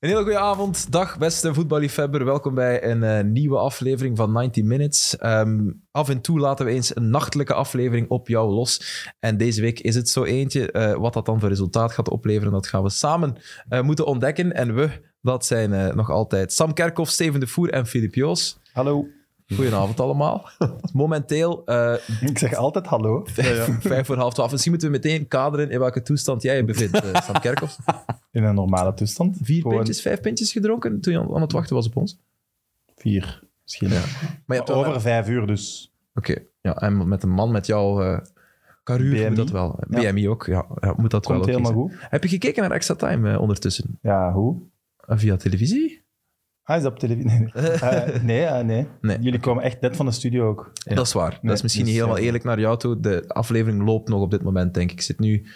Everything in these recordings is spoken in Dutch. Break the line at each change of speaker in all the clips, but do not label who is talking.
Een hele goede avond, dag beste voetballiefhebber. Welkom bij een eh, nieuwe aflevering van 90 Minutes. Ehm, af en toe laten we eens een nachtelijke aflevering op jou los. En deze week is het zo eentje. Eh, wat dat dan voor resultaat gaat opleveren, dat gaan we samen eh, moeten ontdekken. En we, dat zijn eh, nog altijd Sam Kerkhoff, Steven de Voer en Filip Joos.
Hallo.
Goedenavond allemaal. Momenteel eh,
Ik zeg altijd hallo.
vijf voor half twaalf. Misschien moeten we meteen kaderen in welke toestand jij je bevindt, eh, Sam Kerkhoff.
In een normale toestand.
Vier
Gewoon
pintjes, vijf pintjes gedronken toen je aan het wachten was op ons.
Vier, misschien.
Maar je
Maar
hebt wel-
Over vijf uur dus.
Oké, ja, en met een man met jouw eh karuur
BMI?
moet dat wel.
Ja.
BMI ook, ja, ja, moet dat
Komt
wel. oké
helemaal
zijn.
goed.
Heb je gekeken naar Extra Time eh, ondertussen?
Ja, hoe?
Eh, via televisie?
Ah, is dat op televisie? Nee, nee. Eh, nee, ah, nee.
Nee.
Jullie komen echt net van de studio ook.
Ja.
Dat is waar. dat
Nee,
is misschien
dus,
niet helemaal
ja.
eerlijk naar jou toe. De aflevering loopt nog op dit moment, denk ik. Zit nu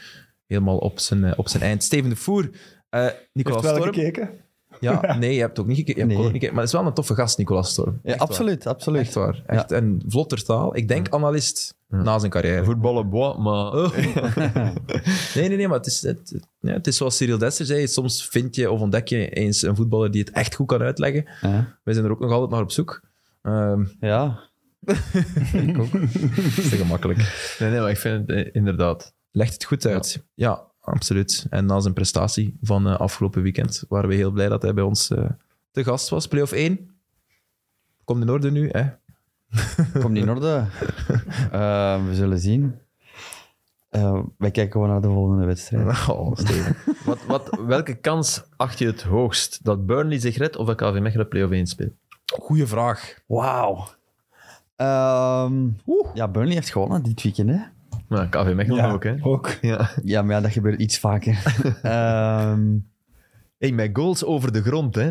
helemaal op zijn, eh, op zijn eind. Steven de Voer, eh
Heeft
Nicolas
wel
Storm.
gekeken?
Ja, nee, je hebt ook niet gekeken. Je hebt
Nee.
ook niet gekeken. Maar het is wel een toffe gast, Nicolas Storm.
Ja,
Echt waar.
absoluut, absoluut.
Echt waar. Echt. En vlotter taal. Ik denk analist na zijn carrière. Oh.
Voetballen bois, maar...
Nee, nee, nee, maar het is, het, het- ja, het is zoals Cyril Dester zei. Soms vind je of ontdek je eens een voetballer die het echt goed kan uitleggen.
Ja.
Wij zijn er ook nog altijd naar op zoek. Ehm
ja.
dat is te gemakkelijk.
Nee, nee, maar ik vind het eh, inderdaad...
Legt het goed uit. Ja, absoluut. En na zijn prestatie van eh, afgelopen weekend waren we heel blij dat hij bij ons eh, te gast was. Playoff 1. Komt in orde nu, hè?
Komt in orde. Eh, we zullen zien. Eh, wij kijken gewoon naar de volgende wedstrijd.
Oh, Steven.
Wat, wat, welke kans acht je het hoogst? Dat Burnley zich redt of dat KV Mechelen play-off 1 speelt?
Goeie vraag.
Wauw. Ehm, ja, Burnley heeft gewonnen dit weekend, hè?
Nou, KV Mechelen ook, hè?
ook.
Ja.
Ja, maar ja, dat gebeurt iets vaker. Ehm,
Hey, met goals over de grond, hè?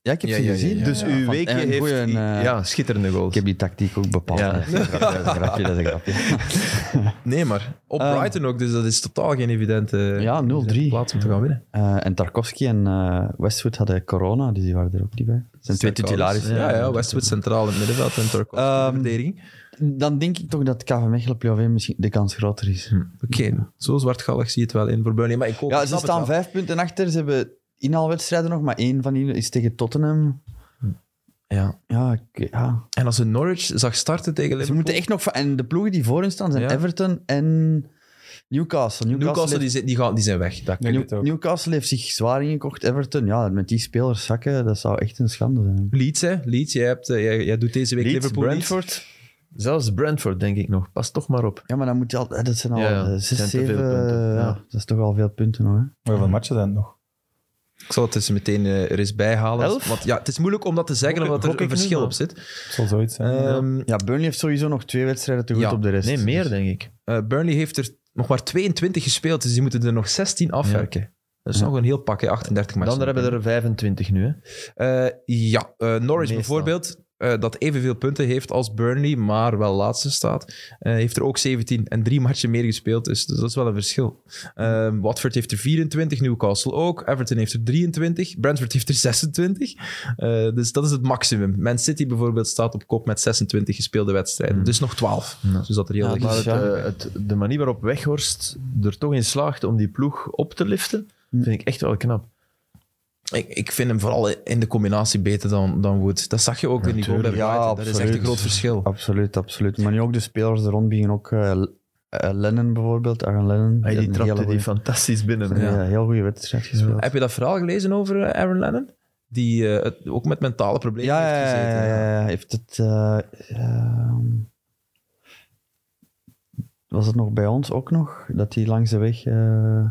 ja, ik heb
Ja,
ze
ja, ja,
gezien.
ja.
Dus
Ja,
uw
van-
weekje
en
heeft...
goeie, eh,
ja, schitterende goals.
Ik heb die tactiek ook bepaald.
Ja.
Dat is een grapje, dat is een grapje, dat is een grapje.
Nee, maar op
Ehm.
Brighton ook, dus dat is totaal geen evidente
Ja, 0-3.
plaats om te gaan winnen.
Eh, en Tarkovsky en eh, Westwood hadden corona, dus die waren er ook niet bij. Het zijn twee titularissen.
Ja, ja, Westwood centraal in het middenveld en Turkos
Ehm,
verdediging.
Dan denk ik toch dat KV Mechelen play-off 1 misschien de kans groter is.
Oké, zo zwartgallig zie je het wel in voor Burnley. Maar ik hoop,
hm. Ja,
ik
ze
snap het
staan
wel.
vijf punten achter. Ze hebben inhaalwedstrijden nog, maar één van die is tegen Tottenham.
Ja.
Ja, ik- ja.
En als ze Norwich zag starten tegen
ze
Liverpool...
moeten echt nog... van- En de ploegen die voor hen staan zijn
Ja.
Everton en Newcastle. Newcastle,
Newcastle, die,
heeft,
zijn- die, gaan, die zijn weg. Dat,
Denk het ook.
Newcastle heeft zich zwaar ingekocht. Everton, ja, met die spelers zakken, dat zou echt een schande zijn.
Leeds, hè. Leeds, jij, hebt, eh, jij, jij doet deze week
Leeds,
Liverpool Brentford.
Brentford. Zelfs Brentford, denk ik nog. Pas toch maar op.
Ja, maar dan moet je al... Dat zijn al
Ja, ja,
eh,
het
zes,
zijn te veel
zeven...
punten,
ja.
ja.
Dat is toch al veel punten nog, hè.
Hoeveel matchen zijn het nog?
Ik zal het dus meteen eh, er eens bij halen.
Elf?
Want ja, het is moeilijk om dat te zeggen,
Gok-
omdat er
gok
een
ik nu,
verschil
maar.
op zit.
Het zal zoiets zijn.
Ehm,
Ja, Burnley heeft sowieso nog twee wedstrijden te goed
Ja.
op de rest.
Nee, meer,
Dus-
denk ik.
eh, Burnley heeft er nog maar 22 gespeeld, dus die moeten er nog 16 afwerken. Dat is
Ja.
nog een heel pak, hè, 38
Dan
matchen.
er hebben er 25 nu, hè?
Eh, ja, eh, Norwich
Meestal.
bijvoorbeeld, eh, dat evenveel punten heeft als Burnley, maar wel laatste staat, eh, heeft er ook 17 en drie matchen meer gespeeld. Dus, dus dat is wel een verschil. Ehm, Watford heeft er 24, Newcastle ook. Everton heeft er 23, Brentford heeft er 26. Eh, dus dat is het maximum. Man City bijvoorbeeld staat op kop met 26 gespeelde wedstrijden. Dus nog 12. Dus dat er heel
Hmm. Ja,
erg
maar
is.
Maar het,
Ja.
eh, het, de manier waarop Weghorst er toch in slaagt om die ploeg op te liften, vind ik echt wel knap.
Ik, ik vind hem vooral in de combinatie beter dan, dan Wood. Dat zag je ook in die goal bij
tuurlijk. Ja,
Brighton. dat is echt een
absoluut.
groot verschil.
Absoluut, absoluut. Maar nu ook de spelers er rond beginnen ook. eh, L- eh, Lennon bijvoorbeeld, Aaron Lennon.
Hij die
Een
trapte
hele
die
goeie-
fantastisch binnen.
een, eh, heel goede wedstrijd gespeeld.
Heb je dat verhaal gelezen over eh, Aaron Lennon? Die eh, het ook met mentale problemen
Ja,
heeft
ja, ja,
gezeten.
ja, ja, ja. Heeft het... eh, ehm, was het nog bij ons ook nog? Dat hij langs de weg eh,
Hij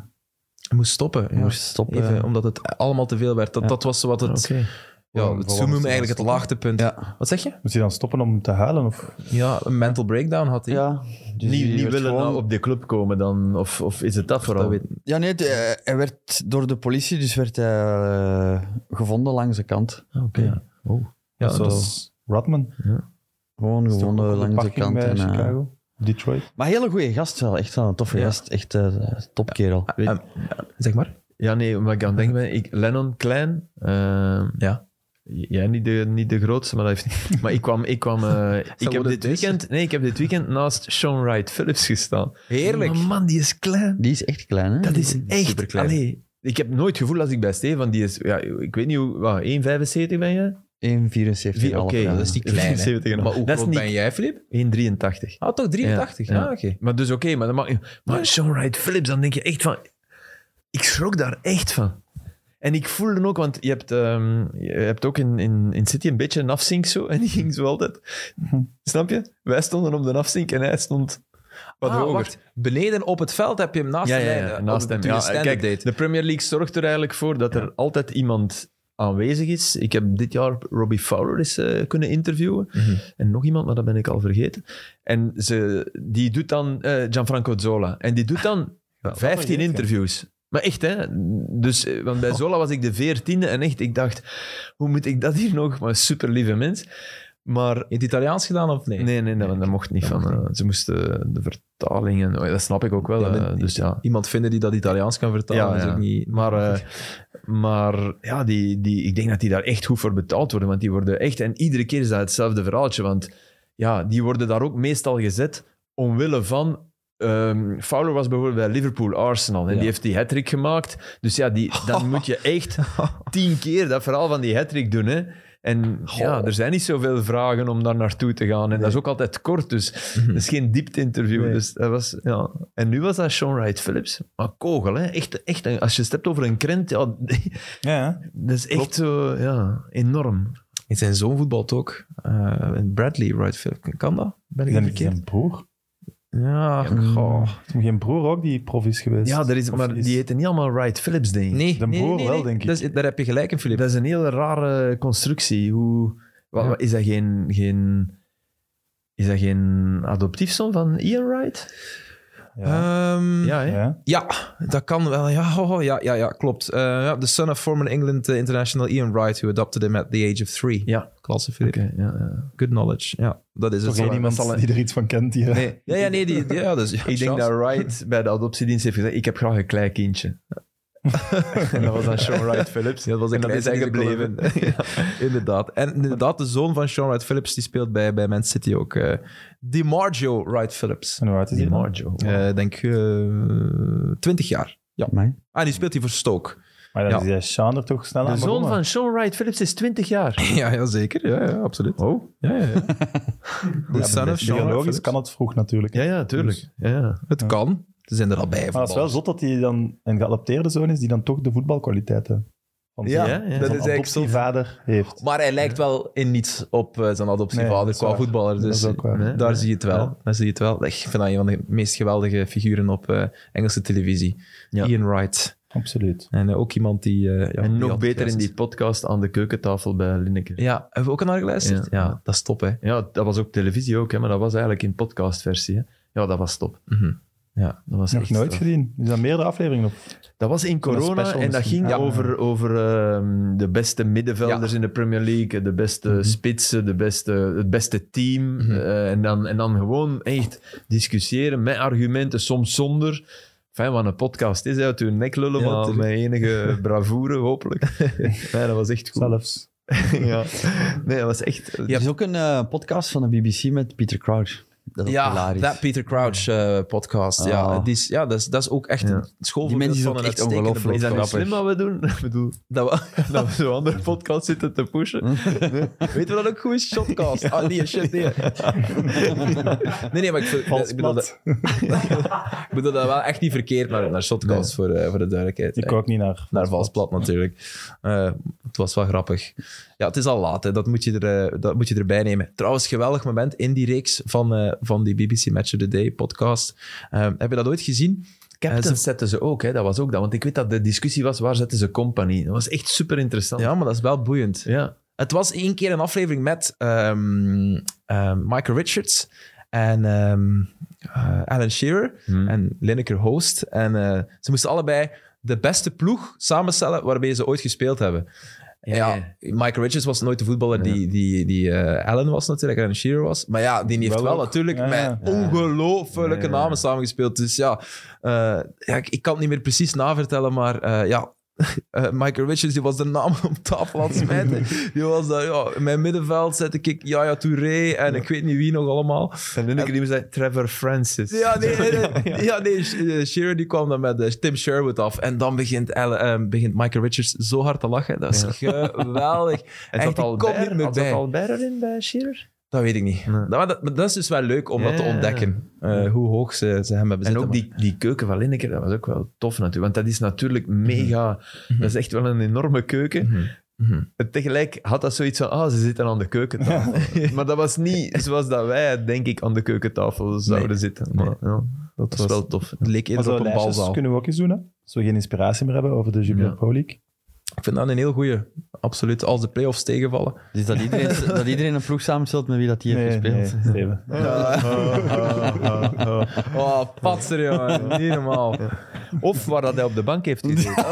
moest stoppen. ja.
moest stoppen.
Even, omdat het allemaal te veel werd. Dat,
Ja.
dat was wat het,
Oké.
ja,
Waarom-
het
waarom
summum
moest hij
eigenlijk, het
stoppen?
laagtepunt.
Ja.
Wat zeg je?
Moet hij dan stoppen om te huilen? Of...
Ja, een mental breakdown had hij.
ja, dus
niet
die
niet
werd
willen
gewoon-
nou op die club komen dan? Of, of is het dat vooral?
Dat weet-
Ja, nee, het, eh, hij werd door de politie, dus werd hij eh, gevonden langs de kant.
Ah, Oké.
Ja.
Oh.
ja, dat-
Zoals Rodman.
Gewoon
Is toch ook
gevonden
op
langs de
parking
kant.
bij
en, eh,
Chicago, Detroit.
Maar hele goede gast wel, echt wel een toffe
Ja.
gast. Echt eh topkerel.
Weet-
Ehm, zeg maar.
Ja, nee, maar ik aan het denken ben, ik, Lennon Klein. eh,
Ja.
Jij niet de, niet de grootste, maar dat heeft niet- Maar ik kwam... Ik, kwam, eh, ik,
worden
heb dit
deze.
weekend, nee, ik heb dit weekend naast Sean Wright Phillips gestaan.
Heerlijk.
Maar Oh, man, die is klein.
Die is echt klein, hè?
Dat is echt...
superklein.
Allee, Mm, Ik heb nooit het gevoel als ik bij Stefan, die is, ja, ik weet niet hoe, wat, 1,75 ben je?
1,74.
Oké,
dat
dus-
is niet klein, hè.
74,5.
Maar hoe
dat
groot
is
ben jij, Filip?
niet 1,83.
Ah, toch 83?
Ja, ja.
Ah, oké.
Maar dus oké, maar, dan mag, maar Sean Wright Phillips, dan denk je echt van... Ik schrok daar echt van. En ik voelde ook, want je hebt, ehm, je hebt ook in, in, in City een beetje een afzink zo. En die ging zo altijd... Snap je? Wij stonden op de afzink en hij stond wat
Ah,
hoger.
wacht. Beneden op het veld heb je hem naast
Ja,
de
ja,
lijn.
ja,
eh,
naast
op-
hem.
toen je
Ja,
stand-up
kijk,
deed.
de Premier League zorgt er eigenlijk voor dat er altijd iemand aanwezig is. Ik heb dit jaar Robbie Fowler eens eh, kunnen interviewen. En nog iemand, maar dat ben ik al vergeten. En ze, die doet dan eh, Gianfranco Zola. En die doet dan 15 interviews. Maar echt, hè? Dus, eh, want bij Zola was ik de veertiende en echt, ik dacht, hoe moet ik dat hier nog? Maar super lieve mens. Maar
In het Italiaans gedaan of nee?
nee, nee, dat, dat mocht niet van. eh, ze moesten de vertalingen, oh ja, dat snap ik ook wel.
Ja,
eh,
met-
dus ja.
Iemand vinden die dat Italiaans kan vertalen.
Ja,
is
ja.
ook niet...
Maar, eh, maar ja, die, die, ik denk dat die daar echt goed voor betaald worden. Want die worden echt... En iedere keer is dat hetzelfde verhaaltje. Want ja, die worden daar ook meestal gezet omwille van... ehm, Fowler was bijvoorbeeld bij Liverpool Arsenal en
Ja.
die heeft die hat-trick gemaakt. Dus ja, die, dan moet je echt tien keer dat verhaal van die hat-trick doen. Hè. En ja, er zijn niet zoveel vragen om daar naartoe te gaan. En dat is ook altijd kort, dus dat is geen diepte-interview.
Nee.
Dus dat was, ja. En nu was dat Sean Wright Phillips. Maar kogel, hè. Echt, echt, een- als je het hebt over een krent, ja,
Ja, hè?
dat is
Klopt.
echt zo, ja, enorm.
In zijn zoon voetbalt ook. eh, en Bradley, right? Phil. Kan dat? Ben ik
Is
niet
dat niet
verkeerd?
zijn broer?
Ja, goh.
Is hem geen broer ook die prof is geweest?
Ja, er is,
Of
maar die heten niet allemaal Wright Phillips, denk ik.
Nee,
De
nee,
broer
nee,
wel,
nee.
denk ik.
Dat is- daar heb je gelijk in, Filip.
Dat is een hele rare constructie. Hoe, wa-
Ja.
wa- Is dat geen... geen is dat geen adoptiefzoon van Ian Wright?
Ja.
Ehm, ja.
Ja, hè?
Ja.
dat kan wel. Ja, oh, oh, ja, ja, ja klopt. Eh, ja, the son of former England eh, international Ian Wright, who adopted him at the age of three.
Ja.
Klasse, Filip.
Oké, ja, ja.
Good knowledge. Ja, dat is
Toch
het.
geen iemand die er iets van kent hier. hè?
Nee. Ja, ja, nee, die, die- ja, dat is, ja,
Ik denk
chance.
dat Wright bij de adoptiedienst heeft gezegd, ik heb graag een klein kindje. en dat was dan Sean Wright Phillips.
Ja, dat was een
En dat
kleinste
is hij
die ze
gebleven.
konden vinden. Ja, inderdaad. En inderdaad, de zoon van Sean Wright Phillips, die speelt bij, bij Man City ook. eh DiMargio Wright Phillips.
En hoe oud is die? dan?
DiMaggio.
Eh, denk ik, eh 20 jaar. Ja.
Amai.
Ah, nu speelt hij voor Stoke.
Maar
Ja.
dan is die Sjaan er toch snel
De
aan
zoon
begonnen?
van Sean Wright Phillips is 20 jaar.
ja, ja, zeker. Ja, ja, absoluut.
Oh.
Ja, ja, ja. The son of Sean Wright
Biologisch
Phillips.
kan het vroeg natuurlijk. Dus-
Ja, ja, tuurlijk. Dus- Ja, ja.
Het kan. Ze zijn er al bij.
Maar Ah, dat is wel
voetballers.
zot dat hij dan een geadapteerde zoon is die dan toch de voetbalkwaliteiten van
Ja,
ja, ja.
dat
zijn
is eigenlijk zo.
adoptievader heeft.
Maar hij lijkt wel in niets op eh, zijn
Nee,
adoptievader
dat is
qua
waar.
voetballer.
Dat
Dus
is ook waar.
eh, daar zie je het wel. Daar zie je het wel. Ik vind dat een van de meest geweldige figuren op eh, Engelse televisie.
Ja.
Ian Wright.
Absoluut.
En eh, ook iemand die... eh, ja,
En
die
nog
had
beter in
juist-
die podcast aan de keukentafel bij Linneke.
Ja, hebben we ook al naar geluisterd? Ja,
Ja.
dat is top, hè.
Ja, dat was op televisie ook, hè, maar dat was eigenlijk in podcastversie. Hè. Ja, dat was top.
Mhm.
Dat was
Nog
echt
nooit
top.
gezien. Is dat meerdere afleveringen? Of?
Dat was in
Een
corona
special
en dat
misschien.
ging
Ja.
over, over ehm, de beste middenvelders in de Premier League, de beste
Mhm.
spitsen, de beste, het beste team. eh, en, dan, en dan gewoon echt discussiëren met argumenten, soms zonder. Fijn, wat een podcast is, hè, uit uw nek lullen,
Ja,
maar
tuurlijk.
met enige bravoure, hopelijk. nee, dat was echt goed.
Zelfs.
ja. Nee, dat was echt...
Er is ook een eh, podcast van de BBC met Peter Crouch. Dat is ook
Ja,
hilarisch.
dat Peter Crouch eh, podcast.
Ah.
Ja, die is, ja dat, is, dat is ook echt
Ja.
een schoolvoorbeeld
Die mensen is
van
ook
een
echt
uitstekende
ongelooflijk
is dat nou
podcast.
slim wat we doen? Ik bedoel,
Dat we-
dat we zo'n andere podcast zitten te pushen.
Weet je wat ook goed is? Shotcast. Ah, nee, shit, nee. nee, nee, maar ik, vind-
Vals
ik bedoel, dat,
plat.
ik bedoel dat wel echt niet verkeerd naar, naar Shotcast, voor, eh, voor de duidelijkheid.
Ik
Eh,
kijk ook niet naar.
Naar vals plat natuurlijk. Eh, het was wel grappig. Ja, het is al laat, hè. Dat, moet je er, eh, dat moet je erbij nemen. Trouwens, geweldig moment in die reeks van, eh, van die BBC Match of the Day podcast. Eh, heb je dat ooit gezien?
Captain
Eh,
zetten ze ook, hè? dat was ook dat. Want ik weet dat de discussie was, waar zetten ze Company? Dat was echt super interessant.
Ja, maar dat is wel boeiend.
Ja.
Het was één keer een aflevering met ehm, ehm, Michael Richards en ehm, eh, Alan Shearer en Lineker Host. En eh, ze moesten allebei de beste ploeg samenstellen waarbij ze ooit gespeeld hebben. Ja, Michael Richards was nooit de voetballer die, die, die eh, Allen was natuurlijk, en Shearer was. Maar ja, die heeft wel,
Wel ook.
natuurlijk
Ja, ja.
met ongelooflijke
Ja, ja, ja.
namen samengespeeld. Dus ja, eh, ja ik, ik kan het niet meer precies navertellen, maar eh, ja, eh, Michael Richards, die was de naam op tafel aan het smijten. Die was daar, ja, in mijn middenveld zette ik Yaya Touré en ik weet niet wie nog allemaal.
En toen ik iemand zei, Trevor Francis.
Ja, nee, nee, nee. ja, nee Sh- eh, Shearer die kwam dan met eh, Tim Sherwood af. En dan begint, Elle- eh, begint Michael Richards zo hard te lachen. Dat is geweldig.
En
Echt,
zat
die
al
komt
bij,
niet meer
had
bij.
dat al bij erin bij Shearer?
Dat weet ik niet.
Nee.
Dat, maar dat, maar dat is dus wel leuk om dat te
Ja.
ontdekken. eh, hoe hoog ze, ze hem hebben
En
zitten.
ook die, die keuken van Lineker, dat was ook wel tof natuurlijk. Want dat is natuurlijk mega... Dat is echt wel een enorme keuken.
Mhm. Mhm.
En tegelijk had dat zoiets van, ah, ze zitten aan de keukentafel. maar dat was niet zoals dat wij, denk ik, aan de keukentafel zouden zitten. Maar, ja, dat,
Dat
was
was...
wel tof.
Het leek
Maar
eerder
zo'n
op een
lijstjes
balzaal.
kunnen we ook eens doen, hè? Als we geen inspiratie meer hebben over de Jubilee
Ja.
Pro League.
Ik vind dat een heel goeie. Absoluut. Als de play-offs tegenvallen.
Dus dat iedereen, dat iedereen een ploeg samenstelt met wie dat die heeft gespeeld.
nee, Steven.
Oh, patser, jongen. Niet normaal.
Of waar dat hij op de bank heeft gezeten.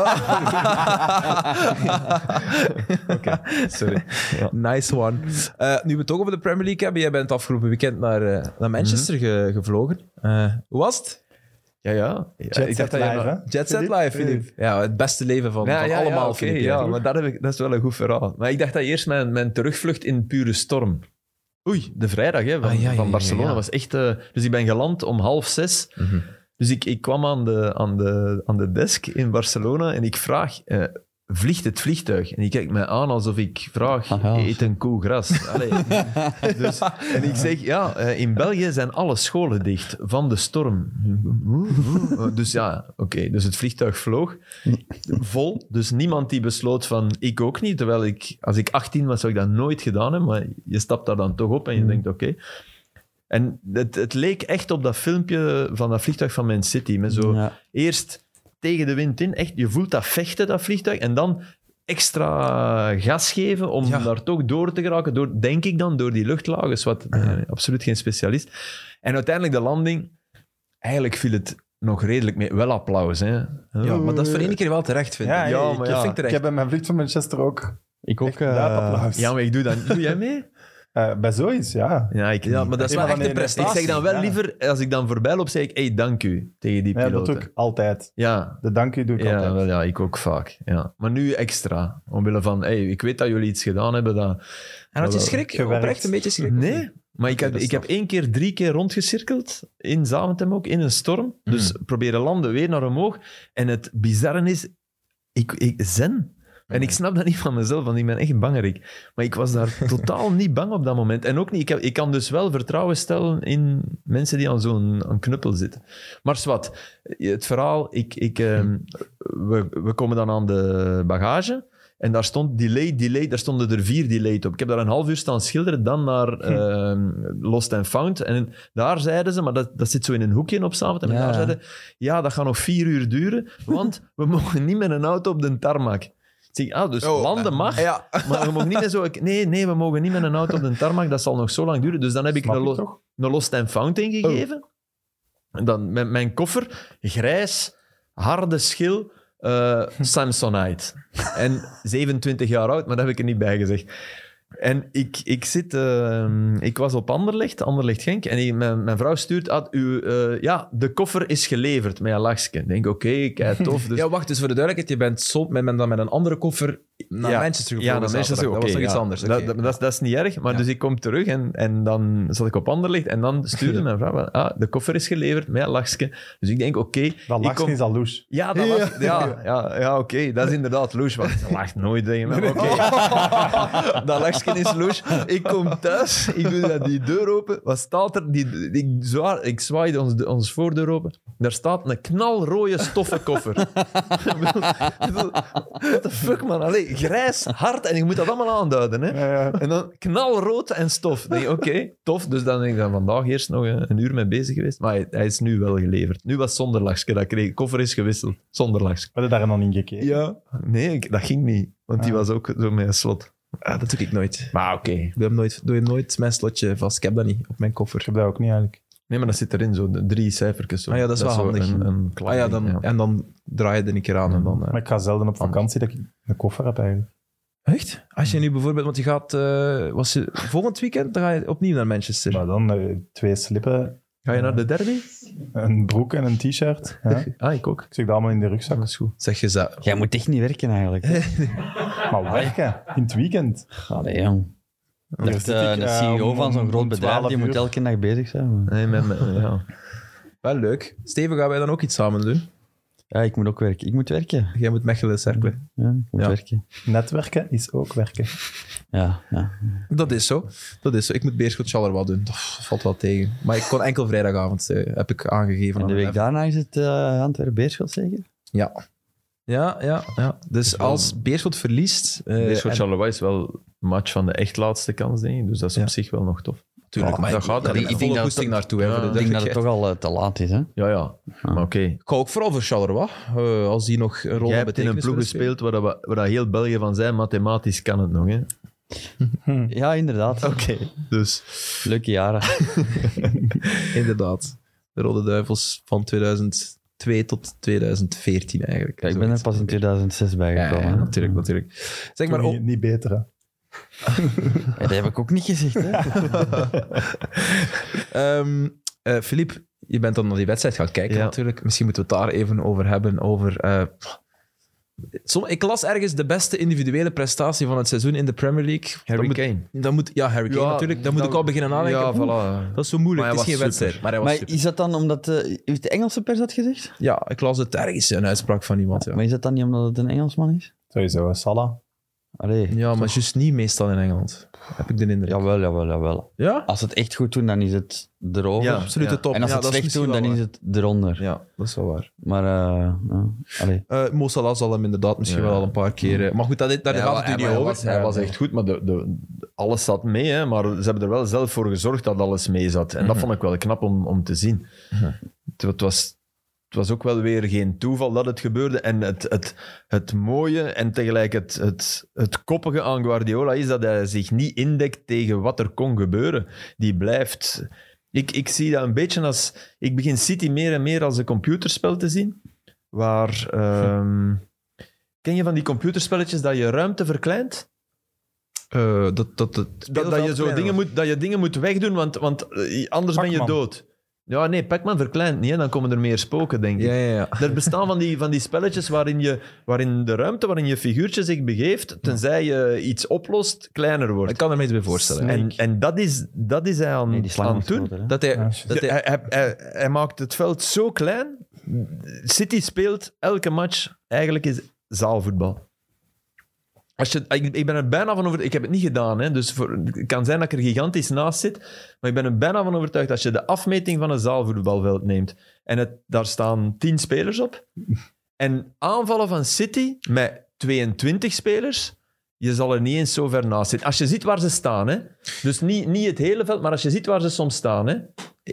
Oké, sorry.
Nice one. Eh, nu we het toch over de Premier League hebben. Jij bent afgelopen weekend naar, eh, naar Manchester
Mhm.
ge- gevlogen. Eh, hoe was het?
Ja, ja. ja
Jet Set
jij
Live,
maar-
hè?
Jet set
Filip?
live, Filip. Ja, het beste leven van,
Ja,
van
ja,
allemaal,
ja, oké,
Filip.
ja, maar dat, heb ik, dat is wel een goed verhaal. Maar ik dacht dat eerst mijn, mijn terugvlucht in pure storm. Oei, de vrijdag hè, van,
Ah, ja, ja,
van
ja,
Barcelona
ja.
was echt... eh, dus ik ben geland om half zes.
Mhm.
Dus ik, ik kwam aan de, aan, de, aan de desk in Barcelona en ik vraag... eh, Vliegt het vliegtuig? En die kijkt mij aan alsof ik vraag:
Ah, ja.
eet een koe gras? Allee. dus, en ik zeg: ja, eh, in België zijn alle scholen dicht van de storm. Dus ja, oké. Dus het vliegtuig vloog vol. Dus niemand die besloot van ik ook niet. Terwijl ik, als ik 18 was, zou ik dat nooit gedaan hebben. Maar je stapt daar dan toch op
Hmm.
en je denkt oké. En het, het leek echt op dat filmpje van dat vliegtuig van Man City. Met zo
Ja.
eerst tegen de wind in, echt, je voelt dat vechten, dat vliegtuig. En dan extra gas geven om
Ja.
daar toch door te geraken. Door, denk ik dan, door die luchtlagen. Wat, absoluut geen specialist. En uiteindelijk de landing. Eigenlijk viel het nog redelijk mee. Wel applaus, hè.
Ja, maar dat is voor één keer wel terecht, vind ik.
Ja,
ja,
ik, dat
maar ja.
vind ik
Ik
terecht.
heb bij mijn vlucht van Manchester ook
Ik ook. eh,
luid applaus.
Ja, maar ik doe dat. Doe jij mee?
Eh, bij zoiets, ja.
Ja, ik
Ja, maar dat is
Ja,
wel echt
maar nee,
een
nee.
Ik
prestatie.
zeg dan wel
Ja.
liever, als ik dan voorbij loop, zeg ik, hey, dank u, tegen die
Ja,
piloten.
dat ook altijd.
Ja,
De dank u doe ik
ja,
altijd.
wel, ja, ik ook vaak. Ja. Maar nu extra. Omwille van, hey, ik weet dat jullie iets gedaan hebben. Dat...
En had je
Jawel.
schrik?
Gewerkt.
Oprecht een beetje schrik?
Nee, maar ik, heb,
dat is
ik heb één keer drie keer rondgecirkeld. In Zaventem ook, in een storm.
Mm.
Dus proberen landen weer naar omhoog. En het bizarre is, ik, ik zen. En ik snap dat niet van mezelf, want ik ben echt bangerik. Maar ik was daar totaal niet bang op dat moment. En ook niet, ik, heb, ik kan dus wel vertrouwen stellen in mensen die aan zo'n aan knuppel zitten. Maar zwart, het verhaal, ik, ik, ehm, we, we komen dan aan de bagage. En daar stond delay, delay, daar stonden er vier delayed op. Ik heb daar een half uur staan schilderen, dan naar ehm, Lost and Found. En daar zeiden ze, maar dat, dat zit zo in een hoekje op samen. En
Ja.
daar zeiden ja, dat gaat nog vier uur duren, want we mogen niet met een auto op de tarmac. Ik Zeg, ah, dus
Oh,
landen mag,
Ja.
maar we mogen niet met zo... Nee, nee, we mogen niet met een auto op de tarmac, dat zal nog zo lang duren. Dus dan heb ik
Snap
een,
je
lo-
toch?
een Lost and Found ingegeven. En dan met mijn koffer, grijs, harde schil, eh, Samsonite. en 27 jaar oud, maar dat heb ik er niet bij gezegd. En ik, ik, zit, eh, ik was op Anderlecht, Anderlecht Genk, en ik- mijn, mijn vrouw stuurt uit, u, eh, ja, de koffer is geleverd met een lachje. Ik denk, oké, kijk, tof. Dus
ja, wacht, dus voor de duidelijkheid, je bent soms met, met, dan met een andere koffer naar
Ja.
Manchester
Ja,
gevlogen.
dan is dat
zaterdag.
zo.
Dat was
oké,
nog iets
ja.
anders.
Dat,
oké.
dat, dat is- dat is niet erg, maar
Ja.
dus ik kom terug en, en dan zat ik op Anderlicht en dan stuurde mijn vrouw, wel, ah, de koffer is geleverd, mijn lachje. Dus ik denk, oké.
Dat
ik
lachje
kom-
is al louche.
Ja, dat lacht- ja, ja, ja oké, dat is inderdaad louche, want ze lacht nooit tegen mij. maar Oké, dat lachje is louche. Ik kom thuis, ik doe dat die deur open, wat staat er? Die, ik, zwaai, ik zwaaide ons, de- ons voordeur open, daar staat een knalrode stoffen koffer. What the fuck, man? Allee, grijs, hard en ik moet dat allemaal aanduiden, hè?
Ja, ja.
En dan knalrood en stof. Denk je, Oké, tof. Dus dan denk ik, dan vandaag eerst nog eh, een, een uur mee bezig geweest. Maar hij, hij is nu wel geleverd. Nu was het zonder lachske. Dat kreeg, koffer is gewisseld. Zonder lachske.
We hebben daar dan in gekeken.
Ja. Nee, ik- dat ging niet. Want die
Ah.
was ook zo met een slot.
Ah, dat doe ik nooit.
Maar oké.
Ik doe, hem nooit, doe hem nooit mijn slotje vast. Ik heb dat niet op mijn koffer.
Ik heb dat ook niet eigenlijk.
Nee, maar dat zit erin, zo de drie cijfertjes. Zo.
Ah ja, dat is wel
zo
handig.
Een, een
Ah ja, dan,
klein ding, Mm.
en dan draai je er een keer aan. En dan, eh.
Maar ik ga zelden op vakantie dat ik een koffer heb eigenlijk.
Echt? Als je nu bijvoorbeeld, want je gaat eh, was je, volgend weekend dan ga je opnieuw naar Manchester.
Maar dan eh, twee slippen
Ga je naar de derby?
Een broek en een t-shirt. Ja. Ik
Ah, ik ook.
zeg dat allemaal in de rugzak.
Dat is goed.
Zeg je dat?
Jij moet echt niet werken eigenlijk.
Maar werken, in het weekend.
Allee, jong.
Dan
Dat is
zit
eh,
ik,
de
eh,
CEO
om-
van zo'n
om-
groot
om
bedrijf,
12
die moet
uur.
elke dag bezig zijn.
Nee, met, met- ja.
Wel leuk. Steven, gaan wij dan ook iets samen doen?
Ja, ik moet ook werken. Ik moet werken.
Jij moet Mechelen cerkelen.
Ja, ik moet
Ja.
werken.
Netwerken is ook werken.
Ja, ja.
Dat is zo. Dat is zo. Ik moet Beerschot Charleroi doen. Dat valt wel tegen. Maar ik kon enkel vrijdagavond, eh, heb ik aangegeven.
En de
aan
week
hem.
daarna is het eh Antwerpen-Beerschot zeker?
Ja. Ja, ja, ja. Dus als Beerschot verliest... eh,
Beerschot
en-
Charleroi is wel een match van de echt laatste kans, denk ik. Dus dat is
Ja.
op zich wel nog tof.
Tuurlijk,
Ja,
maar
dat
ik-
gaat
ik- ik
er met
denk
volle
dat het
goesting
toch-
naartoe, hè,
Ja,
voor de
ik
Ik denk dat het
duidelijkheid.
toch al eh, te laat is, hè?
Ja, ja. Maar oké.
Ik hou ook vooral voor Charleroi, eh, als die nog een rol
Jij
van
hebt in een
betekenis
ploeg
willen spelen.
gespeeld waar, dat we, waar dat heel België van zijn, mathematisch kan het nog. Hè? Oké.
Ja, inderdaad.
Dus
Leuke jaren.
Inderdaad. De Rode Duivels van 2002 tot 2014 eigenlijk.
Ja, ik ben
Zoiets.
er pas in 2006 bij
Ja, ja,
gekomen.
ja,
hè.
natuurlijk, natuurlijk. Zeg maar,
niet,
op,
niet beter, hè.
Ja, dat heb ik ook niet gezegd, hè?
ehm eh, Filip, je bent dan naar die wedstrijd gaan kijken
Ja.
natuurlijk. Misschien moeten we het daar even over hebben, over... eh, som- ik las ergens de beste individuele prestatie van het seizoen in de Premier League.
Harry
dat
Kane.
Moet, dat moet, ja, Harry Kane natuurlijk. Dan moet ik al beginnen nadenken.
Ja,
Oeh,
voilà.
Dat is zo moeilijk,
Maar
het
hij
is geen
was super.
wedstrijd. Maar hij was
Maar
super.
is dat dan omdat... eh, heeft de Engelse pers dat gezegd?
Ja, ik las het ergens, een uitspraak van iemand. Ja,
Maar is dat dan niet omdat het een Engelsman is?
Sowieso, hè, Salah.
Allee.
ja maar juist niet meestal in Engeland. Heb ik de indruk.
Jawel, jawel, jawel.
Ja?
Als ze het echt goed doen, dan is het erover.
Ja.
Absoluut de top.
En als
ja,
ze het
dat
slecht doen,
misschien
dan
wel
is het eronder.
waar. Ja, dat is wel waar.
Maar, eh ja. Allee.
Eh Mo Salah zal hem inderdaad misschien
Ja.
wel al een paar keer... eh, Maar goed, dat, daar
Ja,
gaat
hij
het nu niet
was-
over.
Hij was echt goed, maar de, de, alles zat mee. Hè? Maar ze hebben er wel zelf voor gezorgd dat alles mee zat. En dat vond ik wel knap om, om te zien. Het, het was, het was ook wel weer geen toeval dat het gebeurde. En het, het, het mooie en tegelijk het, het, het koppige aan Guardiola is dat hij zich niet indekt tegen wat er kon gebeuren. Die blijft... Ik, ik zie dat een beetje als... Ik begin City meer en meer als een computerspel te zien. Waar... ehm, Ken je van die computerspelletjes dat je ruimte verkleint?
Eh, dat, dat, dat,
Dat, dat, je zo dingen moet, dat je dingen moet wegdoen, want, want eh, anders ben je
Pac-Man.
dood. Ja, nee, Pac-Man verkleint niet, hè, dan komen er meer spoken, denk ik.
Ja, ja, ja.
Er bestaan van die, van die spelletjes waarin, je, waarin de ruimte waarin je figuurtje zich begeeft, tenzij je iets oplost, kleiner
Ik
wordt.
kan er me iets bij voorstellen.
En, en dat, is, dat is hij aan,
Nee, die slang
aan
was
het doen.
groter, hè?
Dat hij...
Ja,
dat
Ja,
hij
hij, hij, hij- hij maakt het veld zo klein. City speelt elke match eigenlijk is zaalvoetbal. Als je, ik, ik ben er bijna van overtuigd. Ik heb het niet gedaan, hè, dus voor, het kan zijn dat ik er gigantisch naast zit. Maar ik ben er bijna van overtuigd. Als je de afmeting van een zaalvoetbalveld neemt en het, daar staan 10 spelers op. En aanvallen van City met 22 spelers. Je zal er niet eens zo ver naast zitten. Als je ziet waar ze staan, hè? dus niet, niet het hele veld, maar als je ziet waar ze soms staan. Hè?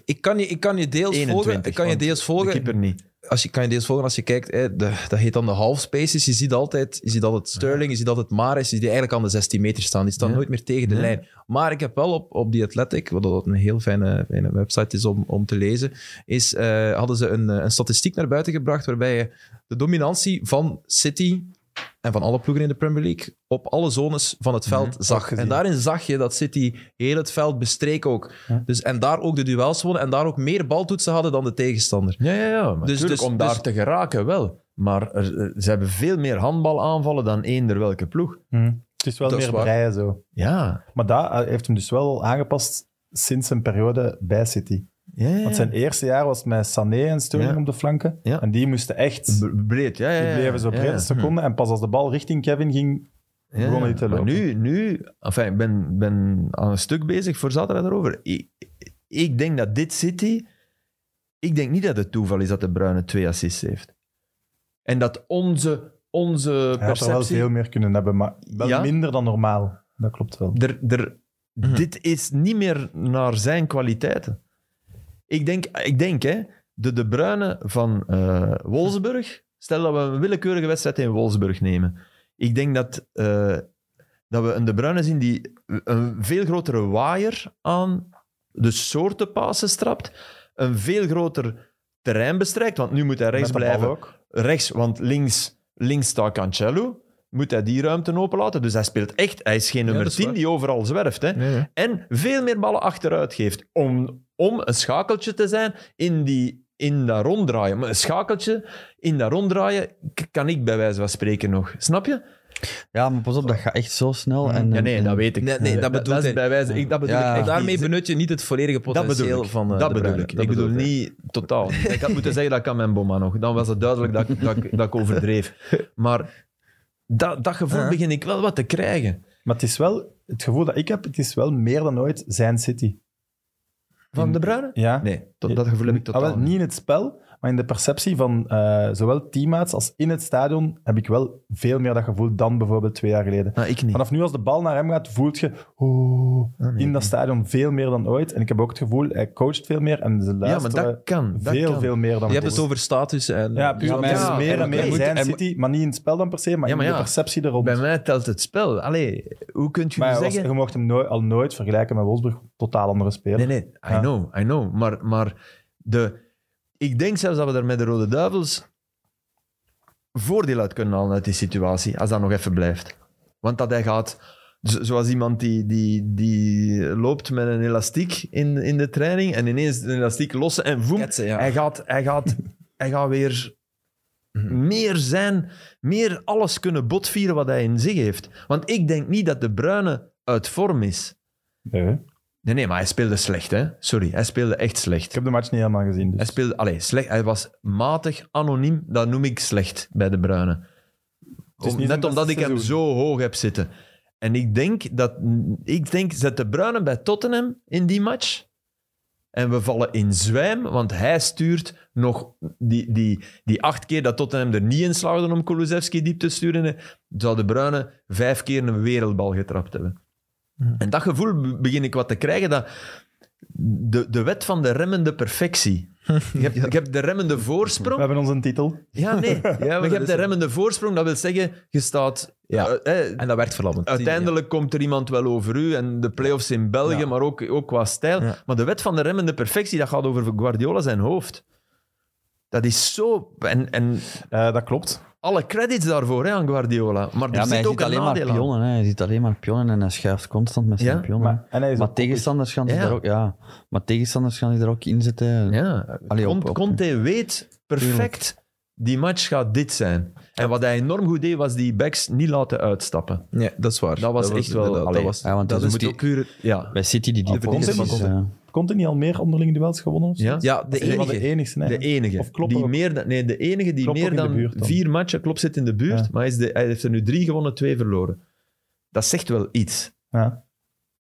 ik, kan je, ik kan je deels
21,
volgen. Ik kan je
want
deels
De
volgen.
keeper niet.
als je kan je deze volgen als je kijkt, hè, de, dat heet dan de half spaces. Je ziet altijd, je ziet altijd Sterling, je ziet altijd Maris, die eigenlijk aan de 16 meter staan. Die staan
Ja.
nooit meer tegen de
Ja.
lijn. Maar ik heb wel op, op die Athletic, wat dat een heel fijne, fijne website is om, om te lezen, is, eh, hadden ze een, eh, een statistiek naar buiten gebracht waarbij je de dominantie van City en van alle ploegen in de Premier League op alle zones van het veld
Mhm.
zag.
gezien.
En daarin zag je dat City heel het veld bestreek ook.
Ja.
Dus, en daar ook de duels wonnen en daar ook meer baltoetsen hadden dan de tegenstander.
Ja, ja, ja. Maar
Dus-
tuurlijk,
dus-
om daar
dus-
te geraken wel. Maar er- er- ze hebben veel meer handbalaanvallen dan eender welke ploeg.
Hm. Het is wel
Dat is
meer
waar.
breien zo.
Ja.
Maar dat eh, heeft hem dus wel aangepast sinds zijn periode bij City.
ja, ja, ja.
Want zijn eerste jaar was met Sané en Sterling
Ja.
op de flanken.
Ja.
En die moesten echt... Die
B- breed. Ja, ja, ja.
bleven zo
Ja,
breed
ja.
als ze konden. En pas als de bal richting Kevin ging...
Ja,
begonnen die te
maar
lopen.
nu, nu enfin, ik ben, ben aan een stuk bezig voor zaterdag daarover. Ik, ik denk dat dit City... Ik denk niet dat het toeval is dat de Bruyne twee assists heeft. En dat onze, onze
Hij had er wel
perceptie...
veel meer kunnen hebben, maar wel
Ja?
minder dan normaal. Dat klopt wel.
Er, er,
Mhm.
Dit is niet meer naar zijn kwaliteiten. Ik denk, ik denk hè, de De Bruyne van eh, Wolfsburg... Stel dat we een willekeurige wedstrijd in Wolfsburg nemen. Ik denk dat, eh, dat we een De Bruyne zien die een veel grotere waaier aan de soorten passen strapt. Een veel groter terrein bestrijkt, want nu moet hij rechts
Met de bal
blijven
ook.
rechts, want links, links staat Cancelo. moet hij die ruimte openlaten. Dus hij speelt echt. Hij is geen nummer
dat is
10
waar.
die overal zwerft. Hè.
Nee, nee.
En veel meer ballen achteruit geeft. Om, om een schakeltje te zijn in, die, in dat ronddraaien. Maar een schakeltje in dat ronddraaien k- kan ik bij wijze van spreken nog. Snap je?
Ja, maar pas op, dat gaat echt zo snel. En,
Ja, nee,
en-
dat weet ik.
Nee, nee, dat bedoelt
is
hij.
bij wijze, ik, dat bedoel
Ja.
ik echt
Daarmee
niet.
benut je niet het volledige
Dat bedoel
potentieel
ik.
van eh,
dat
De
bedoel
Bruyne.
ik. ik bedoel
hij.
niet totaal. Ik had moeten zeggen dat kan mijn bomma nog. Dan was het duidelijk dat, ik- dat, ik- dat ik overdreef. Maar dat, dat gevoel
Ja.
begin ik wel wat te krijgen.
Maar het is wel, het gevoel dat ik heb, het is wel meer dan ooit zijn City.
Van de Bruyne?
Ja?
Nee, tot, dat gevoel heb ik
Ah,
totaal
wel, niet in het spel, maar in de perceptie van eh, zowel teammates als in het stadion heb ik wel veel meer dat gevoel dan bijvoorbeeld twee jaar geleden.
Ah, ik niet.
Vanaf nu als de bal naar hem gaat, voelt je oh,
Ah, nee.
in dat stadion veel meer dan ooit. En ik heb ook het gevoel, hij coacht veel meer en ze
ja, maar
luisteren
dat kan. Dat
eh, veel,
kan.
veel meer dan
Je hebt
ooit.
het over status en...
Ja, puur
Ja,
dat
maar
is
ja,
meer
oké.
en meer
Hij
zijn
moet-
City, maar niet in het spel dan per se, maar
Ja, maar
in
ja.
de perceptie er rond.
Bij mij telt het spel. Allee, hoe kun je nu
maar hij was-
zeggen...
je mocht hem nooit, al nooit vergelijken met Wolfsburg, totaal andere speler.
Nee, nee, I
Ah.
Ja.
know, I know. Maar, maar de, ik denk zelfs dat we daar met de Rode Duivels voordeel uit kunnen halen uit die situatie, als dat nog even blijft. Want dat hij gaat, z- zoals iemand die, die, die loopt met een elastiek in, in de training en ineens een elastiek lossen en voem,
Ketsen, ja.
hij, gaat, hij, gaat, hij gaat weer meer zijn, meer alles kunnen botvieren wat hij in zich heeft. Want ik denk niet dat de Bruine uit vorm is.
Nee.
Nee, nee, maar hij speelde slecht, hè. Sorry, hij speelde echt
Ik
slecht.
heb de match niet helemaal gezien.
Hij
Dus.
speelde, allee, slecht. Hij was matig, anoniem. Dat noem ik slecht bij de Bruinen.
is niet
Om- net
zijn
omdat ik
beste
hem zo hoog heb zitten. En ik denk dat... Ik denk, zet de Bruinen bij Tottenham in die match. En we vallen in zwijm, want hij stuurt nog die, die, die acht keer dat Tottenham er niet in slaagde om Kulusevski diep te sturen. eh, Zou de Bruinen vijf keer een wereldbal getrapt hebben. En dat gevoel be- begin ik wat te krijgen. Dat de, de wet van de remmende perfectie. Je hebt, je hebt de remmende
We
voorsprong.
hebben onze titel.
Ja, nee. maar je
dat
hebt
is
de
het.
remmende voorsprong. Dat wil zeggen, je staat...
Ja.
eh, eh,
En dat werkt verlammend.
Uiteindelijk komt er iemand wel over u en de play-offs in België,
Ja.
maar ook, ook qua stijl.
Ja.
Maar de wet van de remmende perfectie, dat gaat over Guardiola zijn hoofd. Dat is zo... En, en
Eh, dat klopt.
alle credits daarvoor hè, aan Guardiola. Maar er
Ja, maar
zit
hij
ook
ziet
een
alleen maar
nadeel aan.
pionnen. Hè. Hij ziet alleen maar pionnen en hij schuift constant met zijn
Ja,
pionnen.
Maar, en hij is
Maar
ook-
tegenstanders gaan zich
Ja.
daar ook, ja. Maar tegenstanders gaan zich daar ook inzetten.
Ja,
Allee, op-
Conte-
op-
Conte weet perfect, die match gaat dit zijn. En wat hij enorm goed deed, was die backs niet laten uitstappen.
Ja, dat is waar.
Dat was echt wel-
inderdaad-
allee.
Dat was,
Ja, want
dat
dus
is
moet
die-
ook
Ja.
Bij City die die
de verdiensten
posities,
van
eh,
Komt hij niet al meer onderlinge duels gewonnen? of zo?
Ja?
Ja, de
Dat is een van
enige.
de enigste.
De
eigenlijk.
enige.
Of Klopp
die
ook.
meer dan, nee, de enige die
Klopp ook
meer
in de
dan,
buurt dan.
vier matchen, klopt, zit in de buurt.
Ja.
Maar hij is de, hij heeft er nu drie gewonnen, twee verloren. Dat zegt wel iets.
Ja.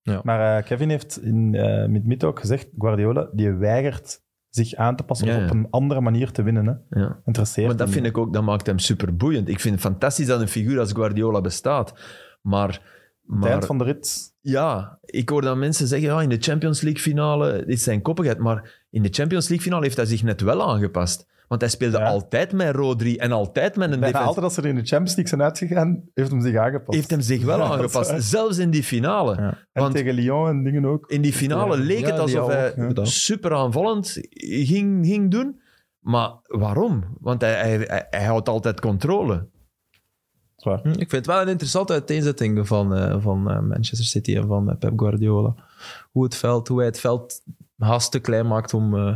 Ja.
Maar eh, Kevin heeft in eh mid ook gezegd, Guardiola, die weigert zich aan te passen
Ja,
of
ja.
op een andere manier te winnen. Hè.
Ja.
Interesseert
Maar dat
hem
vind
niet.
ik ook, dat maakt hem superboeiend. Ik vind het fantastisch dat een figuur als Guardiola bestaat. Maar, maar
Tijd van de rit.
Ja, ik hoor dan mensen zeggen, ja, in de Champions League finale is zijn koppigheid. Maar in de Champions League finale heeft hij zich net wel aangepast. Want hij speelde
Ja.
altijd met Rodri en altijd met een
Bijna
defensie.
altijd als ze er in de Champions League zijn uitgegaan, heeft hem zich aangepast.
Heeft hem zich wel
Ja, dat is
aangepast,
waar.
zelfs in die finale.
Ja. En
Want-
tegen Lyon en dingen ook.
In die finale
Ja,
ja,
leek het
die
alsof
ook,
hij
ja, dat.
super aanvallend ging, ging doen. Maar waarom? Want hij, hij, hij, hij houdt altijd controle.
Zwaar.
Hm, Ik vind het wel een interessante uiteenzetting van, eh, van eh, Manchester City en van eh, Pep Guardiola. Hoe, het veld, hoe hij het veld haast te klein maakt om, eh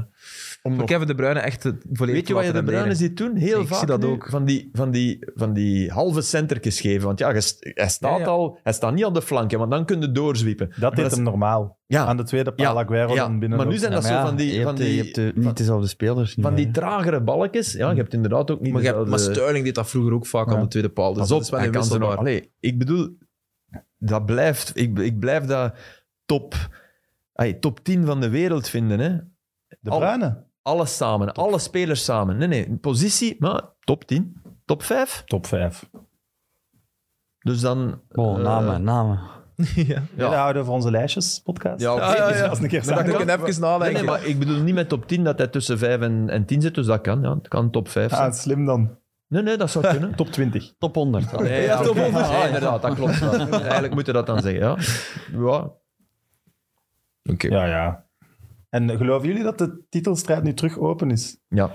om
nog-
Kevin De Bruyne echt het volledig
Weet
te
je wat je
laten
de Bruyne
renderen.
ziet doen? Heel
Ik
vaak
zie dat
nu
ook.
Van, die, van, die, van die halve centertjes geven. Want ja, je st- hij staat,
Ja, ja.
Al, hij staat niet aan de flanken, want dan kun je doorzwiepen.
Dat deed
is-
hem normaal.
Ja,
Aan de tweede
Ja,
paal Aguero
ja.
dan binnen.
Maar nu
ook.
zijn
ja,
dat
maar
zo
ja,
van die-
je
van
hebt, eh,
die-
je hebt, eh,
van-
niet dezelfde spelers.
Van
meer,
die
hè.
tragere balkjes. Ja, je hebt inderdaad ook niet
Maar, je hebt- maar
dezelfde-
Sterling deed dat vroeger ook vaak aan de tweede paal. Dus
Pas
dat
op,
is wel
hij
een
kan ze nog-
wisselbaar.
Allee, ik bedoel, dat blijft, ik, ik blijf dat top, ay, top 10 van de wereld vinden. Hè?
De
Al-
Bruyne.
Alles samen, alle spelers samen. Nee, nee, positie, maar top 10, top 5.
Top 5.
Dus dan...
Oh,
eh,
namen, namen.
ja.
Ja.
We houden voor onze lijstjes, podcast.
Ja, oké.
Ja, ja, ja.
Als een keer
Maar dat
samen-
kan ik even
Nee, nee,
nadenken.
maar ik bedoel niet met top 10 dat hij tussen 5 en, en 10 zit, dus dat kan. Ja. Het kan top 5
Ah,
zijn.
slim dan.
Nee, nee, dat zou kunnen.
Top 20.
Top 100. dan.
Nee,
Ja,
oké. Ah,
top 100.
Ja, inderdaad, dat klopt. wel. Eigenlijk moet je dat dan zeggen, ja. ja.
Oké.
Ja, ja. En geloven jullie dat de titelstrijd nu terug open is?
ja.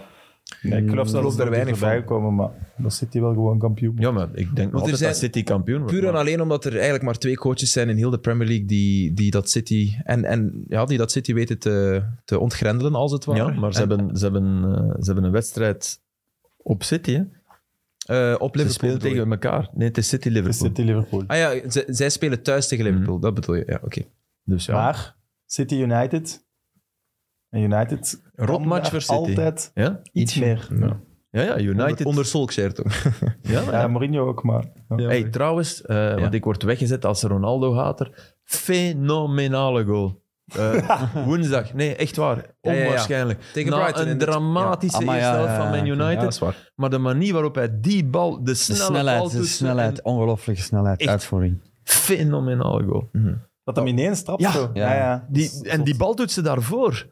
Nee, ik geloof
geloof
zelfs dat
daar
er
weinig
weinig
van.
bij gekomen, maar dan zit hij wel gewoon kampioen.
Ja, maar ik denk
er
altijd
zijn-
dat City kampioen wordt.
Puur en
maar-
alleen omdat er eigenlijk maar twee coaches zijn in heel de Premier League die, die dat City en, en ja, die dat City weten te, te ontgrendelen, als het ware.
Ja, maar ze,
En,
hebben, ze, hebben, eh, ze hebben een wedstrijd op City. Hè?
eh, op
Ze
Liverpool.
spelen
bedoel je.
tegen elkaar. Nee, het is
Het
City-Liverpool.
is City Liverpool.
Ah ja, ze- zij spelen thuis tegen
Mhm.
Liverpool, dat bedoel je. Ja, oké.
Dus ja,
Maar City United. En United.
een
kan
rotmatch
daar
voor City.
Altijd
Ja?
iets meer.
Ja, ja, United.
Onder, onder Solskjaer toch?
ja, ja.
Ja, Mourinho ook, maar. ja.
Hey, trouwens, eh, want ik word weggezet als Ronaldo-hater. Fenomenale goal. Eh, woensdag. Nee, echt waar.
Ja, ja, ja.
Onwaarschijnlijk.
Tegen
Na
Brighton
een
in het-
dramatische
ja. Ah, maar
eerste
ja,
helft
ja,
van Man
ja,
Ja, dat
United.
is waar.
Maar de manier waarop hij die bal, de
De
snelle bal
snelheid, de
tussen-
snelheid. Ongelooflijke snelheid.
Echt.
Uitvoering.
Fenomenale goal.
Dat hem ineens trapt.
Ja.
zo.
Ja.
Ja, ja.
Die, en die bal doet ze daarvoor.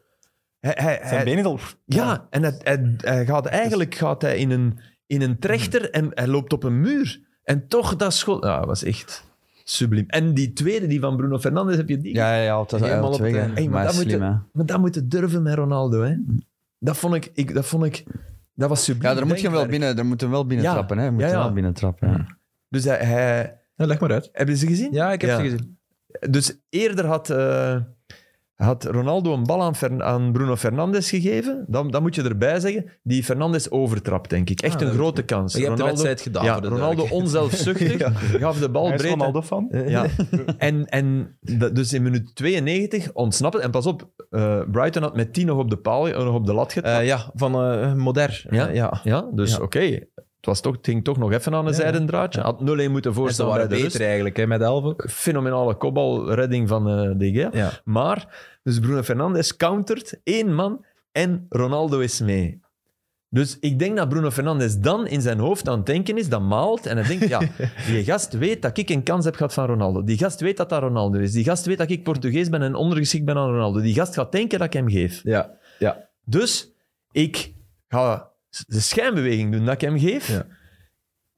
Hij, hij,
Zijn
hij-
benen al.
ja, en het, hij, hij gaat,
Dus-
eigenlijk gaat hij in een, in een
Hmm.
trechter en hij loopt op een muur. En toch dat schot... Ja, dat was echt subliem. En die tweede, die van Bruno Fernandes, heb je die...
Ja, ja, ja. Het was
Helemaal
helemaal
op het
twee, hè.
einde.
Hey, maar
maar
dat moet
slim,
je-
hè.
Maar dat moet je durven met Ronaldo, hè. Dat vond ik... ik, dat, vond ik dat was subliem.
Ja, daar moet je hem wel
denkwerk.
binnen, daar moet hem wel binnen
Ja.
trappen. Hè. Moet
Ja,
hem
ja.
wel binnen trappen. Ja.
Dus hij... hij
Ja, leg maar uit.
hebben ze gezien?
Ja, ik heb
Ja.
ze gezien.
Dus eerder had, eh, had Ronaldo een bal aan, Fern- aan Bruno Fernandes gegeven. Dan, dan moet je erbij zeggen, die Fernandes overtrapt, denk ik. Echt
Ah,
een
dat
grote kans.
Maar je hebt de
Ronaldo-
wedstrijd gedaan.
Ja,
voor de
Ronaldo
duidelijkheid.
onzelfzuchtig gaf de bal
Hij is
breed.
Ronaldo fan.
Ja. En, en dat- dus in minuut 92 ontsnappen. En pas op, eh, Brighton had met 10 nog op de paal, eh, nog op de lat getrapt.
Eh, ja, van eh Moder.
Ja?
Eh, ja.
ja, dus
ja.
oké. Het was toch, het ging toch nog even aan een
Ja, ja.
zijden draadje. Had 0-1 moeten
En ze
voorstaan bij
waren
de
beter
rust.
eigenlijk, hè, met elf ook.
Fenomenale kopbalredding van eh De Gea.
Ja.
Maar, dus Bruno Fernandes countert één man en Ronaldo is mee. Dus ik denk dat Bruno Fernandes dan in zijn hoofd aan het denken is, dat maalt en hij denkt, ja, die gast weet dat ik een kans heb gehad van Ronaldo. Die gast weet dat dat Ronaldo is. Die gast weet dat ik Portugees ben en ondergeschikt ben aan Ronaldo. Die gast gaat denken dat ik hem geef.
Ja.
Dus ik ga de schijnbeweging doen dat ik hem geef.
Ja.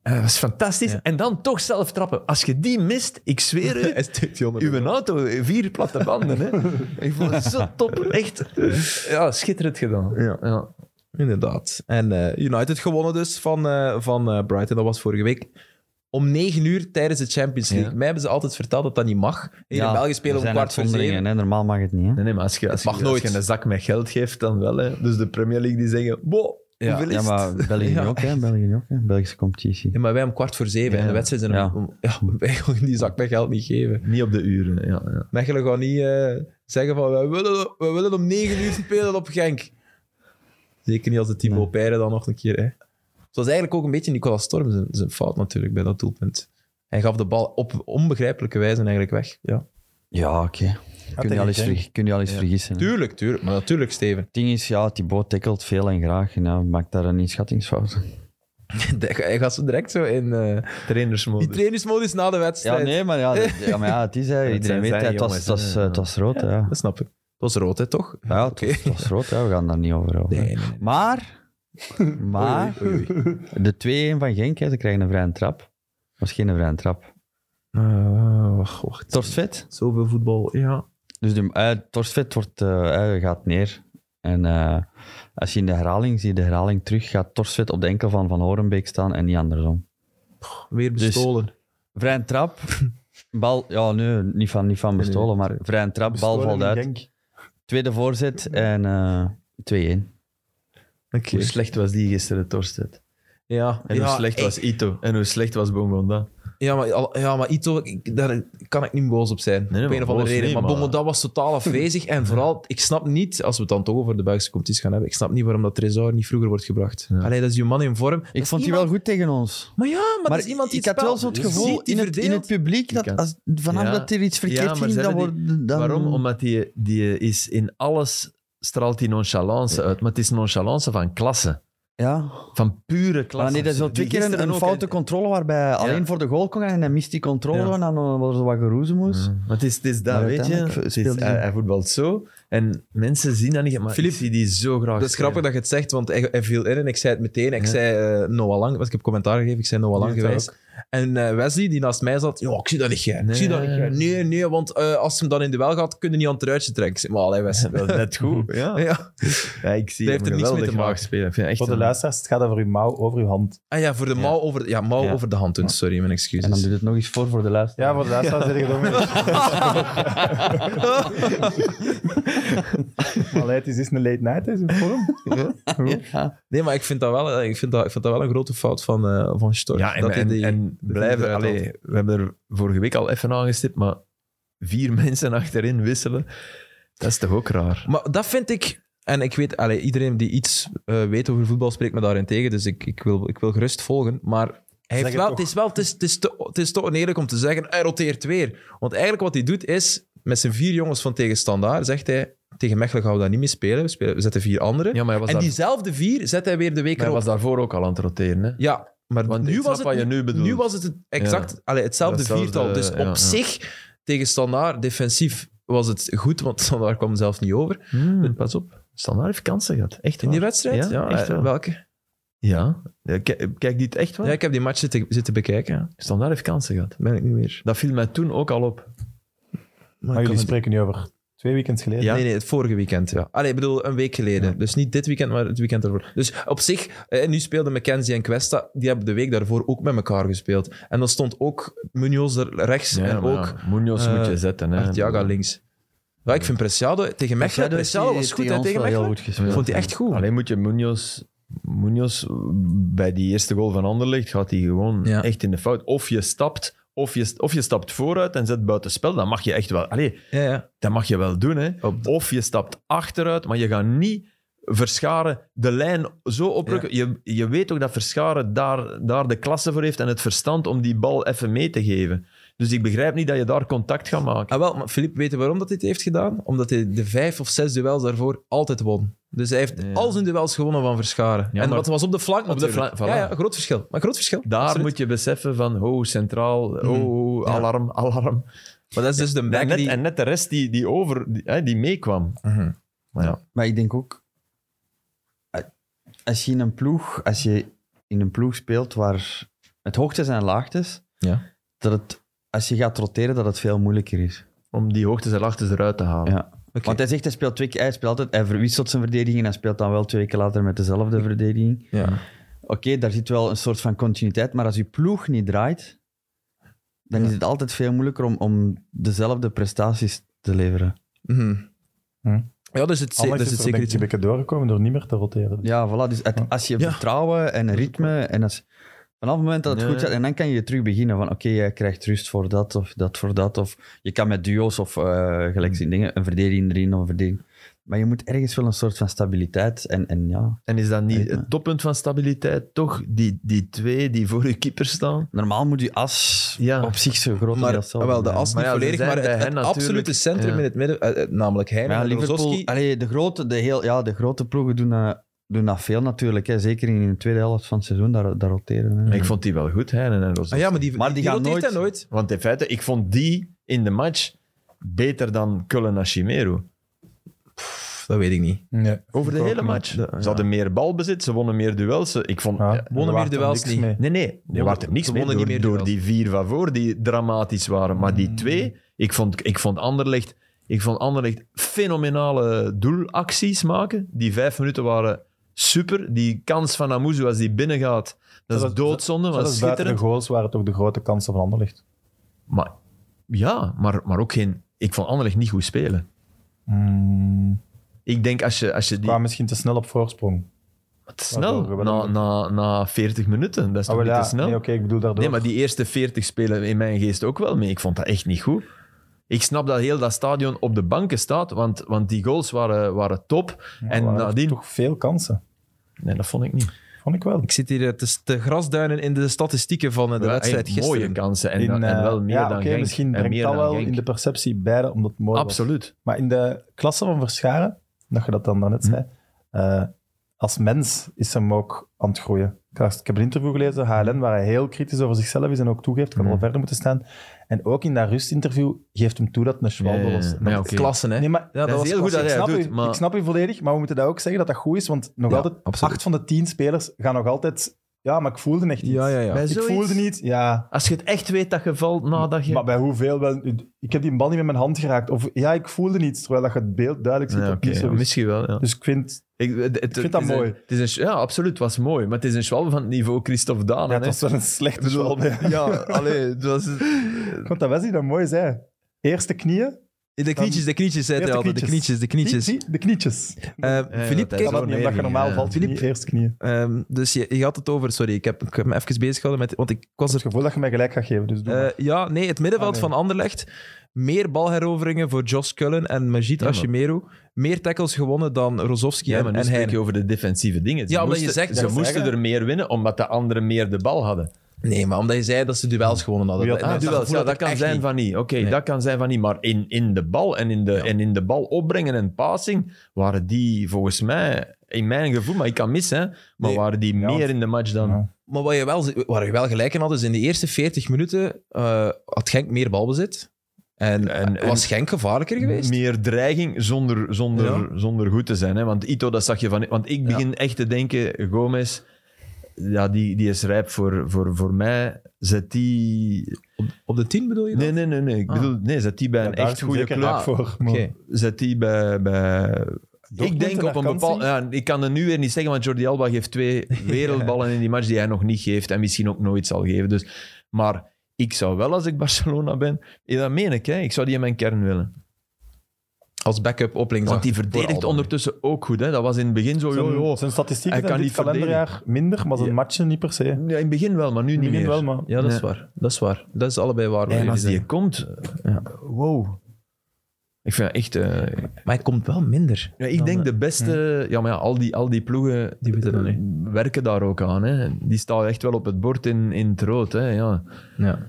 Eh, dat is fantastisch.
Ja.
En dan toch zelf trappen. Als je die mist, ik zweer u,
Hij steekt die onder.
Uw auto, vier platte banden. Hè. Ik vond het zo top. Echt ja, schitterend gedaan.
Ja.
Ja.
Inderdaad. En eh, United gewonnen dus van, eh, van eh, Brighton. Dat was vorige week. Om negen uur tijdens de Champions League.
Ja.
Mij hebben ze altijd verteld dat dat niet mag. Hier
Ja,
in België
er
spelen we om
zijn
kwart voor
uitzonderingen,
zeven.
hè. Normaal mag het niet. Hè.
Nee, nee, maar als je, als, je,
mag nooit.
als je een zak met geld geeft, dan wel. Hè. Dus de Premier League die zeggen, bo,
Ja.
hoeveel is
Ja,
het?
maar België
Ja.
nu ook, hè? België nu ook, hè? Belgische competitie.
Ja, maar wij om kwart voor zeven.
Ja.
En de wedstrijd zijn om-
Ja.
om... Ja, wij gaan die zak met geld niet geven.
Niet op de uren, ja. ja.
Mechelen gaat niet eh, zeggen van... We willen, we willen om negen uur spelen op Genk. Zeker niet als de Thibaut
Nee.
Peire dan nog een keer... Hè. Het was eigenlijk ook een beetje Nicolas Storm zijn, zijn fout natuurlijk bij dat doelpunt. Hij gaf de bal op onbegrijpelijke wijze eigenlijk weg. Ja.
Ja, oké. Kun je al eens
tegen
verg- kun je al eens vergissen. hè.
Tuurlijk, tuurlijk. Maar natuurlijk, Steven.
Het ding is, ja, Thibaut tackelt veel en graag. En ja, maakt daar een inschattingsfout.
Hij gaat zo direct zo in eh die
Trainersmodus.
trainersmodus na de wedstrijd.
Ja, nee, maar ja, dat- ja, maar ja het is, hè. Iedereen
zijn
weet,
zij
hè, het was,
jongens,
het was,
hè.
eh, het was rood, hè, ja.
Dat snap ik. Dat was rood, hè, toch? Ah,
Ja, het was, het was rood, hè. We gaan daar niet over over.
Nee, nee, nee.
Maar, maar,
Oei, oei, oei.
de 2-1 van Genk, hè, ze krijgen een vrije trap. Was geen vrije trap.
Ah, wacht, wacht.
Torsvet.
Zoveel voetbal, ja.
Dus de, eh, Torsvet wordt, eh, eh, gaat neer. En eh, als je in de herhaling, zie je de herhaling terug, gaat Torsvet op de enkel van Van Horenbeek staan en niet andersom.
Weer
Dus-
bestolen.
Vrij trap, bal, ja nee, niet van, niet van bestolen, maar vrij trap, bal valt uit.
Genk.
Tweede voorzet en eh 2-1.
Oké.
Hoe slecht was die gisteren, Torstedt?
Ja,
En
ja,
hoe slecht
ik-
was Ito? En hoe slecht was Bongonda?
Ja, maar, al- ja, maar Ito, ik- daar kan ik niet boos op zijn.
nee,
op een of
maar
andere
boos
reden.
niet,
maar
maar-
Bongo, dat was totaal afwezig. en vooral, ik snap niet, als we het dan toch over de Belgische competitie gaan hebben, ik snap niet waarom dat Trezor niet vroeger wordt gebracht. Allee, dat is je man in vorm.
Ik vond die wel goed tegen ons.
Maar ja, maar, dat is iemand die
ik
het
had wel zo
spel
het gevoel
ziet, die
in het, in
verdeelt.
het publiek dat
had-
als, vanaf
Ja.
dat er iets verkeerd
maar
ging,
zeiden
dan
die-
wordt... Dan...
Waarom? Omdat die, die is in alles straalt die nonchalance uit. Maar het is nonchalance van klasse.
Ja.
Van pure klasse.
Maar Ah, nee, dat is wel
Die
twee keer een,
gisteren
een
ook,
foute
en-
controle waarbij hij alleen voor de goal kon gaan en hij mist die controle
Ja.
en dan eh, was er wat geroezemoes.
Mm. Maar het is, het is dat,
Maar
weet je.
uiteindelijk
Het is-
speelde ze-
hij, hij voetbalt zo. En mensen zien dat niet, maar
Filip,
ik zie die zo graag
Dat is grappig dat je het zegt, want hij, hij viel in en ik zei het meteen. Ik zei eh, Noah Lang, want ik heb commentaar gegeven, ik zei Noah Lang
Die heeft
geweest.
dat
En eh, Wesley, die naast mij zat, ja, ik zie dat niet, jij. ik zie dat niet. jij. Nee, nee, want eh, als ze hem dan in de wel gaat, kunnen niet aan het ruitje trekken. Ik zei, maar allee, Wesley.
Dat Mhm. is net goed,
Ja.
ja. Ja, ik zie
Dat
hem
heeft er niks mee
geweldig
te maken.
graag spelen. Ik vind echt
Voor de
een-
luisteraars, het gaat over uw mouw, over uw hand.
Ah ja, voor de mouw over, ja, mouw
Ja.
over de hand doen. Sorry, mijn excuses.
En dan doe je het nog eens voor voor de luisteraar.
Ja, voor de luisteraars zit ik het ook mee. Maar het is eens een late night, is in vorm.
Nee, maar ik vind dat wel, eh, ik vind dat, ik vind dat wel een grote fout van, eh van Storm.
Ja, en,
dat hij
en,
die-
en blijven.
eruit
Allee, we hebben er vorige week al even aangestipt, maar vier mensen achterin wisselen, dat is toch ook raar?
Maar dat vind ik... En ik weet, allee, iedereen die iets eh, weet over voetbal spreekt me daarin tegen, dus ik, ik, wil, ik wil gerust volgen. Maar hij heeft
het
wel,
toch.
het is wel het is, het, is te, het is te oneerlijk om te zeggen, hij roteert weer. Want eigenlijk wat hij doet is, met zijn vier jongens van tegen Standaard, zegt hij, tegen Mechelen gaan we dat niet meer spelen, we, spelen, we zetten vier anderen.
Ja, maar hij was,
en
daar-
diezelfde vier zet hij weer de week
maar hij
erop.
was daarvoor ook al aan het roteren. Hè?
Ja, maar
Want ik
nu
snap
was, het,
wat je nu bedoelt.
nu was het het exact allee, hetzelfde
Datzelfde,
viertal. Dus
ja,
op
ja.
zich, tegen Standaard, defensief was het goed, want Standaard kwam zelf niet over.
Hmm, pas op. Standaard heeft kansen gehad. Echt
In die
waar.
wedstrijd?
Ja, echt
eh,
wel.
welke?
Ja. Ja, ki- Kijk, dit echt wel.
Ja, ik heb die match zitten, zitten bekijken. ja.
Standaard heeft kansen gehad.
Ben ik niet meer.
Dat viel mij toen ook al op.
Maar
ik
jullie
kan
spreken nu over twee weekends geleden.
Nee, nee, het vorige weekend. Ja. Allee, ik bedoel, een week geleden. Dus niet dit weekend, maar het weekend ervoor. Dus op zich, eh, nu speelden Mackenzie en Questa, die hebben de week daarvoor ook met elkaar gespeeld. En dan stond ook Munoz er rechts en
maar
ook
ja, Munoz
eh,
moet je zetten. Hè.
Artiaga links. Ja, ik vind Preciado tegen Mechelen.
Mechelen heeft
Preciado
dus die-
was goed
tegen
hè,
ons
tegen
wel heel
Mechelen.
goed gespeeld.
Vond hij echt goed.
Alleen moet je Munoz... Munoz, bij die eerste goal van Anderlecht, gaat hij gewoon
Ja.
echt in de fout. Of je stapt, of je, of je stapt vooruit en zet buitenspel. Dat mag je echt wel... Allee,
Ja, ja.
dat mag je wel doen. Hè.
Op-
Of je stapt achteruit, maar je gaat niet verscharen de lijn zo oprukken. Je, je weet ook dat verscharen daar, daar de klasse voor heeft en het verstand om die bal even mee te geven. Dus ik begrijp niet dat je daar contact gaat maken.
Ah, wel, maar Filip, weet je waarom dat hij het heeft gedaan? Omdat hij de vijf of zes duels daarvoor altijd won. Dus hij heeft al zijn duels gewonnen van Verscharen.
Ja,
en
maar-
wat was op de flank
de
natuurlijk.
flank, voilà.
ja, ja, groot verschil. Maar groot verschil.
Daar
Absoluut. Mm.
moet je beseffen van, oh, centraal, oh, oh,
Ja.
alarm, alarm.
Maar dat is dus de
En
back
net,
die...
en net de rest die, die over, die, hè, die meekwam.
Mhm.
Maar ja,
Maar ik denk ook, eh, als je in een ploeg, als je in een ploeg speelt waar het hoogtes en laagtes,
Ja.
dat het, als je gaat roteren, dat het veel moeilijker is.
om die hoogtes en laagtes eruit te halen.
Ja.
Oké.
Want hij zegt, hij speelt twee keer, hij speelt altijd, hij verwisselt zijn verdediging en hij speelt dan wel twee keer later met dezelfde verdediging.
ja.
Oké, daar zit wel een soort van continuïteit, maar als je ploeg niet draait, dan is het altijd veel moeilijker om, om dezelfde prestaties te leveren.
Mhm.
Hm.
Ja, dus het,
Anders
dus
is
het
het zeker
zeker
een
iets...
beetje doorgekomen door niet meer te roteren.
Ja, voilà. Dus het- als je
Ja.
vertrouwen en een ritme en als, vanaf het moment dat het
Nee.
goed gaat, en dan kan je terug beginnen van oké, jij krijgt rust voor dat of dat voor dat. Of je kan met duo's of eh gelijk zien dingen, een verdediging erin of een verdediging. Maar je moet ergens wel een soort van stabiliteit en, en ja.
En is dat niet
Ritme.
het toppunt van stabiliteit, toch? Die, die twee die voor je keeper staan.
Normaal moet je as
Ja.
op zich zo groot
Maar,
als zelf
wel, de
zijn.
as
Maar
niet
ja, ze
volledig,
zijn
maar het,
bij
het
hen natuurlijk-
absolute centrum
Ja.
in het midden, eh, eh, namelijk hij
Maar ja,
en
Liverpool,
Rozovski.
Ah,
allee, de, grote, de, heel, ja, de grote ploegen doen dat, doen dat veel natuurlijk. Hè. Zeker in de tweede helft van het seizoen, daar, daar roteren. Hè.
Maar ik vond die wel goed, hè? En dus-
Ah, ja, maar die,
Maar die gaan
roteert
nooit-
hij nooit.
Want in feite, ik vond die in de match beter dan Cullen en Chimero.
Pff, dat weet ik niet.
Nee,
Over de
ook
hele
niet.
match.
Ja, ja.
Ze hadden meer balbezit, ze wonnen meer duels. Ze- Ik vond...
Ja,
Ja.
er
Wonnen
waart
meer
er
duels
niks
niet.
mee.
Nee, nee,
Ze
er was er niks
wonnen
mee
niet
door,
meer
door
duels. Mm.
die vier van voor die dramatisch waren. Maar die twee, ik vond, ik vond Anderlecht... Ik vond Anderlecht fenomenale doelacties maken. Die vijf minuten waren super. Die kans van Amuzu als die binnengaat, dat is
Zelfs-
doodzonde, was
Zelfs buiten de
schitterend.
goals waren toch de grote kansen van Anderlecht.
Maar ja, maar, maar ook geen... Ik vond Anderlecht niet goed spelen.
Mm,
Ik denk als je, als je die...
Kwamen misschien te snel op voorsprong. Ah,
Te snel,
Waardoor-
na,
waardoor-
na, na 40 minuten. Dat is
Ah, wel,
toch
ja.
niet te snel?
Nee, oké, ik bedoel daardoor.
Nee, maar die eerste 40 spelen in mijn geest ook wel mee. Ik vond dat echt niet goed. Ik snap dat heel dat stadion op de banken staat, want, want die goals waren, waren top. en nou,
waren
nadien...
toch veel kansen.
Nee, dat vond ik niet.
Vond ik wel.
Ik zit hier eh, te, te grasduinen in de statistieken van eh, de
Wel
wedstrijd
echt
gisteren.
Mooie kansen en,
In,
en
eh,
wel meer
ja,
dan
oké,
Genk.
misschien
en
brengt
meer
dat
dan
wel
Genk.
in de perceptie beide, omdat het mooi was.
Absoluut. Hm.
Maar in de klasse van Verscharen, dat je dat dan daarnet zei, eh, als mens is hem ook aan het groeien. Ik las- Ik heb een interview gelezen, HLN, waar hij heel kritisch over zichzelf is en ook toegeeft, ik had al
Hm.
verder moeten staan. En ook in dat rustinterview geeft hem toe dat het een
Ja,
schwalbe
ja, ja.
was. En
Maar ja,
dat-
oké.
Klassen, hè?
Nee, maar
Ja, dat
is
was
heel goed
klasse.
dat
ik,
hij
snap
dat
u,
doet, maar-
ik snap u volledig, maar we moeten dat ook zeggen dat dat goed is, want nog
Ja,
altijd
absoluut.
acht van de tien spelers gaan nog altijd... Ja, maar ik voelde echt iets.
Ja, ja, ja.
Bij
Ik
zoiets-
voelde niet, ja.
Als je het echt weet dat je valt nadat je...
Maar bij hoeveel wel? Ik heb die bal niet met mijn hand geraakt. Of ja, ik voelde niets, terwijl dat je het beeld duidelijk ziet.
Ja,
dat
oké,
het niet zo
ja,
is.
misschien wel, ja.
Dus ik vind...
Ik, het, het-
vind
het
dat
is een-
mooi.
het is een, ja, absoluut, het was mooi. Maar het is een schwalbe van het niveau Christophe Daan.
Ja, het was wel een slechte schwalbe. ja.
Ja, allee, het was...
Want dat was hij dan mooi zei. Eerste knieën,
De knietjes, de knietjes, zei hij
Eerst de
altijd. De
knietjes.
knietjes, de knietjes.
Zie, zie, de knietjes.
Eh, Philippe,
Ja,
kijk,
dat niet, omdat je normaal valt,
Filip-
niet eerst knieën.
ehm, dus je, je had het over... Sorry, ik heb, ik heb me even bezig gehouden met... Want ik was
Het
er...
gevoel dat je mij gelijk gaat geven, dus doe maar.
eh, ja, nee, het middenveld
Ah, nee.
van Anderlecht. Meer balheroveringen voor Jos Cullen en Majid
Ja, maar-
Ashimeru. Meer tackles gewonnen dan Rozovski
Ja,
en-
maar nu
en
spreek
hij.
je over de defensieve dingen. Ze
Ja, omdat je
moesten,
zegt
ze
dat-
moesten er meer winnen, omdat de anderen meer de bal hadden.
Nee, maar omdat je zei dat ze duels gewonnen hadden.
Wie had-
En
Ah,
dat
duels,
gevoel
ja,
had
dat
ik
kan
echt
zijn
niet.
van niet. Oké,
Nee.
dat kan zijn van niet. Maar in, in de bal en in de, en in de bal opbrengen en passing waren die volgens mij, in mijn gevoel, maar ik kan missen, hè, maar
Nee.
waren die
want-
meer in de match dan...
Ja.
Maar wat je wel, waar je wel gelijk in had, is in de eerste 40 minuten eh, had Genk meer balbezit. En,
En- en-
was Genk gevaarlijker geweest?
Meer dreiging zonder, zonder, zonder goed te zijn. Hè? Want Ito, dat zag je van. Want ik begin echt te denken: Gomez, ja, die, die is rijp voor, voor, voor mij. Zet die.
Op, op de 10 bedoel je dat?
Nee, nee, nee. nee. Ik
Ah.
bedoel, nee, zet die bij
Ja,
een
daar is
echt
hem
goede
zeker
club. Ah,
raak voor. maar-
Oké.
Zet die bij. bij
Dortmund
ik denk
en
op een
Arkansi?
bepaald... Ja, ik kan het nu weer niet zeggen, want Jordi Alba geeft twee wereldballen in die match die hij nog niet geeft en misschien ook nooit zal geven. Dus, maar ik zou wel, als ik Barcelona ben... Ja, dat meen ik, hè. Ik zou die in mijn kern willen.
Als backup op links.
Want die
achter voor
verdedigt
Alba.
ondertussen ook goed. Hè? Dat was in het begin zo.
Zijn,
joh, joh.
zijn statistieken
Hij
zijn
kan
dit
niet verdedigen.
kalenderjaar minder, maar zijn
Ja.
matchen niet per se. In
Ja, in het begin wel, maar nu
het
niet
begin
meer.
wel, maar...
Ja, dat is
Nee.
waar. Dat is waar. Dat is allebei waar. wat
en
jullie
als die
zeggen.
komt,
Ja.
wow. Ik vind dat echt. eh,
Maar hij komt wel minder.
ja, ik
Dan,
denk
eh,
de beste. Ja, maar ja, al, die, al die ploegen
Die weten dat
eh, werken daar ook aan. Hè? Die staan echt wel op het bord in, in het rood. Hè? Ja.
Ja.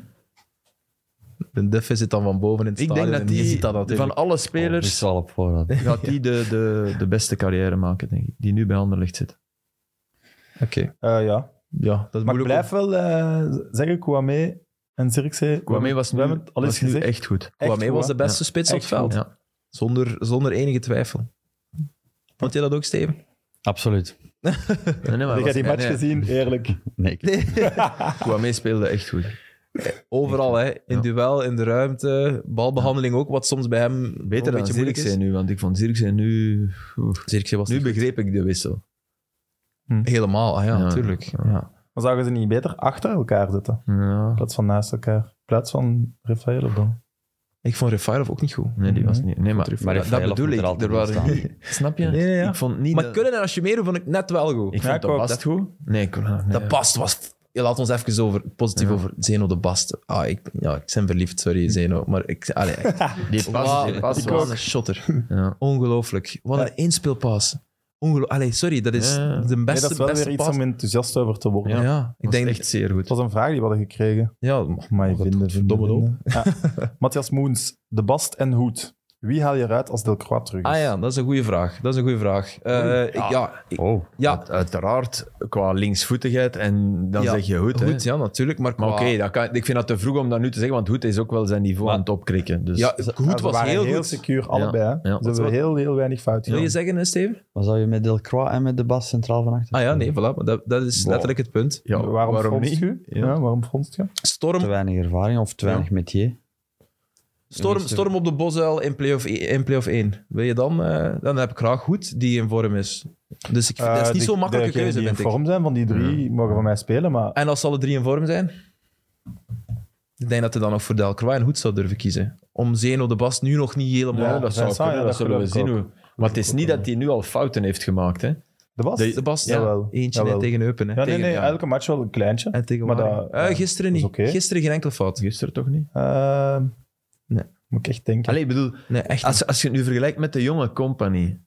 De Duff zit dan van boven in het
Ik
stadion
denk
en
dat
je
die
ziet dat natuurlijk.
van alle
dat Oh, is
Oh,
spelers.
al op voorhand.
Gaat die de, de, de beste carrière maken, denk ik. Die nu bij Anderlecht zit.
Oké.
Eh, ja.
Ja, dat is
Maar ik
moeilijk.
blijf wel eh, zeggen, Kouame en Zirkzee...
Kwame was
we
nu,
hebben het al eens
was nu
gezegd.
echt goed.
Kwame
Echt goed,
was de
hè?
beste
Ja.
spits op het
Echt goed.
veld.
Ja.
Zonder, zonder enige twijfel. Vond jij dat ook, Steven?
Absoluut.
Nee, nee, maar
Heb
was-
jij die
nee,
match
nee,
gezien? Eerlijk.
Nee, ik-
Kwame speelde echt goed.
Overal, hè. In
Ja.
duel, in de ruimte. Balbehandeling ook, wat soms bij hem nog
Beter
een
dan
beetje moeilijk
Zirkzee
is.
nu, want ik vond Zirkzee nu... Oef.
Zirkzee was
Nu
nu
begreep ik de wissel.
helemaal. Ah ja,
Ja.
natuurlijk. Ja.
Maar zouden ze niet beter achter elkaar zitten?
Ja.
In plaats van naast elkaar. In plaats van Rafael of dan?
Ik vond Refailov ook niet goed.
Nee, die was niet... Nee, maar,
Maar
dat,
Rafaelov
bedoel
moet er
ik.
altijd
Er
in
waren, snap je?
Nee, ja.
Ik vond niet...
Maar
dat-
kunnen en Ashimeru vond ik net wel goed.
Ik
Ja,
vond
ik
dat
ook.
Bast goed. Nee, ik... nee.
Dat past was... Ja, laat ons even over, positief
Ja.
over Zeno de Bast. Ah, ik, ja, ik ben verliefd, sorry Zeno. Maar ik... Allee, echt.
Die past,
Wauw,
die past
ik
was-
was een shotter.
Ja.
Ongelooflijk. Wat een inspeelpaas. Ongelo- Allee, sorry, dat is
Ja.
de
Nee,
beste,
dat is wel
beste
weer iets
paas.
om enthousiast over te worden.
Ja,
Ja.
ik denk...
echt zeer
Het
goed.
was een vraag die we hadden gekregen.
Ja,
Maar je
dat
vinden,
doet
vinden,
verdomme
vinden. Ja. Matthias Moens, De Bast en Hoed. Wie haal je eruit als Delcroix terug is?
Ah ja, dat is een goede vraag. Dat is een goede vraag. Eh, ik-
Ja.
ja, ik-
Oh.
ja,
Uit- Uiteraard, qua linksvoetigheid, en dan
Ja,
zeg je goed, hè.
goed, ja, natuurlijk. Maar,
Maar
qua-
oké, dat kan- ik vind dat te vroeg om dat nu te zeggen, want Hoed is ook wel zijn niveau
Maar-
aan het opkrikken. Dus
ja,
Ja,
goed
ze
was
waren
heel,
heel
goed.
secuur, allebei. hè.
ja.
Ze hebben heel, heel weinig fout
Wil je
gedaan.
zeggen, eh, Steven?
Wat zou je met Delcroix en met de Bas centraal van achter?
Ah ja, nee, voilà. maar Dat, dat is
Wow.
letterlijk het punt.
Ja,
waarom, fronst
niet?
je? Ja.
Ja.
waarom fronst je?
Te
Storm,
weinig ervaring of te weinig metier.
storm, storm op de Bosuil in play-off, e- in play-off 1. Wil je dan? eh, dan heb ik graag goed die in vorm is. Dus ik, dat is
Eh,
niet
de-
zo'n makkelijke
degenen
keuze,
die in
vind ik.
vorm zijn van die drie mogen van mij spelen, maar
En als ze alle drie in vorm zijn? Ik denk dat hij dan nog voor Delcroix en Hoed zou durven kiezen. Om Zeno de Bast nu nog niet helemaal...
Ja,
dat
Vincent,
zou kunnen,
ja,
dat
dat
zullen we
geloof
zien.
ik
Hoe. Maar het is niet dat hij nu al fouten heeft gemaakt, hè.
De Bast?
de Bast,
Jawel,
eentje
jawel.
net tegen Eupen. Hè.
ja, nee,
Tegen-
nee,
ja.
elke match wel een kleintje.
En tegen
Maar
Waregem.
dat-
Eh,
ja,
Gisteren
dat
niet.
is oké.
Gisteren geen enkele fout.
Gisteren toch niet?
Ehm,
Nee.
Moet ik echt denken.
Allee, ik bedoel,
Nee, echt
als, als je het nu vergelijkt met de jonge compagnie,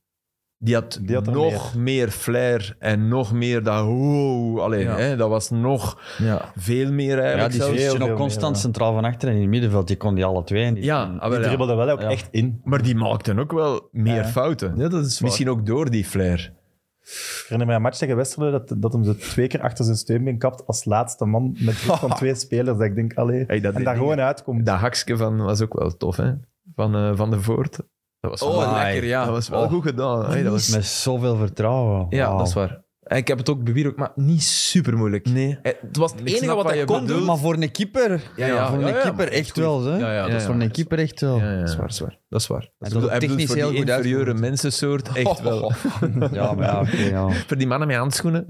die had,
Die had er
nog meer. flair en nog meer dat wow, allee,
Ja.
hè, dat was nog
niet. Ja.
veel meer
Ja,
eigenlijk.
die
zelfs.
heel
switchen
veel
ook constant
meer, ja.
centraal van achter en in het middenveld. Die kon die alle twee. En die-
Ja, ah,
Die
wel, ja.
dribbelde wel ook
Ja.
echt in.
maar die maakten ook wel meer
Ja.
fouten.
ja, dat is waar.
Misschien ook door die flair.
Ik herinner me aan een match tegen Westerlo dat, dat hem ze twee keer achter zijn steunbeen kapt als laatste man met druk van twee spelers. Dat ik denk, allee,
Hey, dat
en daar
ding-
gewoon uitkomt.
Dat haksje van was ook wel tof, hè? Van, eh, van de Voort. Dat was
Oh,
wel-
lekker, ja.
Dat was wel
Oh.
goed gedaan. hè. Dat was...
Met zoveel vertrouwen.
Ja,
Wauw.
dat is waar. En ik heb het ook bewierookt, maar niet super moeilijk.
Nee.
Het was het
Ik
enige
snap
wat
wat
hij
je
kon
bedoelt.
doen.
Maar voor een keeper,
Ja,
ja,
ja,
voor
ja, ja,
een
maar
keeper
dat is
echt
goed.
wel. Hè?
Ja, ja, dat is
voor
waar,
een
dat is
keeper echt wel.
Ja, ja.
Dat is waar, dat is waar. Dat is waar. Dat
dat
is
ook
hij bedoelt
technisch
voor die
heel goed
inferieure
uitgevoerd.
mensensoort echt wel.
Ja, maar ja, oké, ja.
Voor die mannen met handschoenen.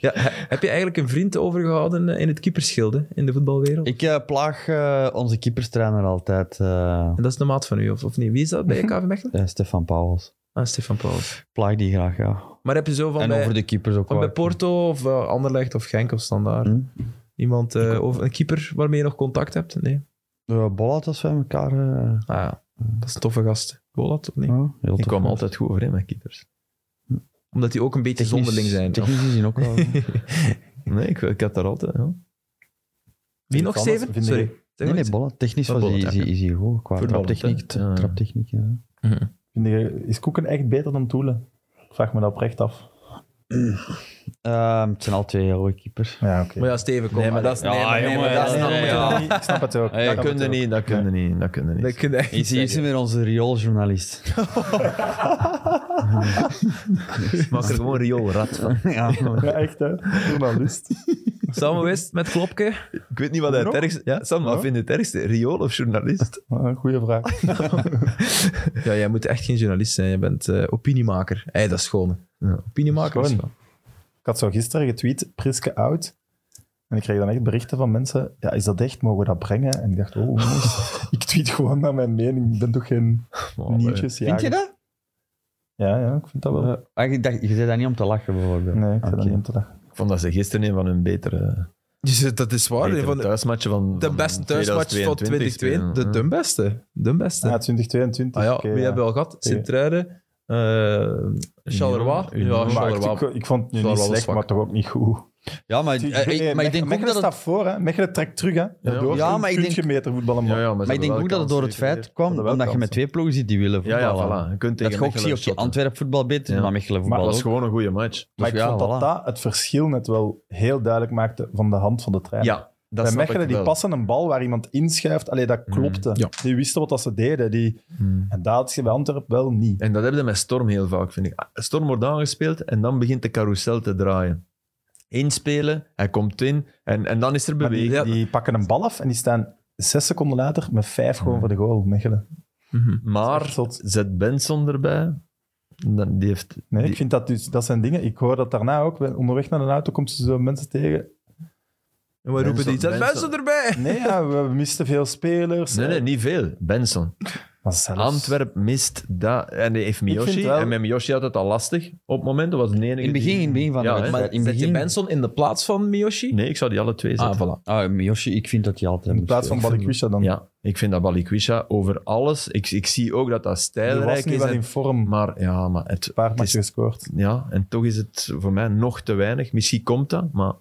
Ja, he- heb je eigenlijk een vriend overgehouden eh, in het keepersschild hè, in de voetbalwereld?
Ik eh, plaag eh, onze keeperstrainer altijd, eh,
En dat is de maat van u, of, of niet? Wie is dat bij KV Mechelen?
eh, Stefan Pauwels.
Ah, Stefan Pauwels.
Plaag die graag, ja.
Maar heb je zo van,
en over
bij,
de keepers ook
van
wel.
bij Porto of eh, Anderlecht of Genk of Standaard?
Hm?
Iemand, eh, over, een keeper waarmee je nog contact hebt? Nee.
Ja, Bollat als wij elkaar... eh,
Ah ja, dat is een toffe gast. Bolat of niet?
ja, heel
Die
tof.
kwam altijd goed overeen met keepers.
Omdat die ook een beetje
Technisch-
zonderling zijn.
Technisch gezien ook wel.
Nee, ik, ik had daar altijd. Ja.
Wie
Vind
nog
ik
zeven?
anders, vind
Sorry.
ik.
Zeg
Nee,
maar
nee,
iets.
Bollat. Technisch
Ja,
was hij
Bollat,
is,
ja.
is hij goed qua
Voetballen,
traptechniek.
hè? Ja.
traptechniek ja.
Vind je- Is Koeken echt beter dan Toelen? Ik vraag me dat oprecht af.
Ehm, het zijn al twee heel goede keepers.
Ja, oké.
Maar ja, Steven, kom.
Nee, maar
dat is...
dat-
Nee,
Ja,
maar, nee,
jongen,
maar dat
ja,
is...
nee, ja.
Ik snap het ook.
Hey,
Ik
Dat
snap
kun
het
je
ook.
niet, dat kun je niet, dat kun je niet.
Dat kun je echt
Hier
niet
zie- hier zien
zeggen.
we weer onze riooljournalist.
Ik maak er gewoon rioolrad van.
ja,
Ja, echt hè. Journalist.
Samen West met Klopke.
Ik weet niet wat hij het
Nog?
ergste... Ja, Sam, wat
Ja.
vind je het ergste? Riool of journalist?
Ah, een Goeie vraag.
Ja, jij moet echt geen journalist zijn. Je bent eh, opiniemaker. Hey, dat is schoon.
Ja.
Opiniemaker is
Schoon.
wel.
Ik had zo gisteren getweet, Priske oud. En ik kreeg dan echt berichten van mensen, ja, is dat echt? Mogen we dat brengen? En ik dacht, oh, jongens, ik tweet gewoon naar mijn mening. Ik ben toch geen
Oh,
nieuwtjes.
Vind je dat?
Ja, ja, ik vind dat wel.
Ah, ik dacht, je zei dat niet om te lachen, bijvoorbeeld.
Nee, ik vind
Oké.
dat niet om te lachen.
Ik vond dat ze gisteren een van hun betere,
Dus, dat is waar.
betere
Een van de,
thuismatchen van
de beste thuismatch van 2022. De, de beste. De beste.
Ja,
Ah,
2022.
ja,
oké,
wie
Dus, eh, ja.
hebben we al gehad? Sint-Truiden. eh Charleroi.
Union.
Ja,
Maar
Maar ik,
Charleroi.
ik, ik vond het nu
Zal
niet
wel
slecht,
zwak.
maar toch ook niet goed.
Ja, maar, eh, ik- maar ik denk ook dat het
staat voor, hè. Mechelen trekt terug, hè. Daardoor
Ja, maar ik
kun
denk-
je meter voetballen maken.
maar,
Maar ik denk ook dat het door het feit kwam
hadden wel
omdat je met
kansen.
twee ploegen zit die willen
Ja,
voetballen.
ja, voilà. Je kunt
Dat
tegen
je ook ziet, oké,
Mechelen shotten.
Antwerpen voetbal beter,
Ja.
maar Mechelen
Maar
voetbal
het was
ook.
gewoon een goede match.
Maar ik
ja,
vond dat
voilà.
dat het verschil net wel heel duidelijk maakte van de hand van de trein.
Ja, dat
Bij
snap
Mechelen,
ik
die
wel.
passen een bal waar iemand inschuift. Allee, dat klopte.
ja.
Die wisten wat dat ze deden. Die,
Hmm.
en dat had je bij Antwerpen wel niet.
En dat hebben ze met Storm heel vaak, vind ik. Storm wordt aangespeeld en dan begint de carousel te draaien. Inspelen, hij komt in en, en dan is er
Maar die,
beweging.
die pakken een bal af en die staan zes seconden later met vijf gewoon voor de goal, Mechelen.
Mhm.
Dat
Maar
is zot.
zet Benson erbij. Dan, die heeft...
Nee, ik
die-
vind dat, dus, dat zijn dingen... Ik hoor dat daarna ook. bij- Onderweg naar de auto komt ze zo mensen tegen.
En wij roepen
Benson,
die. Zet
Benson.
mensen erbij!
Nee, ja, we misten veel spelers.
Nee, nee, niet veel. Benson.
Maar zelfs-
Antwerp mist dat. En hij heeft Miyoshi.
vind wel-
En met Miyoshi had het al lastig op het moment. Dat was de enige
In het begin, in het
die-
begin van de
Ja, hè.
wedstrijd.
Maar
In het
zet je
begin...
Benson in de plaats van Miyoshi?
Nee, ik zou die alle twee zetten.
Ah, voilà.
Ah, Miyoshi, ik vind dat hij altijd
In
moet
plaats van
spelen.
Balikwisha dan.
Ja, ik vind dat Balikwisha over alles. Ik, ik zie ook dat dat
die
stijlrijk
was nu
is.
wel
en-
in vorm. Een
maar ja, maar het,
paar
het
matchen
is,
gescoord.
ja, en toch is het voor mij nog te weinig. Misschien komt dat, maar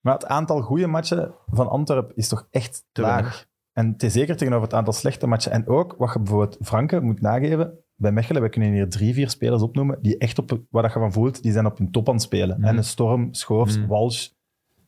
Maar het aantal goede matchen van Antwerpen is toch echt
te
laag.
weinig.
En het is zeker tegenover het aantal slechte matchen. En ook, wat je bijvoorbeeld Franke moet nageven, bij Mechelen, wij kunnen hier drie, vier spelers opnoemen die echt op, waar dat je van voelt, die zijn op hun top aan het spelen.
Mm.
En een Storm, Schoofs,
Mm.
Walsh.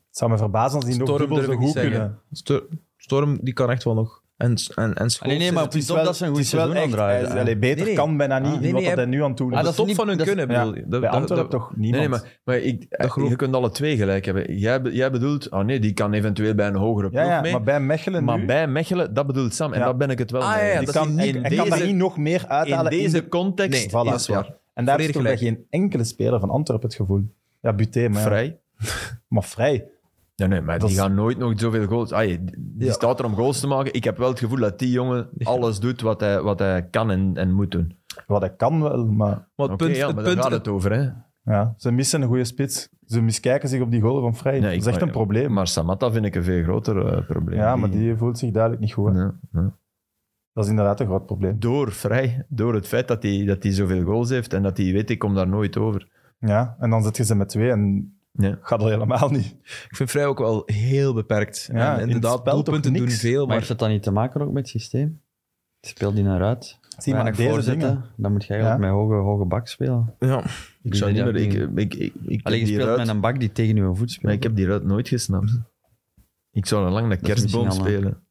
Het zou me verbazen als die nog
Storm
dubbel
durf
zo
ik niet
goed
zeggen.
kunnen.
Sto- Storm, die kan echt wel nog. En, en, en Schoofs
Allee, nee,
is-
maar
Het is
op
wel-
dat ze een
het
goed
is wel
seizoen
echt-
aandraaien.
hij is- allee, beter
Nee, nee.
kan bijna niet
Ah, nee,
in wat
nee,
dat hij nu aan het doen
Op
Ah,
is.
de
dat is
top
niet-
van hun
dat is-
kunnen,
ja.
bedoel je? Dat-
Bij
dat-
Antwerpen
dat-
toch niemand.
Nee, maar, maar ik, eh,
geloof-
je kunt alle twee gelijk hebben. Jij, be- jij bedoelt, ah nee, die kan eventueel bij een hogere ploeg
ja, ja,
mee.
maar
Maar,
bij Mechelen nu,
bij Mechelen, dat bedoelt Sam. En
Ja.
daar ben ik het wel
Ah,
mee.
ja, ja,
Die
dat
kan,
is
hij,
in
hij kan daar
deze-
niet nog meer
in
uithalen. in
deze
de-
context
Nee,
Voilà.
dat is waar.
en daar is
volledig
toch bij
gelijk.
geen enkele speler van Antwerpen het gevoel. Ja, Buté, maar, ja.
vrij.
maar vrij.
Nee, nee, maar
Dat
die
is-
gaan nooit nog zoveel goals. Ah, je- die
Ja.
staat er om goals te maken. Ik heb wel het gevoel dat die jongen alles doet wat hij, wat hij kan en, en moet doen.
Wat hij kan wel, maar...
Maar het
Oké,
punt,
ja, maar
het
daar
punt,
gaat het over. Hè.
Ja, ze missen een goede spits. Ze miskijken zich op die goal van Vrij.
Nee,
dat is
ik-
echt een probleem.
Maar Samatta vind ik een veel groter eh, probleem.
ja, maar die voelt zich duidelijk niet goed. hè.
Nee, nee.
Dat is inderdaad een groot probleem.
Door vrij, door het feit dat hij dat die zoveel goals heeft en dat hij weet, ik kom daar nooit over.
Ja, en dan zet je ze met twee en
Ja.
gaat dat helemaal niet.
ik vind Vrij ook wel heel beperkt.
Ja,
en
in
inderdaad,
het spel toch
doelpunten doen
niks.
veel,
Maar
maar
heeft dat dan niet te maken ook met het systeem? Speelt die naar uit?
Zie maar, deze
voorzetten,
dingen.
dan moet je eigenlijk
Ja.
met hoge, hoge bak spelen.
Ja.
Ik zou niet
Die-
meer... Ik,
die-
ik, ik, ik,
Alleen je
heb die
speelt
ruit-
met een bak die tegen je voet
Maar
speelt.
ik heb die ruit nooit gesnapt. Ik zou een lange
is
kerstboom
misschien allemaal-
spelen.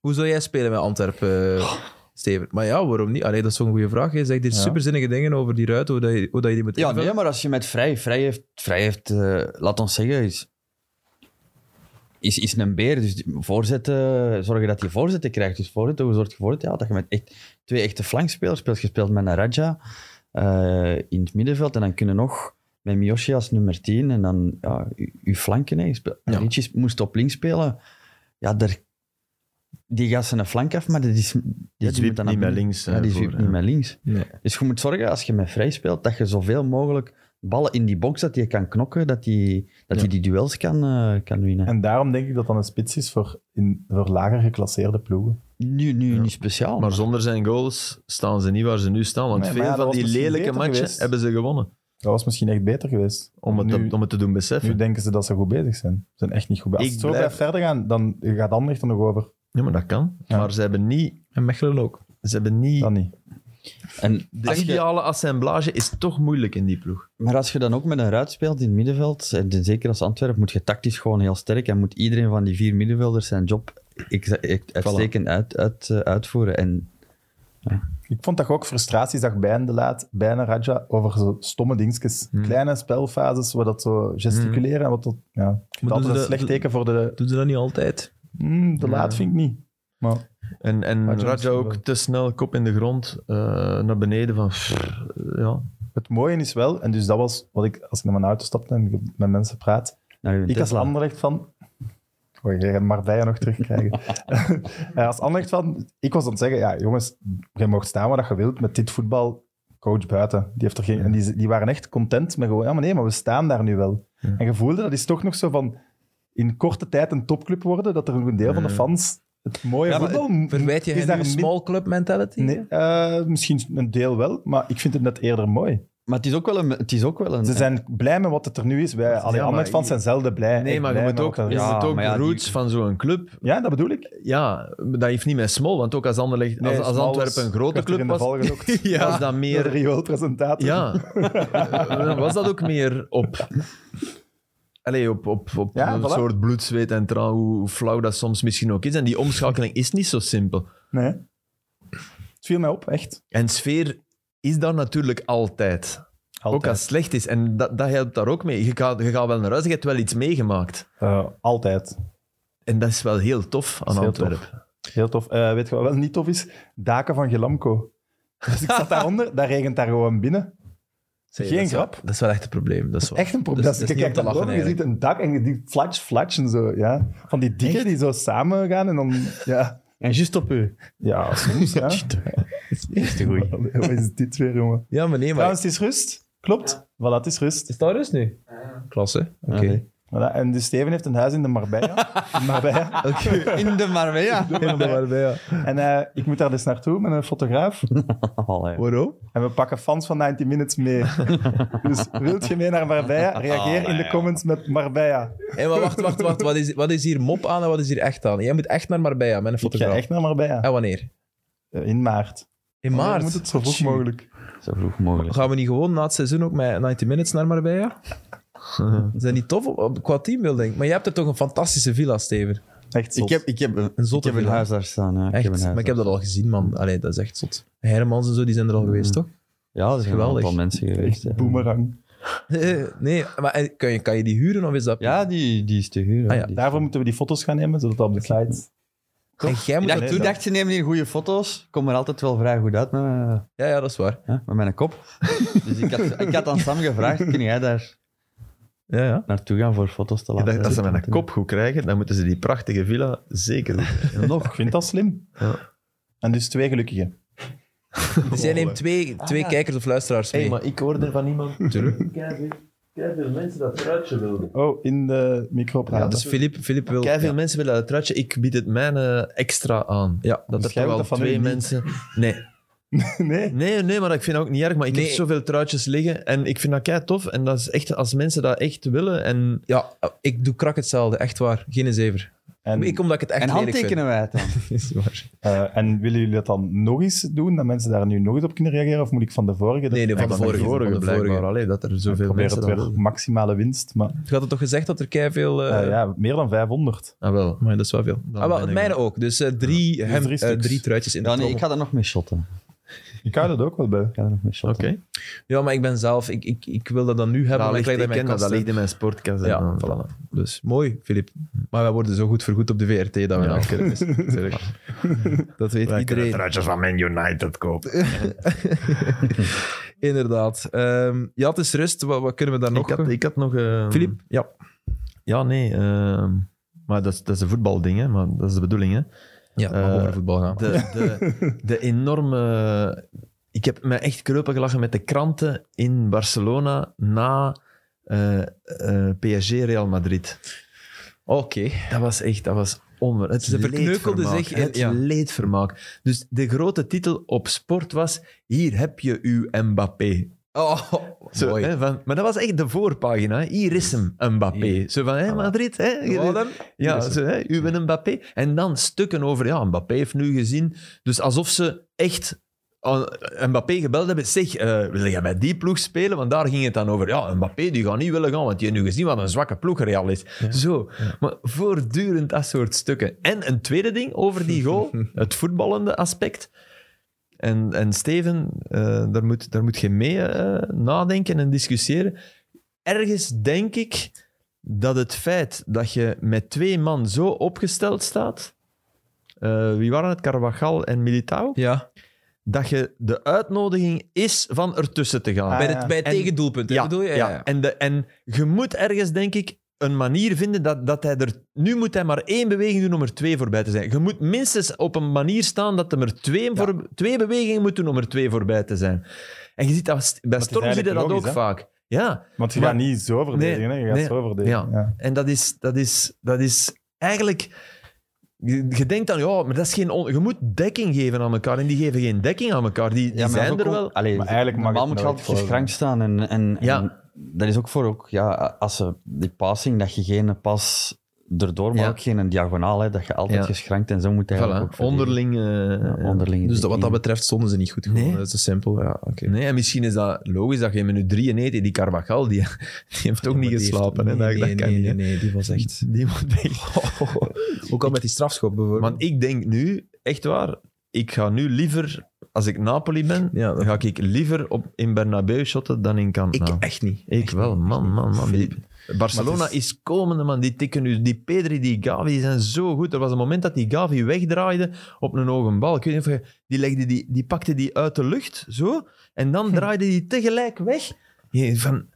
Hoe zou jij spelen met Antwerpen, eh, Steven? Maar ja, waarom niet? Allee, dat is zo'n goede vraag. Je zegt dit
Ja.
superzinnige dingen over die ruit, hoe, dat je, hoe dat je die moet
Ja,
invullen.
nee, maar als je met vrij, vrij heeft, vrij heeft eh, laat ons zeggen, is, is, is een beer. Dus die voorzetten, zorgen dat hij voorzetten krijgt. Dus voorzetten, hoe zorg je voor het? Ja, dat je met echt, twee echte flankspelers speelt. Je speelt met een Raja eh, in het middenveld en dan kunnen nog met Miyoshi als nummer 10 en dan ja, je, je flanken. Hè. Je speelt,
Ja.
Ricci sp- moest op links spelen. Ja, daar, die gaat zijn flank af, maar dat is, die,
Die
die moet
zwiept
dan
niet
op-
met links.
ja,
eh,
die
voor,
zwiept
hè.
niet met links.
Nee.
Dus je moet zorgen, als je met vrij speelt, dat je zoveel mogelijk ballen in die box, dat je kan knokken, dat hij dat die, die duels kan, eh, kan winnen.
En daarom denk ik dat dat een spits is voor, in, voor lager geclasseerde ploegen.
nu nu
Ja.
niet speciaal.
Maar
Maar
zonder zijn goals staan ze niet waar ze nu staan. Want
Nee, maar
veel
ja, dat
van
was
die
misschien
lelijke
beter
matchen
geweest.
hebben ze gewonnen.
Dat was misschien echt beter geweest.
Om het,
nu,
te, om het te doen beseffen.
nu denken ze dat ze goed bezig zijn. Ze zijn echt niet goed bezig. Als
Ik
het zo blijft
blijf-
verder gaan, dan gaat Anderlecht er nog over.
Ja, maar dat kan.
Ja.
Maar ze hebben niet...
En Mechelen ook.
Ze hebben niet
Dan niet.
en
de
als je-
ideale assemblage is toch moeilijk in die ploeg.
maar als je dan ook met een ruit speelt in het middenveld, en de- zeker als Antwerpen, moet je tactisch gewoon heel sterk en moet iedereen van die vier middenvelders zijn job ex- ex- uitstekend uit, uit, eh, uitvoeren. En
Ik vond dat je ook frustratie zag bij de laat, bij een Raja, over zo stomme dingetjes. Kleine spelfases, waar dat zo gesticuleren en wat dat... Ja, ik
doen
vind dat
ze
altijd een
dat-
slecht teken voor de...
Doen ze dat niet altijd?
Hmm, de laat vind ik niet. Maar
En,
Maar
en
Jones
Raja ook
wel.
te snel kop in de grond eh, naar beneden. Van, pff, ja.
het mooie is wel, en dus dat was wat ik, als ik naar mijn auto stapte en ik met mensen praat,
naar uw
ik als
Tesla.
Anderlecht van... Oh, je gaat Marbella nog terugkrijgen. Eh, als Anderlecht van... Ik was aan het zeggen, ja, jongens, je mag staan waar dat je wilt met dit voetbal. Coach buiten, die, heeft er geen, en die, die waren echt content met gewoon, ja, maar nee, maar we staan daar nu wel. En je voelde, dat is toch nog zo van... In korte tijd een topclub worden, dat er een deel van de fans het mooie
Ja, maar
voetbal...
Verwijt je
is
hen nu
daar
een
min-
small club mentality?
Nee, eh, misschien een deel wel, maar ik vind het net eerder mooi.
Maar het is ook wel een... Het is ook wel een
Ze zijn blij met wat het er nu is. Wij, alle
maar
andere fans
je-
zijn zelden blij.
Nee,
echt
maar je
blij
moet
met
ook,
wat er
je
is.
Ja,
moet ook
maar ja,
de
die-
roots van zo'n club
ja, dat bedoel ik.
Ja, dat heeft niet met Smol, want ook als, Anderlecht,
Nee,
als, als
Smal
Antwerpen
was-
een grote
werd er
club
in de
was,
val gelokt.
ja. was dat
Meer
meer...
rioolpresentator.
Ja, Eh, was dat ook meer op... Allee, op, op, op
Ja,
een
voilà.
soort bloed, zweet en traan, hoe hoe flauw dat soms misschien ook is. En die omschakeling is niet zo simpel.
Nee. Het viel mij op, echt.
En sfeer is daar natuurlijk altijd.
Altijd.
Ook als het slecht is. En dat, dat helpt daar ook mee. Je gaat, je gaat wel naar huis, je hebt wel iets meegemaakt.
Eh, altijd.
En dat is wel heel tof aan
heel
Antwerpen.
Heel tof. Eh, weet je wat wel niet tof is? Daken van Gelamco. Dus ik zat daaronder, daar regent daar gewoon binnen.
Zeg,
Geen
dat is wel-
grap.
dat is wel echt een probleem. Dat is wel-
Echt een probleem.
Dat is-
Dus
dat
je
is niet
kijkt
om te
daarboven, je
lachen,
ziet een dak en die flatsch, flatsch en zo. Ja. Van die dikken die zo samen gaan en dan... Ja,
En juist op u.
ja soms, ja.
Is te goed.
Wat is dit weer, jongen?
Ja, maar nee, maar...
Trouwens, het is rust. Klopt. Voilà, het is rust.
Is dat rust nu? Klasse.
Ah,
Oké.
Allee.
Voilà. En dus Steven heeft een huis in de Marbella. In Marbella.
In de Marbella.
En eh, ik moet daar dus naartoe met een fotograaf.
Allee.
Waarom?
En we pakken fans van 90 Minutes mee. Dus wilt je mee naar Marbella?
Oh,
Reageer in de comments met Marbella.
Hé, maar wacht, wacht, wacht. Wat is, wat is hier mop aan en wat is hier echt aan? Jij moet echt naar Marbella met een
Ik ga
fotograaf.
echt naar Marbella.
En wanneer?
Eh, In maart.
In
Maar
maart.
dan moet het zo vroeg
Tjie.
mogelijk.
Zo vroeg mogelijk.
Gaan we niet gewoon na het seizoen ook met 90 Minutes naar Marbella? Is dat niet tof op, op- qua teambuilding? Maar je hebt er toch een fantastische villa, Steven?
Echt
Ik
zot.
heb, ik heb een,
Een zotte
ik heb een
villa.
huis daar staan. Ja. Ik
Echt,
heb een huis
maar ik heb
daar
dat al gezien, man. Allee, dat is echt zot. Hermans en zo, die zijn er al geweest,
Mm.
toch?
staan. Ja, er zijn
Geweldig.
een aantal mensen geweest. ja.
Echt boemerang.
nee, maar eh, kan je, kan je die huren of is dat...
Ja, die, die is te huur.
Ah ja,
die is
Daarvoor
te-
moeten we die foto's gaan nemen, zodat dat op de site...
en jij
Ik
moet
dacht,
dat
toen
doen.
dacht, ze nemen hier goede foto's. Ik kom er altijd wel vrij goed uit met, mijn-
Ja, ja, dat is waar.
hè, met mijn kop. Dus ik had, ik had aan Sam gevraagd, kun jij daar
Ja, ja.
naartoe gaan voor foto's te
Ik
laten
dacht, als ze
zitten?
mijn kop goed krijgen, dan moeten ze die prachtige villa zeker doen.
Ik vind dat slim.
Ja.
En dus twee gelukkigen.
Dus jij neemt twee, twee kijkers of luisteraars mee.
maar ik hoorde van iemand.
Tuurlijk.
Kijk veel mensen dat truitje wilden.
Oh, in de micro
Ja,
praten.
dus Filip, Filip wil...
Kijk veel
ja.
mensen willen dat truitje. Ik bied het mijne extra aan.
Ja.
Dat
Dus
er
jij
toch
wilt dat
wel
van
twee
u niet?
mensen. Nee.
nee.
nee, nee, maar ik vind dat ook niet erg. Maar ik
Nee.
heb zoveel truitjes liggen en ik vind dat kei tof. En dat is echt als mensen dat echt willen. En
Ja, ik doe krak hetzelfde, echt waar. Geen zever.
En,
Ik, omdat ik het echt
En
lelijk vind.
handtekenen wij het dan?
Is waar.
eh, en willen jullie dat dan nog eens doen, dat mensen daar nu nog eens op kunnen reageren? Of moet ik van de vorige?
Nee, nee,
dat-
van de
ik
vorige,
Vorige,
van de
blijkbaar.
vorige.
Allee, dat er
Ik
zoveel
probeer
mensen
het
dat
weer
doen.
maximale winst, maar
Je had het toch gezegd dat er keiveel... eh
eh, ja, meer dan 500.
Ah, wel.
Maar dat is wel veel.
Dan
Ah, wel,
ben
het
ik
mijne
wel.
ook. Dus eh, drie,
Dus
hem,
drie
eh,
stuks.
drie truitjes in de
Ja, nee, ik
trommel.
ga er nog mee shotten. Ik
Ik hou dat ook wel bij.
ga er nog mee shotten.
Oké.
Ja, maar ik ben zelf... Ik, ik, ik wil dat dan nu hebben,
Dat,
maar ik leg
ligt,
dat
ik
in mijn
ken dat,
kast.
dat
hè.
ligt in mijn sportkast.
Ja,
En dan-
voilà. Dus mooi, Filip. Maar wij worden zo goed vergoed op de VRT dat we
Ja.
dat kunnen missen. Dat weet iedereen.
truitjes van Man United kopen.
Inderdaad. Ehm, ja, het is rust. Wat, wat kunnen we daar
Ik
nog...
had, ik had nog... eh,
Filip? Ja.
Ja, nee. ehm, maar dat is, dat is een voetbalding, hè. Maar dat is de bedoeling, hè.
Ja, het mag
Eh,
over voetbal gaan.
De, de, de enorme... Ik heb me echt kreupen gelachen met de kranten in Barcelona na eh, eh, PSG Real Madrid.
Oké.
Dat was echt... Dat was onwer... Het
Ze verkneukelden
leedvermaak,
zich in-
Het
ja.
leedvermaak. Dus de grote titel op sport was... Hier heb je uw Mbappé.
Oh,
Zo,
mooi.
hè, van, maar dat was echt de voorpagina. hè. Hier is hem, Mbappé.
Hier.
Zo van, hè, Madrid, hè?
Wat dan?
Ja,
Hier is
zo, hè, u bent Mbappé. En dan stukken over, ja, Mbappé heeft nu gezien. Dus alsof ze echt aan Mbappé gebeld hebben. Zeg, eh, wil jij bij die ploeg spelen? Want daar ging het dan over. Ja, Mbappé, die gaat niet willen gaan, want die heeft nu gezien wat een zwakke ploeg Real is. Zo. Maar voortdurend dat soort stukken. En een tweede ding over die goal, het voetballende aspect. En, en Steven, eh, daar, moet, daar moet je mee eh, nadenken en discussiëren. Ergens denk ik dat het feit dat je met twee man zo opgesteld staat, eh, wie waren het? Carvajal en Militao,
Ja,
dat je de uitnodiging is van ertussen te gaan.
Ah,
bij
ja.
het, bij het
En-
tegendoelpunt, hè, bedoel je?
ja. En, de, en je moet ergens, denk ik, een manier vinden dat, dat hij er... Nu moet hij maar één beweging doen om er twee voorbij te zijn. Je moet minstens op een manier staan dat hij er twee, voor, twee bewegingen moet doen om er twee voorbij te zijn. En je ziet dat, st- bij
is
Storm zie je dat
eigenlijk
ook
logisch, hè?
vaak. Ja,
Want je
Maar-
gaat niet zo verdedigen,
Nee,
hè? je gaat
nee.
zo verdedigen. Ja.
en dat is, dat is, dat is eigenlijk... Je, je denkt dan, ja, maar dat is geen... on- je moet dekking geven aan elkaar. En die geven geen dekking aan elkaar. Die, die
Ja, maar dat
zijn
is
er
ook
wel...
om- Allee,
Maar eigenlijk mag
normaal
het
moet je
nooit
altijd
voor-
geschrankt staan. En, en,
Ja.
en dat is ook voor ook, ja, als ze die passing, dat je geen pas erdoor, maar
Ja.
ook geen diagonaal hebt, dat je altijd
Ja.
geschrankt en zo moet
Voilà,
hij eigenlijk ook verdedigen.
onderling... eh,
Ja, onderling.
Dus dat, wat dat
betekent.
betreft stonden ze niet goed. Gewoon.
Nee.
Dat is te simpel. Ja, oké.
Nee, en misschien is dat logisch dat je in minuut 3 en 1 die Carvajal, die, die heeft ook
Ja,
niet
maar die
geslapen.
heeft-
hè?
Nee,
dat,
nee,
dat kan
nee,
niet.
nee, nee, die was echt...
Echt. Die moet weg.
Ook al met die strafschop bijvoorbeeld.
Want ik denk nu, echt waar, ik ga nu liever, als ik Napoli ben,
Ja, dat-
ga ik liever op, in Bernabeu shotten dan in Camp
ik
Nou.
echt niet.
Ik wel, man, man, man. Die- Barcelona
Maar het
is... komende, man. Die tikken nu, die Pedri, die Gavi, die zijn zo goed. Er was een moment dat die Gavi wegdraaide op een hoge bal. Ik weet niet of je, die, legde die, die pakte die uit de lucht, zo. En
Hm.
dan draaide die tegelijk weg. Je- Van,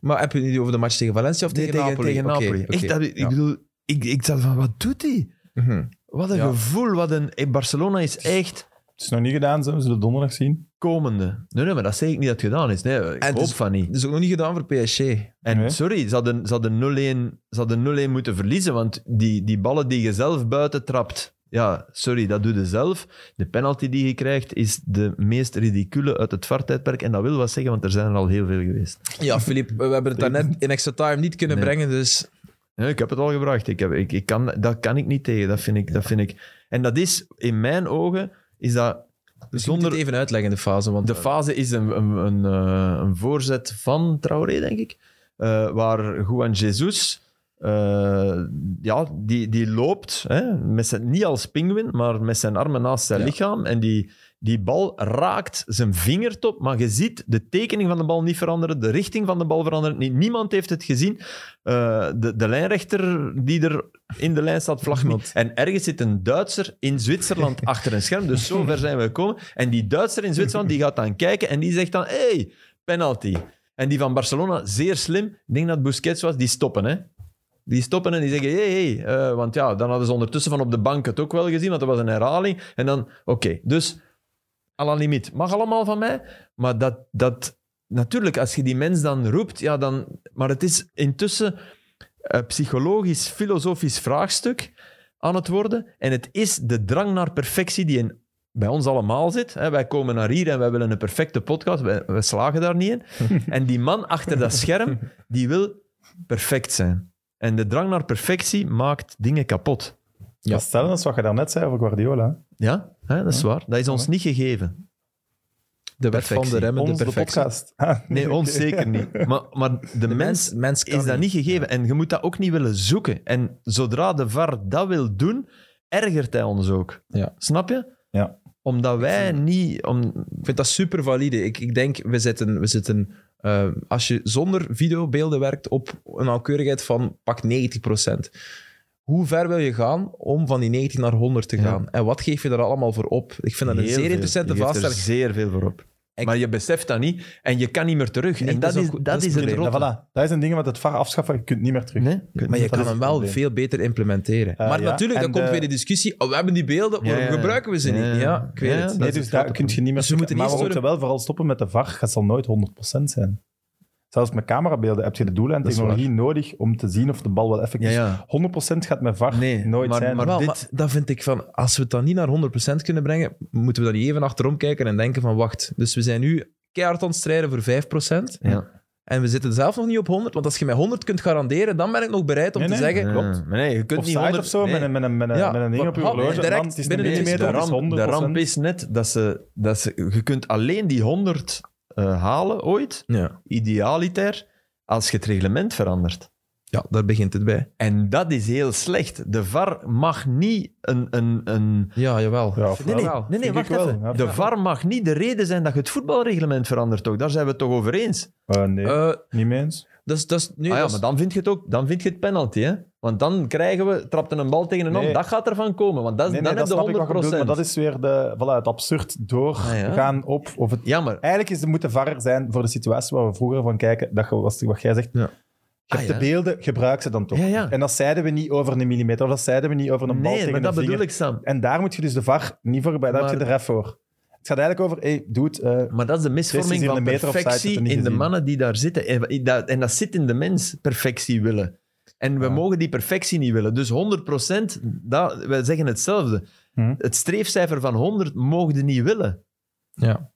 Maar heb je het niet over de match tegen Valencia of
nee,
tegen, Napoli?
tegen
Oké,
Napoli.
oké.
Echt, dat, ik
Ja.
bedoel, ik, ik dacht van, wat doet hij?
Mhm.
Wat een
Ja.
gevoel, wat een... eh, Barcelona is echt
Het is nog niet gedaan, zo. we zullen donderdag zien.
komende. Nee, nee, maar dat zeg ik niet dat het gedaan is. Nee, ik
En
hoop
dus-
van niet.
Dat is ook nog niet gedaan voor PSG.
En
Nee.
sorry, ze hadden, ze hadden 0-1 ze hadden 0-1 moeten verliezen, want die, die ballen die je zelf buiten trapt, ja, sorry, dat doe je zelf. De penalty die je krijgt is de meest ridicule uit het VAR-tijdperk. En dat wil wat zeggen, want er zijn er al heel veel geweest.
Ja, Filip, we hebben het daarnet in extra time niet kunnen
Nee.
brengen, dus...
Nee, ik heb het al gebracht. Ik heb, ik, ik kan, dat kan ik niet tegen. Dat vind ik, dat vind ik. En dat is, in mijn ogen, is dat
dus je moet
zonder...
het even uitleggen, de fase. Want eh,
De fase is een, een, een, eh, een voorzet van Traoré, denk ik. eh, waar Juan Jesus, eh, ja, die, die loopt, hè, met zijn, niet als pinguïn, maar met zijn armen naast zijn
Ja.
lichaam. En die, die bal raakt zijn vingertop, maar je ziet de tekening van de bal niet veranderen, de richting van de bal veranderen. niet. Niemand heeft het gezien. Eh, de, de lijnrechter die er in de lijn staat, vlag niet. En ergens zit een Duitser in Zwitserland achter een scherm. Dus zo ver zijn we gekomen. En die Duitser in Zwitserland die gaat dan kijken en die zegt dan: hey, penalty. En die van Barcelona, zeer slim. Ik denk dat Busquets was, die stoppen. Hè? Die stoppen en die zeggen: hey, hey. eh, want ja, dan hadden ze ondertussen van op de bank het ook wel gezien, want dat was een herhaling. En dan, oké, dus à la limiet. Mag allemaal van mij, maar dat. dat Natuurlijk, als je die mens dan roept, ja, dan. Maar het is intussen een psychologisch-filosofisch vraagstuk aan het worden. En het is de drang naar perfectie die in, bij ons allemaal zit. Hè, wij komen naar hier en wij willen een perfecte podcast. Wij, wij slagen daar niet in. en die man achter dat scherm, die wil perfect zijn. En de drang naar perfectie maakt dingen kapot.
Ja.
Dat is hetzelfde als wat je daarnet zei over Guardiola. hè.
Ja, hè, dat is waar. Dat is ons niet gegeven.
De wet van de
Perfectie.
remmen,
Ons,
de
de
perfectie.
podcast. Ah,
Nee, ons
oké.
zeker niet. Maar, maar de,
De
mens
mens kan
is dat niet gegeven. En je moet dat ook niet willen zoeken. En zodra de VAR dat wil doen, ergert hij ons ook.
Ja.
Snap je?
Ja.
Omdat wij niet... Om,
Ik vind dat super valide. Ik, ik denk, we zitten, we zitten eh, als je zonder videobeelden werkt, op een nauwkeurigheid van pak 90%. Hoe ver wil je gaan om van die 90 naar 100 te
Ja.
gaan? En wat geef je daar allemaal voor op? Ik vind dat een
Heel
zeer
veel.
interessante
Je geeft er
vraagstelling.
zeer veel voor op.
Ik-
Maar je beseft dat niet en je kan niet meer terug.
Nee,
en
dat
dat,
is
is,
ook-
dat,
dat is
is
het
het
probleem.
Ja,
rotte.
voilà. Dat is een ding met het VAR afschaffen. Je kunt niet meer terug.
Nee?
Maar je
Dat
kan
is
hem
het
wel
probleem.
veel beter implementeren.
Eh,
maar
ja.
natuurlijk, dan
En
komt
de-
weer de discussie. Oh, we hebben die beelden,
Ja,
waarom
ja, ja.
gebruiken we ze
Ja,
niet?
ja.
Ja, ik weet
Ja,
het.
ja.
Nee,
Dat is
dus
het
daar
grote
kun je niet meer
Dus we moeten
Maar we
eerst
moeten
door
wel vooral stoppen met de VAR. Het zal nooit 100% zijn. Zelfs met camerabeelden heb je de doelen en
Dat is
technologie nodig om te zien of de bal wel effectief
Ja,
is.
ja.
100% gaat met VAR
Nee,
nooit
maar-
zijn.
maar-
Wel,
dit-
maar dat vind ik van, als we het dan niet naar 100% kunnen brengen, moeten we dan niet even achterom kijken en denken van, wacht, dus we zijn nu keihard aan het strijden voor 5%.
Ja.
En we zitten zelf nog niet op 100, want als je mij 100 kunt garanderen, dan ben ik nog bereid om
Nee,
te
nee.
zeggen...
Ja. Klopt.
Maar nee, je kunt
of
niet
site
honderd-
of zo,
nee.
met, een, met, een, met, een,
Ja,
met een ding op je
maar-
horloge.
direct
Man, het is een
binnen de
millimeter,
de,
het is
ramp,
100%.
de ramp is net dat ze, dat ze... Je kunt alleen die 100 eh, halen ooit,
Ja.
idealiter, als je het reglement verandert.
ja, daar begint het bij.
En dat is heel slecht. De VAR mag niet een... een, een
Ja, jawel.
Ja,
Nee, nee,
Wel,
nee, nee
vind
wacht
ik wel.
even.
Ja,
De
ja.
VAR mag niet de reden zijn dat je het voetbalreglement verandert. Ook. Daar zijn we het toch over eens.
Eh, nee,
Eh, dus,
niet mee eens.
dat is- dat is- nee,
ah ja,
dat is-
maar dan vind je het ook, dan vind je het penalty, hè? Want dan krijgen we, trapt een bal tegen een
Nee.
hand, dat gaat ervan komen, want dat, is-
Nee, nee,
dan
dat
heb
snap
je
ik wat
100
je bedoelt, maar dat is weer de, voilà, het
Ah,
absurd doorgaan op of het
Ja, maar
Eigenlijk is, moet de varrer zijn voor de situatie waar we vroeger van kijken. Dat je, was- wat jij zegt.
Ja.
Je hebt
Ah, ja.
de beelden, gebruik ze dan toch.
Ja, ja.
En dat zeiden we niet over een millimeter, of dat zeiden we niet over een bal
nee,
tegen
maar
een
dat
vinger.
bedoel ik, Sam.
En daar moet je dus de var niet voor bij, daar
Maar-
heb je de ref voor. Het gaat eigenlijk over, hey, doe het. eh,
Maar dat is de
Dit
misvorming
is hier
van
een meter opzij,
perfectie
ik
in
heb het niet
de
gezien.
mannen die daar zitten. En dat, en dat zit in de mens, perfectie willen. En we
Ja.
mogen die perfectie niet willen. Dus 100%, dat, wij zeggen hetzelfde.
Hm.
Het streefcijfer van 100 mogen we niet willen.
ja.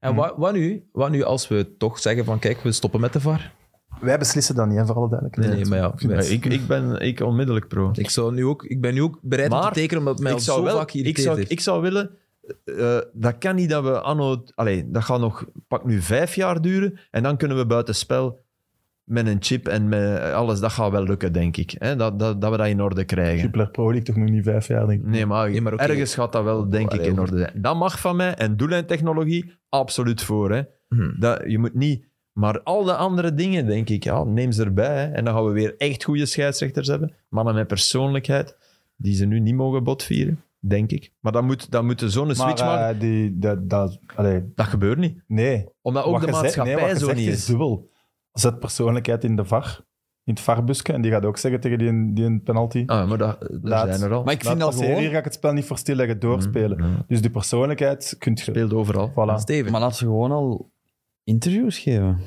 En
Hmm.
Hm.
wat, wat, nu, wat nu als we toch zeggen van, kijk, we stoppen met de VAR?
wij beslissen dat niet, hè, voor alle
Nee,
duidelijkheid.
nee, maar ja. wij-
ik, ik ben ik onmiddellijk pro.
Ik, zou nu ook, ik ben nu ook bereid om
Maar
te tekenen, omdat het mij al
ik zou
zo
wel,
vaak
ik
geïrriteerd
zou,
heeft.
ik zou willen, eh, dat kan niet dat we anno, allee, dat gaat nog, pak nu vijf jaar duren, en dan kunnen we buitenspel met een chip en met alles, dat gaat wel lukken, denk ik. Hè? Dat, dat, dat we dat in orde krijgen.
Jupiler Pro League toch nog niet vijf jaar, denk ik.
Nee, maar,
Nee, maar oké.
ergens gaat dat wel, denk
Allee,
ik, in
over-
orde zijn. Dat mag van mij, en doellijntechnologie, absoluut voor. Hè?
Hm.
Dat, je moet niet... Maar al de andere dingen, denk ik, ja, neem ze erbij. Hè. En dan gaan we weer echt goede scheidsrechters hebben. Mannen met persoonlijkheid, die ze nu niet mogen botvieren, denk ik. Maar dan moet, dan moet je zo'n
Maar
switch maken.
eh, die, dat, dat, allee,
Dat gebeurt niet.
nee.
Omdat ook
Wat
de
je zegt-
maatschappij
nee, wat je
zo
zegt
niet is.
dubbel. Zet persoonlijkheid in de var, in het varbusje, en die gaat ook zeggen tegen die, die een penalty.
Ah, maar dat, er
Laat.
zijn er al.
Maar ik
Laat
vind dat
passeren,
gewoon...
Hier ga ik het spel niet voor stilleggen, doorspelen.
Mm, mm.
Dus die persoonlijkheid kunt je...
Speelt overal.
Voilà.
Steven,
Maar laat ze gewoon al interviews geven.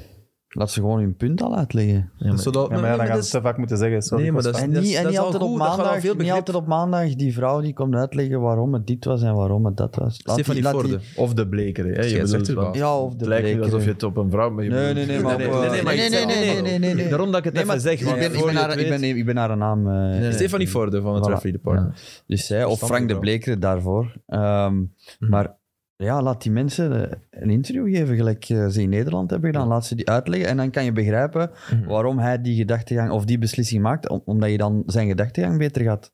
Laat ze gewoon hun punt al uitleggen.
Ja, maar-
zodat-
Ja, maar ja,
maar
dan gaan ze
dat
het
is-
te vaak moeten zeggen. Sorry,
Nee, maar
ik was
dat
En
is-
niet,
dat
en
is
niet,
al
altijd,
goed,
op
dat gaat al
maandag,
veel
niet
begrip.
altijd op maandag die vrouw die komt uitleggen waarom het dit was en waarom het dat was. Laat
Stefanie
die, laat
Voorde.
die-
Of de blekere. Hè. Je
Jij
bedoelt
zegt het
wel.
wel.
ja, of de
Het lijkt niet
blekere.
alsof je het op een vrouw... maar je
Nee, nee,
bedoelt-
nee, maar...
Nee,
op,
nee,
eh,
nee, maar
nee,
je
nee,
zegt
nee,
het
nee, nee, nee, nee.
Daarom dat ik het
Nee,
even
maar
zeg. want
Ik ben, ik,
voor
ben
je
haar,
het
ik,
weet-
ben, ik ben haar naam... eh,
nee.
Stefanie Forde van het
Voilà.
referee department.
Dus zij, of
Verstandig
Frank de
wel.
Bleker daarvoor. Ehm,
Mhm.
Maar ja, laat die mensen eh, een interview geven, gelijk eh, ze in Nederland hebben gedaan. Laat ze die uitleggen en dan kan je begrijpen
Mhm.
waarom hij die gedachtegang of die beslissing maakt, om- omdat je dan zijn gedachtegang beter gaat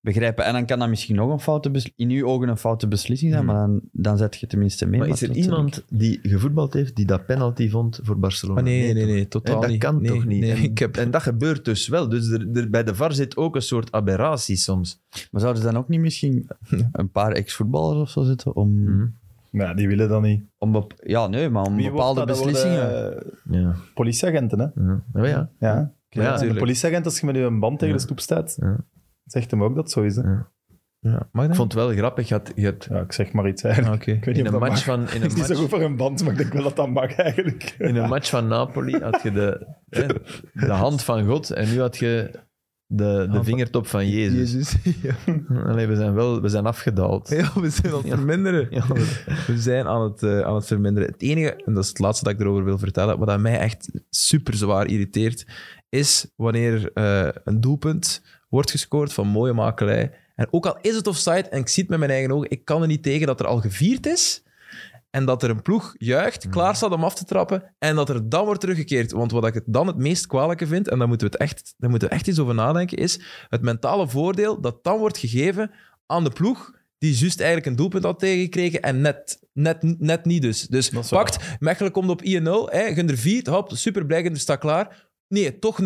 begrijpen. En dan kan dat misschien nog een foute bes- in uw ogen een foute beslissing zijn,
Mhm.
maar dan, dan zet je tenminste mee.
Maar is er
dat- dat-
iemand die gevoetbald heeft die dat penalty vond voor Barcelona?
Maar Ah, nee, nee, nee,
Hè,
totaal
dat
niet.
kan
Nee,
toch niet?
nee,
en,
ik heb,
en dat gebeurt dus wel. Dus er, er- bij de VAR zit ook een soort aberratie soms.
Maar zouden ze dan ook niet misschien een paar ex-voetballers of zo zitten om,
Mhm.
Maar ja, die willen dat niet.
om bep- ja, nee, maar om
Wie wordt
bepaalde
dat? Dat
beslissingen?
worden, eh,
Ja.
politieagenten, hè?
Ja. Maar ja.
Ja.
Ja,
En de
tuurlijk.
politieagent, als je met een band tegen de stoep staat,
Ja.
zegt hem ook dat zo is. Hè?
Ja.
ja, mag
Ik
dat?
vond het wel grappig. Je had, je had
Ja, ik zeg maar iets
Ah,
eigenlijk.
Oké.
Ik weet
in
niet
een
of dat
match
mag.
van... In
Het
een
is toch
match,
over een band, maar ik denk wel dat dat mag eigenlijk.
in een match van Napoli had je de, hè, de hand van God en nu had je de, de
van-
vingertop van Jezus.
ja.
Allee, we zijn wel we zijn afgedaald.
Ja, we zijn aan het verminderen.
Ja.
We zijn aan het, eh, aan het verminderen. Het enige, en dat is het laatste dat ik erover wil vertellen, wat dat mij echt super zwaar irriteert, is wanneer eh, een doelpunt wordt gescoord van mooie makelij En ook al is het offside, en ik zie het met mijn eigen ogen, ik kan er niet tegen dat er al gevierd is. En dat er een ploeg juicht,
Mhm.
klaar staat om af te trappen. En dat er dan wordt teruggekeerd. Want wat ik het dan het meest kwalijke vind, en daar moeten, we het echt, daar moeten we echt eens over nadenken, is het mentale voordeel dat dan wordt gegeven aan de ploeg die juist eigenlijk een doelpunt had tegengekregen en net, net, net niet dus. Dus
Dat is waar.
pakt, Mechelen komt op 1-0, hè, Gunder 4, hop, super blij, Gunder staat klaar. Nee, toch 0-0.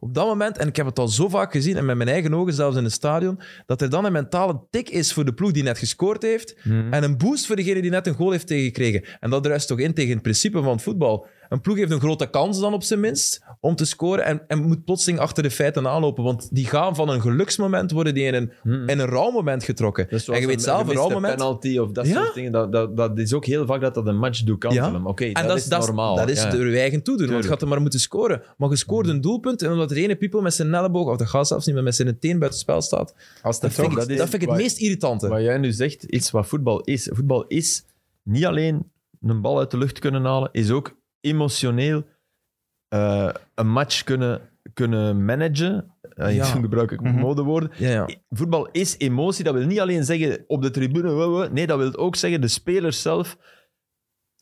Op dat moment, en ik heb het al zo vaak gezien, en met mijn eigen ogen zelfs in het stadion, dat er dan een mentale tik is voor de ploeg die net gescoord heeft,
Mhm.
en een boost voor degene die net een goal heeft tegengekregen. En dat druist toch in tegen het principe van het voetbal. Een ploeg heeft een grote kans dan op zijn minst om te scoren en, en moet plotseling achter de feiten aanlopen. Want die gaan van een geluksmoment worden die in een, in een rouwmoment getrokken.
Dus
en je weet zelf, een rouwmoment...
penalty of dat
Ja.
soort dingen, dat, dat, dat is ook heel vaak dat dat een match doet kantelen.
Ja.
Maar Oké,
en
dat, is normaal.
Dat is
Ja.
door je eigen toedoen, want je had hem maar moeten scoren. Maar je scoort een doelpunt en omdat er ene people met zijn elleboog, of de gaat zelfs niet, maar met zijn teen buiten spel staat,
Als
dat vind
het
ik,
toch-
dat
dat is-
vind ik het
waar-
meest irritante.
Wat jij nu zegt, is wat voetbal is. Voetbal is niet alleen een bal uit de lucht kunnen halen, is ook emotioneel eh, een match kunnen, kunnen managen. Eh,
Ja.
Toen gebruik ik
Mhm.
modewoorden.
ja, ja.
Voetbal is emotie. Dat wil niet alleen zeggen op de tribune. we, we. Nee, dat wil ook zeggen de spelers zelf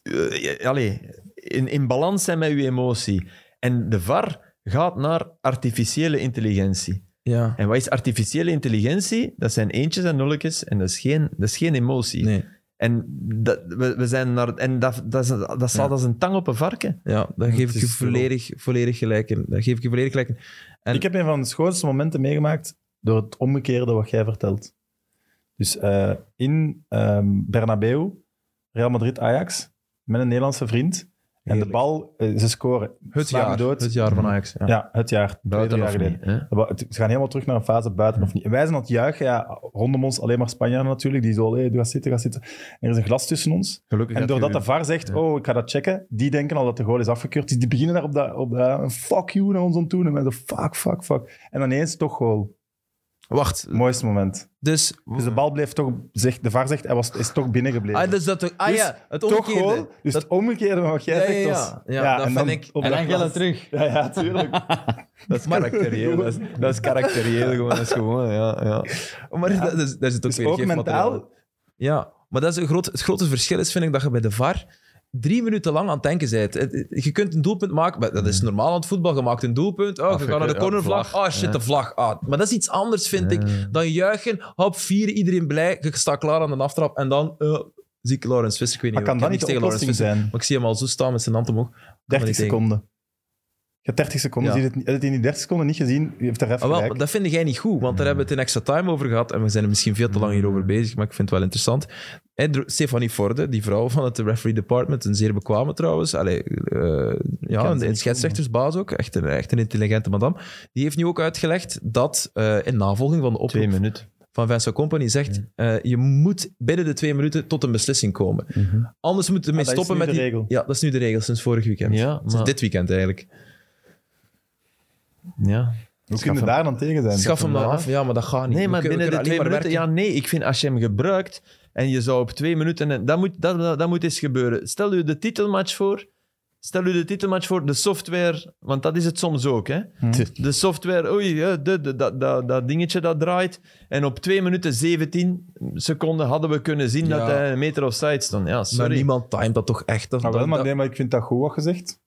eh, ja, allee, in, in balans zijn met uw emotie. En de VAR gaat naar artificiële intelligentie.
ja.
En wat is artificiële intelligentie? Dat zijn eentjes en nulletjes en dat is geen, dat is geen emotie.
Nee,
En, dat, we, we zijn naar, en dat, dat, is- dat staat
Ja.
als een tang op een varken.
ja, daar
Het
geef ik
is
je
gewoon-
volledig, volledig gelijk in. Daar geef ik je volledig gelijk in. En-
Ik heb een van de schoonste momenten meegemaakt door het omgekeerde wat jij vertelt. Dus eh, in ehm, Bernabeu, Real Madrid-Ajax, met een Nederlandse vriend. En
Heerlijk.
de bal, eh, ze scoren.
Het
slaan
jaar,
dood.
het jaar van Ajax. Ja.
Ja, het jaar. Twee, drie
Buiten
jaar
of
geleden.
niet. hè?
Wa- het- Ze gaan helemaal terug naar een fase buiten of niet. En wij zijn aan het juichen. Ja, rondom ons alleen maar Spanjaarden natuurlijk. Die zo, hey, doe ga zitten, ga zitten. En er is een glas tussen ons.
Gelukkig
En
had
doordat
je-
de VAR zegt, oh, ik ga dat checken, die denken al dat de goal is afgekeurd. Dus die beginnen daar op dat, op dat fuck you naar ons aan toe. En wij zo, fuck, fuck, fuck. En dan ineens toch goal.
Wacht,
Mooiste moment.
dus...
Dus de bal bleef toch, zegt, de VAR zegt, hij was, is toch binnengebleven.
Ah, dus dat, ah
Dus
ja, het
toch
omgekeerde.
goal. Dus
dat,
het omgekeerde van wat jij
Ja, ja,
zegt
ja.
was...
Ja, dat
en
vind
dan
ik-
op
En
dat
dan
glas.
gillen terug.
Ja, ja, tuurlijk.
Dat is karakterieel. dat, is, dat is karakterieel gewoon. Dat is gewoon, ja. ja.
maar dat, dus, daar zit ook
Dus
weer
ook
geen
mentaal.
materiaal. Ja, maar dat is een groot, het grote verschil is, vind ik, dat je bij de VAR drie minuten lang aan het denken bent. Het- het- Je kunt een doelpunt maken, maar dat is normaal aan het voetbal. Je maakt een doelpunt, oh, je
Afgeke-
gaat naar de
ja,
cornervlag,
vlag.
oh shit, de Mm. vlag. Ah, maar dat is iets anders, vind ik, dan juichen, hop, vieren, iedereen blij, je staat klaar aan de aftrap en dan eh, zie ik Laurens Visser. Ik weet niet,
Maar
ik
kan
heb
dat niet
niks
de
Laurens
oplossing
Visser,
zijn?
Maar ik zie hem al zo staan met zijn hand omhoog. Kan me
30
niet tegen.
seconden. Je hebt 30 seconden.
Ja.
Zie je het, niet- heb je het in die 30 seconden niet gezien? Je hebt de ref
Ah, wel,
gelijk.
dat vind jij niet goed, want
Hmm.
daar hebben we het in extra time over gehad. En we zijn er misschien veel te lang hierover bezig, maar ik vind het wel interessant. En Dr- Stefanie Forde, die vrouw van het referee department, een zeer bekwame trouwens. Allee, eh, ja,
goed,
een- een
man.
scheidsrechtersbaas ook. Echt een, echt een intelligente madame. Die heeft nu ook uitgelegd dat eh, in navolging van de
Twee
oproep
minuten. Hmm.
van Vincent Company zegt: eh, je moet binnen de twee minuten tot een beslissing komen.
Mhm.
Anders moeten we
Ah, dat is
stoppen
nu
met
de
die.
regel.
Ja, dat is nu de regel sinds vorig weekend.
Ja,
Sinds
maar-
dit weekend eigenlijk.
Ja.
Hoe kun je daar dan tegen zijn?
Schaf hem dan af. Ja, maar dat gaat Ah, niet.
Nee,
We
maar
kunnen-
binnen
we
de
kunnen
twee
alleen maar
minuten...
werken.
Ja, nee. Ik vind als je hem gebruikt en je zou op twee minuten... en- Dat moet, dat, dat, dat moet eens gebeuren. Stel u de titelmatch voor. Stel u de titelmatch voor. De software... Want dat is het soms ook, hè. De software... Oei, ja, de, de- dat, dat, dat dingetje dat draait. En op twee minuten 17 seconden hadden we kunnen zien
Ja.
dat hij een meter offside stond. Ja, sorry.
Maar niemand timed dat toch echt? Dat,
Maar
dat-
Ah, wel, maar,
dat-
nee, maar ik vind dat goed wat gezegd.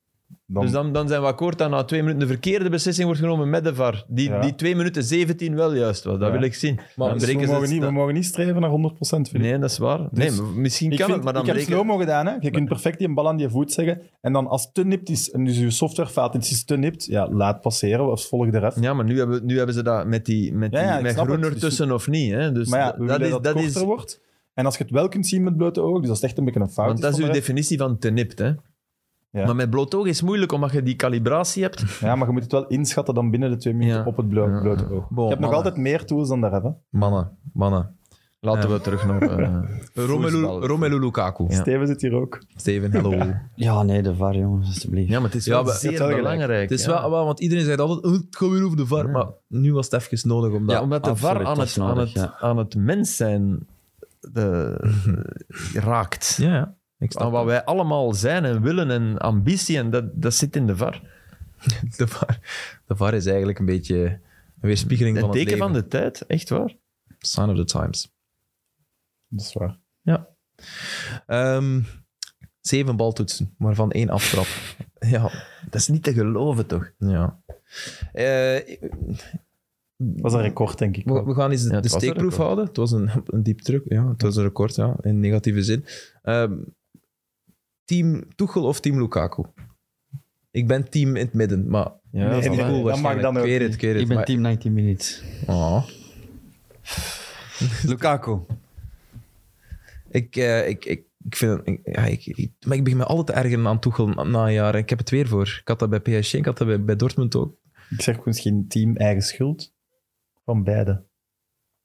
Dan,
Dus dan, dan zijn we akkoord dat na twee minuten de verkeerde beslissing wordt genomen met de VAR. Die,
Ja.
die twee minuten 17 wel juist was. Dat
Ja.
wil ik zien.
Maar
Dan
dus we,
breken ze
mogen
het
niet, we
sta-
mogen niet streven naar 100 procent, vind ik.
Nee, dat is waar. nee, maar misschien
Ik,
kan
vind-
het, maar dan
ik heb
breken...
slow-mo gedaan. Hè. Je kunt perfect die een bal aan je voet zeggen. En dan als het te nipt is, en dus je softwarefout is te nipt, ja, laat passeren of volg de ref.
Ja, maar nu hebben, nu hebben ze dat met, die, met, die,
Ja, ja, ik
met
snap
groen
het. Dus-
ertussen of niet. Hè? Dus
maar ja,
d-
we willen dat het korter wordt. En als je het wel kunt zien met blote ogen, dus dat is echt een beetje een fout.
Want dat is
van
uw
de ref.
definitie van te nipt. Hè? Maar met bloot oog is het moeilijk, omdat je die calibratie hebt.
Ja, maar je moet het wel inschatten dan binnen de twee minuten
Ja.
op het blo-
Ja.
blote oog.
Bon,
je hebt nog
mannen.
altijd meer tools dan daar hebben.
Mannen, mannen.
Laten we terug naar... eh,
Romelu,
voetbal.
Romelu Lukaku.
Ja.
Steven zit hier ook.
Steven, hello.
Ja, nee, de VAR, jongens, alsjeblieft.
Ja, maar het is
Ja,
wel
maar-
zeer
je hebt wel
belangrijk.
Het is
ja.
wel, wel, want iedereen zegt altijd, "Oh, het gaat weer over de VAR.
Ja.
Maar nu was het even nodig om dat... Ah,
Ja, omdat de VAR
absoluut,
aan
dat
het,
is nodig,
aan, het,
ja.
aan het mens zijn de, Ah, raakt.
Ja, ja. Ik snap
Aan wat
dat.
wij allemaal zijn en willen en ambitie, en dat, dat zit in de VAR.
De VAR, de VAR is eigenlijk een beetje een weerspiegeling
Een
van het
teken
leven.
van de tijd, echt waar.
Sign of the times.
Dat is waar.
Ehm, zeven baltoetsen, waarvan één aftrap. ja,
Dat is niet te geloven, toch?
ja. Eh,
Dat was een record, denk ik.
we, we gaan eens de,
Ja, het
de
was een
steekproef
record.
houden. Het was een, een diep druk. Ja, het was een record, ja, in negatieve zin. Ehm, team Tuchel of team Lukaku? Ik ben team in het midden, maar...
Ja,
Nee,
dat is cool
nee, dat mag
waarschijnlijk.
dan ook
Ik weet het,
niet.
ik weet het.
Ik ben
maar-
team 19 minutes.
Ah.
Lukaku.
Ik, eh, ik, ik, ik vind... Ik, ja, ik, ik- maar ik begin me altijd te ergeren aan Tuchel na, na een jaar. Ik heb het weer voor. Ik had dat bij PSG, ik had dat bij, bij Dortmund ook.
Ik zeg misschien team eigen schuld van beide.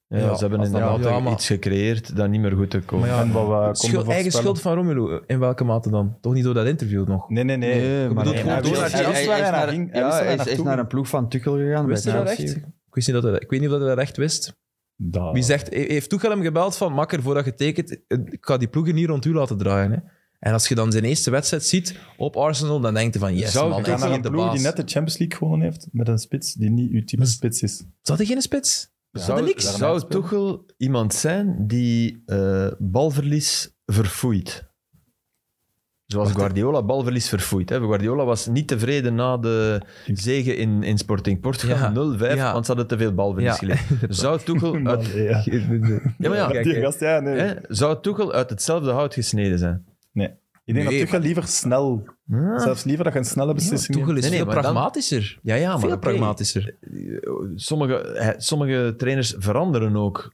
Ja,
Ja,
ze hebben
als dat
inderdaad
wel- ja,
toch
maar-
iets gecreëerd dat niet meer goed te komen.
Maar Ja,
en wat we konden
Schuld- eigen
voorspellen.
schuld van Romelu, eh, in welke mate dan? Toch niet door dat interview nog?
Nee, nee, nee.
Nee,
maar
bedoel,
nee,
gewoon
hij
door
wil-
naar
hij-
Chelsea waar hij naar ging. Hij
Ja,
wist waar
hij
hij
is- hij is
naartoe
naar een ploeg van Tuchel gegaan.
Wist
bij
hij dat
Chelsea.
echt? Ik, wist niet dat hij, dat- ik weet niet of hij dat echt wist.
ging.
Ah.
Daar.
Wie zegt, he- heeft Tuchel hem gebeld van, makker, voordat je tekent, eh, ik ga die ploegen hier rond u laten draaien. Hè? En als je dan zijn eerste wedstrijd ziet op Arsenal, dan denkt hij van, yes
Zou
man,
ik
Hij
ik
gaat naar
ben
een
de
ploeg
baas.
die net de Champions League gewonnen heeft met een spits die niet uw type spits is.
Zat hij geen spits? Zat er
zou,
niks?
daarna-
zou Tuchel iemand zijn die eh, balverlies verfoeit? Zoals Guardiola balverlies verfoeit. Hè? Guardiola was niet tevreden na de zege in, in Sporting
Ja.
Portugal 0-5,
Ja.
want ze hadden te veel balverlies
Ja.
geleden. Zou Tuchel,
Man,
uit,
nee, ja.
ja, maar ja,
Kijk,
Die
hè.
gast, ja, nee.
hè? zou Tuchel uit hetzelfde hout gesneden zijn?
Ik denk
Nee,
dat Tuchel liever snel,
Ah.
zelfs liever dat je een snelle beslissing
Tuchel is
Nee, nee,
veel
maar dan-
pragmatischer.
Ja, ja, maar
veel
oké.
pragmatischer.
sommige, hij- sommige trainers veranderen ook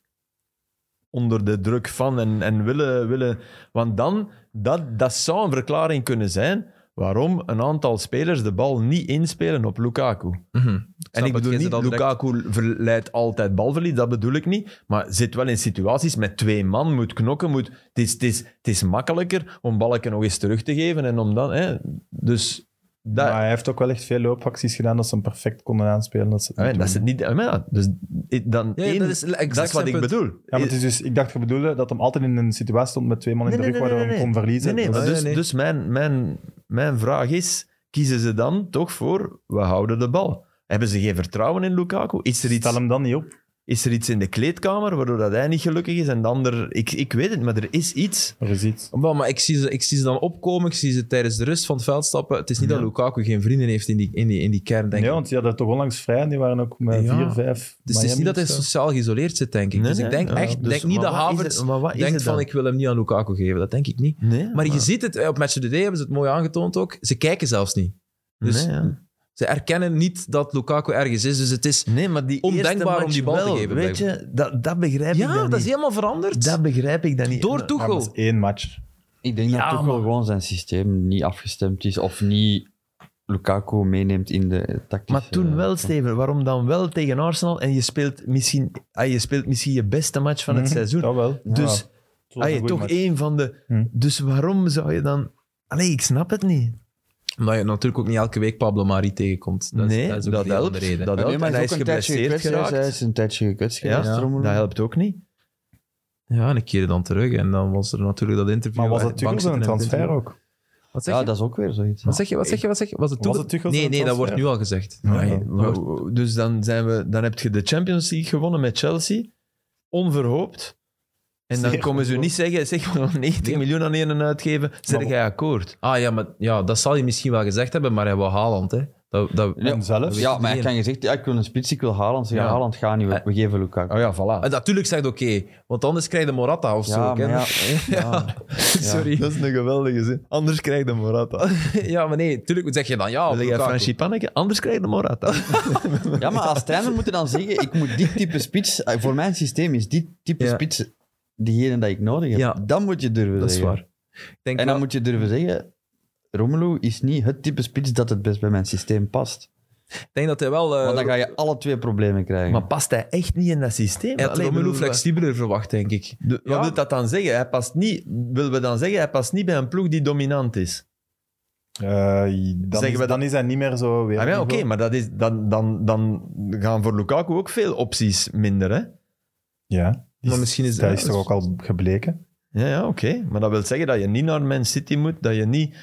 onder de druk van en, en willen, willen. Want dan, dat, dat zou een verklaring kunnen zijn waarom een aantal spelers de bal niet inspelen op Lukaku.
Mhm.
en
snap het,
ik bedoel
jij
niet,
zit al direct-
Lukaku verleidt altijd balverlies, dat bedoel ik niet. Maar zit wel in situaties met twee man, moet knokken, moet... Het is, het is, het is makkelijker om balken nog eens terug te geven en om dan... Hè, dus dat,
Maar hij heeft ook wel echt veel loopacties gedaan dat ze hem perfect konden aanspelen. Dat ze het
Ah,
niet
dat is
doen.
het niet... ah, maar ja, dus i- dan
Ja, ja,
één,
dat is exact
dat is wat
zijn
ik
punt.
bedoel.
Ja, maar het is dus, ik dacht je bedoelde dat hem altijd in een situatie stond met twee man in de rug waardoor hij hem kon verliezen.
Nee, nee,
Dat
maar
is-
dus
nee, nee.
dus mijn, mijn, mijn vraag is, kiezen ze dan toch voor, we houden de bal? Hebben ze geen vertrouwen in Lukaku? Is er
Stel
iets,
hem dan niet op.
is er iets in de kleedkamer waardoor dat hij niet gelukkig is en de ander... Ik, ik weet het, maar er is iets.
Er is iets.
Wel, maar ik zie, ze, ik zie ze dan opkomen, ik zie ze tijdens de rust van het veld stappen. Het is niet
Ja.
dat Lukaku geen vrienden heeft in die, in die, in die kern, denk
Nee,
ik.
want die hadden toch onlangs vrij en die waren ook met
Ja.
vier, vijf.
Dus het is niet dat hij sociaal geïsoleerd zit, denk ik.
Nee,
dus
nee,
ik denk
ja.
echt,
Dus
denk niet
maar
dat
wat is
Havertz
het- maar wat is
denkt
het
van
dan?
ik wil hem niet aan Lukaku geven. Dat denk ik niet.
Nee,
Maar, je ziet het, eh, op Match of the Day hebben ze het mooi aangetoond ook. Ze kijken zelfs niet. Dus
Nee, ja.
ze erkennen niet dat Lukaku ergens is. Dus het is...
Nee, maar die
Ondenkbaar
eerste match
om die bal te
wel,
geven,
Weet je, dat, dat begrijp ik
Ja,
dan
dat is
niet.
helemaal veranderd.
dat begrijp ik dan niet.
Door
Ja, maar
Tuchel.
dat is één match.
Ik denk
Ja,
dat Tuchel
maar-
gewoon zijn systeem niet afgestemd is of niet Lukaku meeneemt in de tactische...
Maar
eh,
toen wel, Steven. Waarom dan wel tegen Arsenal? En je speelt misschien, ah, je, speelt misschien je beste match van het
Mhm,
seizoen.
Dat wel.
Dus
Ja, het was
ah,
een
je
goeie
toch
match.
één van de...
Mhm.
Hm.
Dus waarom zou je dan... Allee, ik snap het niet.
Omdat je natuurlijk ook niet elke week Pablo Mari tegenkomt. Dat is-
nee,
dat is ook
dat
een van
helpt.
de redenen.
Dat
Nee,
helpt.
maar
en hij is
ook een tijdje
geblesseerd
gekwetst,
geraakt.
hè. Hij is een tijdje gekwetst geraakt.
Ja,
Strommelen.
dat helpt ook niet.
Ja, en een keer dan terug. En dan was er natuurlijk dat interview.
Maar was
eh,
het Tuchel
bankzitten
zijn
en het
transfer
interview.
ook?
Wat zeg
Ja,
je?
dat is ook weer zoiets.
Wat zeg je? Wat zeg je? Wat zeg je? Was het
Was
Tuchel?
het Tuchel
Nee,
zijn
nee, dat wordt nu
transfer?
al gezegd.
Ja,
Nee,
ja.
wordt-
Maar- Dus dan, zijn we, dan heb je de Champions League gewonnen met Chelsea. Onverhoopt. En dan
Zeer
komen ze niet zeggen, zeg we gaan 90 miljoen aan één uitgeven, zeg
Maar-
jij akkoord.
Ah ja, maar ja, dat zal hij misschien wel gezegd hebben, maar hij wou Haaland, hè. Dat, dat,
Ja,
Hem zelf?
Ja, maar hij
niet.
kan gezegd, ja, ik wil een spits, ik wil Haaland. Ze gaan
Ja.
Haaland gaan niet, we, we geven Lukaku.
Ah,
Oh ja, voilà.
En natuurlijk zegt oké, want anders krijg je Morata of zo.
Ja,
ook, hè.
maar ja, ja.
Sorry.
Dat is een geweldige zin. Anders krijg je Morata.
Ja, maar nee, natuurlijk zeg je dan ja.
Wil jij
Lukaku.
Franchi Panneke? Anders krijg je Morata.
Ja, maar als trainer moet je dan zeggen, ik moet dit type spits... eh, Voor mijn systeem is dit type
Ja.
spits diegene dat ik nodig heb.
Ja.
Dan moet je durven
Dat is
zeggen.
waar. Ik denk
En
wel-
dan moet je durven zeggen, Romelu is niet het type spits dat het best bij mijn systeem past.
ik denk dat hij wel... eh,
Want dan ga je alle twee problemen krijgen.
Maar past hij echt niet in dat systeem?
hij had
Allee,
Romelu
bedoel, eh, wat-
flexibeler verwacht, denk ik.
de-
Ja.
Wat wil dat dan zeggen? Hij past niet, willen we dan zeggen, hij past niet bij een ploeg die dominant is.
Eh, dan,
Zeggen
is,
we
dan is hij niet meer zo weer.
Ah, ja, Oké, maar dat is, dan, dan, dan gaan voor Lukaku ook veel opties minder. Hè?
Ja. Die
Maar misschien is-
dat
ja,
is toch
dus-
ook al gebleken?
Ja, ja oké. Maar dat wil zeggen dat je niet naar Man City moet, dat je niet...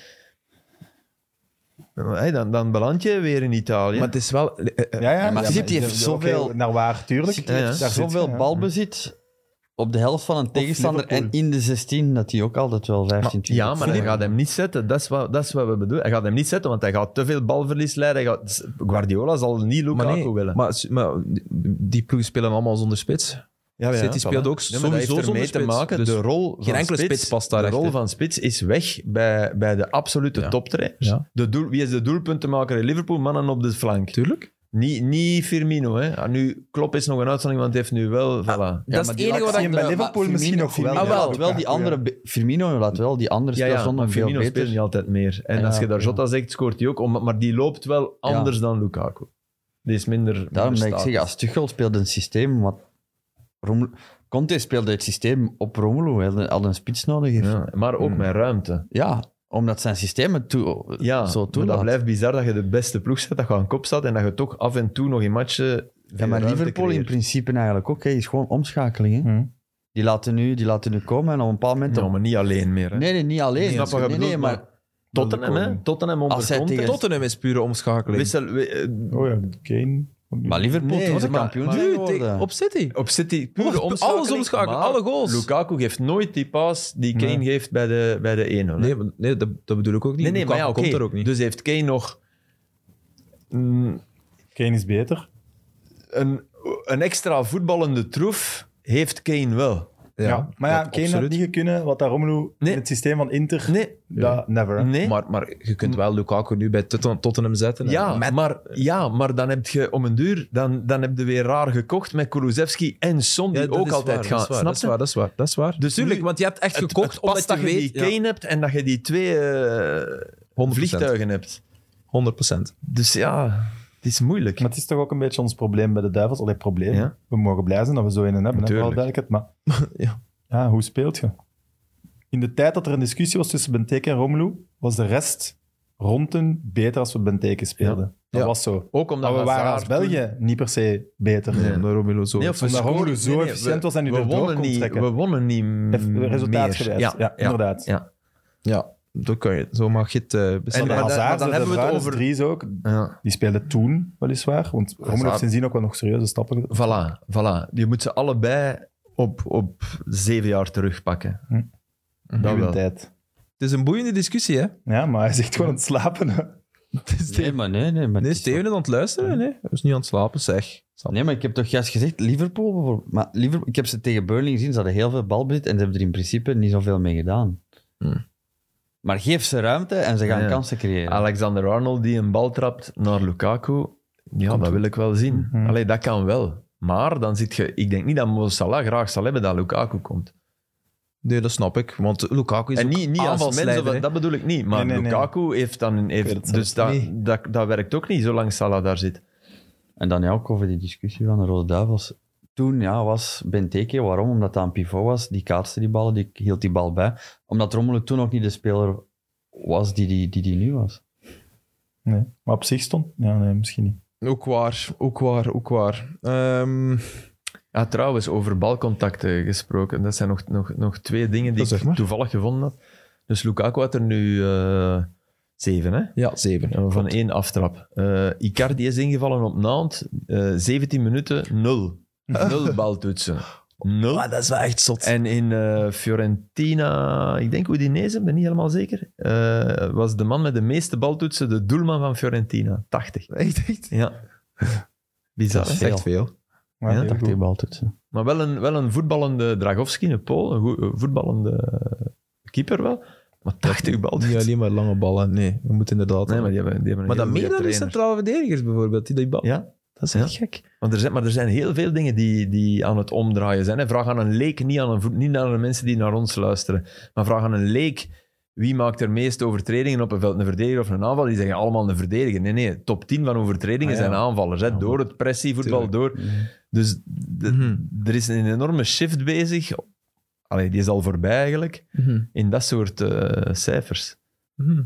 Hey, dan, dan beland je weer in Italië.
Maar het is wel... eh, eh,
Ja, ja,
maar
ja,
Sipt heeft
oké,
zoveel-
Naar waar, tuurlijk.
City
Ja, ja.
heeft
Daar zit
zoveel
ze, ja.
balbezit op de helft van een tegenstander en
Liverpool.
in de 16 dat hij ook altijd wel 15, 20
ja, maar hij gaat hem niet zetten. Dat is, wat, dat is wat we bedoelen. Hij gaat hem niet zetten, want hij gaat te veel balverlies leiden. Hij gaat, Guardiola zal niet Lukaku
maar nee,
willen.
maar, maar die ploegen spelen allemaal zonder spits.
Ja, ja,
City speelt
voilà.
ook
Nee, maar dat
sowieso
heeft ermee
zonder
te
spits.
maken.
Dus
de rol van
enkele spits past daar
De
echt
rol
in.
van spits is weg bij, bij de absolute
Ja.
toptrainers.
Ja.
De doel, wie is de doelpuntenmaker in Liverpool? Mannen op de flank.
Tuurlijk.
Niet, niet Firmino. Hè. Ah, Nu, Klopp is nog een uitzondering, want hij heeft nu wel... Voilà.
Ah, dat is het enige wat ik...
actie- bij Liverpool misschien nog wel.
Firmino,
Ah, wel.
laat wel die andere, be- Firmino laat wel die andere
Ja,
spelers
ja,
zonder
maar
veel
Firmino
beter.
speelt niet altijd meer. En
Ja,
als je daar
ja.
Jota zegt, scoort hij ook. om- maar die loopt wel
Ja.
anders dan Lukaku. Die is minder... minder
Daarom dat ik
statisch.
zeg, als Tuchel speelde een systeem wat... Romelu- Conte speelde het systeem op Romelu. Hij had- had een spits nodig. heeft. Ja.
Ja, maar
Hmm.
ook met ruimte.
omdat zijn systeem het toe,
Ja,
zo
maar dat
toelaat.
blijft bizar dat je de beste ploeg zet, dat je aan kop staat en dat je toch af en toe nog in matchen...
Ja, maar Liverpool in principe eigenlijk ook. hè, is gewoon omschakeling. hè.
Hm.
Die, laten nu, die laten nu komen en op een bepaald moment...
Ja, maar niet alleen meer. Hè.
Nee, nee, niet alleen.
Ik snap wat je
nee, nee,
bedoelt,
maar,
maar- Tottenham, hè? Tottenham onder
Als zij
Conte.
tegen-
Tottenham is pure omschakeling.
Wissel, we- eh,
Oh ja, Kane.
maar Liverpool
Nee,
was een
maar-
kampioen
maar-
zijn
nu,
geworden.
tegen- op City.
op City, pure
Alles
omschakeling,
omschakelen,
maar
alle goals.
Lukaku geeft nooit die paas die Kane
Nee.
geeft bij de, bij de 1-0. hè.
Nee, maar- nee dat, dat bedoel ik ook niet.
nee, nee, maar
Lukaku
ja, oké.
komt er ook niet.
Dus heeft Kane nog mm,
Kane is beter.
een, een extra voetballende troef, heeft Kane wel.
Ja. Maar ja,
dat-
Kane had
absoluut.
niet kunnen, wat daar Romelu
Nee.
in het systeem van Inter...
Nee,
Dat, never. hè.
nee.
Maar, maar je kunt wel Lukaku nu bij Totten- Tottenham zetten.
ja,
En met-
maar, ja, maar dan heb je om een duur, dan, dan heb je weer raar gekocht met Kulusevski en Son, die
Ja, dat
ook
is
altijd
waar,
gaan.
Dat is waar,
Snap
dat is
je?
waar, dat is waar. Dat is waar.
Dus
Tuurlijk,
nu-
want je hebt echt
Het-
gekocht
het past
omdat je
dat je
weet...
die Kane hebt en dat je die twee eh,
100%.
vliegtuigen hebt.
ja, 100%.
Dus ja, het is moeilijk.
Maar het is toch ook een beetje ons probleem bij de Duivels. Allee, probleem.
Ja.
We mogen blij zijn dat we zo een hebben, hè, vooral
Natuurlijk.
duidelijkheid. Maar
Ja.
ja, hoe speelt je? In de tijd dat er een discussie was tussen Benteke en Romelu, was de rest rond hem beter als we Benteke speelden. Dat
Ja.
was zo.
Ook omdat
Maar we waren
Hazard
als
toen-
België niet per se beter.
Nee.
Omdat Romelu zo...
Nee, of we
Omdat Romelu
scoren-
zo
nee, nee,
efficiënt
we-
was en nu
we
erdoor
wonnen
kon
niet-
trekken.
We wonnen niet
Eff-
meer.
Resultaatgewijs. Ja, ja, inderdaad.
Ja.
Ja, dat Nou, kan je. Zo mag je het eh
En
bestellen.
En
maar dan- maar
Hazard,
dan
de
hebben we het
Bruines,
over-
Dries ook,
Ja.
die speelden toen weliswaar. Want Romelu heeft
Hazard-
sindsdien ook wel nog serieuze stappen gezet.
Voilà, voilà. Je moet ze allebei op, op zeven jaar terugpakken.
Hm.
Dat
Nu
wel.
een tijd.
Het is een boeiende discussie, hè?
Ja, maar hij zegt gewoon aan het slapen. hè.
Nee, maar nee, nee. Maar het
Nee,
is
Steven is aan het luisteren. Nee, hij is niet aan het slapen, zeg.
wel- Nee, maar ik heb toch juist gezegd, Liverpool bijvoorbeeld. Maar Liverpool, ik heb ze tegen Burnley gezien, ze hadden heel veel balbezit en ze hebben er in principe niet zoveel mee gedaan.
Hm.
Maar geef ze ruimte en ze gaan
Hmm. Ja.
kansen creëren.
eh, Alexander Arnold die een bal trapt naar Lukaku. Ja, dat wil ik wel zien.
Mhm.
Allee, dat kan wel. Maar dan zit je... Ik denk niet dat Mo Salah graag zal hebben dat Lukaku komt.
Nee, dat snap ik. Want Lukaku is
en
ook
niet, niet als
aanvalsleider,
mens,
hè.
of- dat bedoel ik niet. Maar
Nee, nee, nee.
Lukaku heeft dan...
weet het
Heeft,
zelf
dus dat,
niet.
dat, dat werkt ook niet, zolang Salah daar zit.
En dan ja, ook over die discussie van de Rode Duivels. Toen ja, was Benteke, waarom? Omdat dat een pivot was, die kaatste die ballen, die hield die bal bij. Omdat Rommel toen ook niet de speler was die die, die, die nu was.
Nee. Maar op zich stond... Ja, nee, misschien niet.
Ook waar, ook waar, ook waar. Ehm,
Ja, trouwens, over balcontacten gesproken. Dat zijn nog, nog, nog twee dingen die
Ja, zeg
ik
maar.
toevallig gevonden had. Dus Lukaku had er nu eh, zeven, hè?
ja, zeven.
Ja, Van één aftrap. Eh, Icardi is ingevallen op Nantes. Eh, 17 minuten, nul. Nul baltoetsen. Nul.
Ah, dat is wel echt zot.
En in eh, Fiorentina, ik denk Udinese, ben niet helemaal zeker, eh, was de man met de meeste baltoetsen de doelman van Fiorentina. 80.
echt, echt.
Ja. Bizar.
Dat
hè?
is echt veel.
Maar
Ja,
heel
Dacht
goed.
ik baltoetsen.
Maar wel een, wel een voetballende Dragovski, een Pool, een goe- een voetballende eh, keeper wel. Maar 80
Niet
baltoetsen.
alleen maar lange ballen. Nee, we moeten inderdaad...
Nee, maar die hebben, die hebben een
maar dat
hele
meer
goede
dan die
trainer.
centrale verdedigers bijvoorbeeld, die die bal...
Ja,
Dat is
Ja.
echt gek.
Want er zijn, maar er zijn heel veel dingen die, die aan het omdraaien zijn. Hè. Vraag aan een leek, niet aan, een, voet- niet aan de mensen die naar ons luisteren. Maar vraag aan een leek, wie maakt er meest overtredingen op een veld? Een verdediger of een aanval? Die zeggen allemaal een verdediger. Nee, nee, top 10 van overtredingen
Ah, ja.
zijn aanvallers. Hè.
Ja,
door het pressievoetbal, door... Dus de-
Mhm.
er is een enorme shift bezig. Allee, die is al voorbij eigenlijk.
Mhm.
In dat soort eh, cijfers.
Mhm.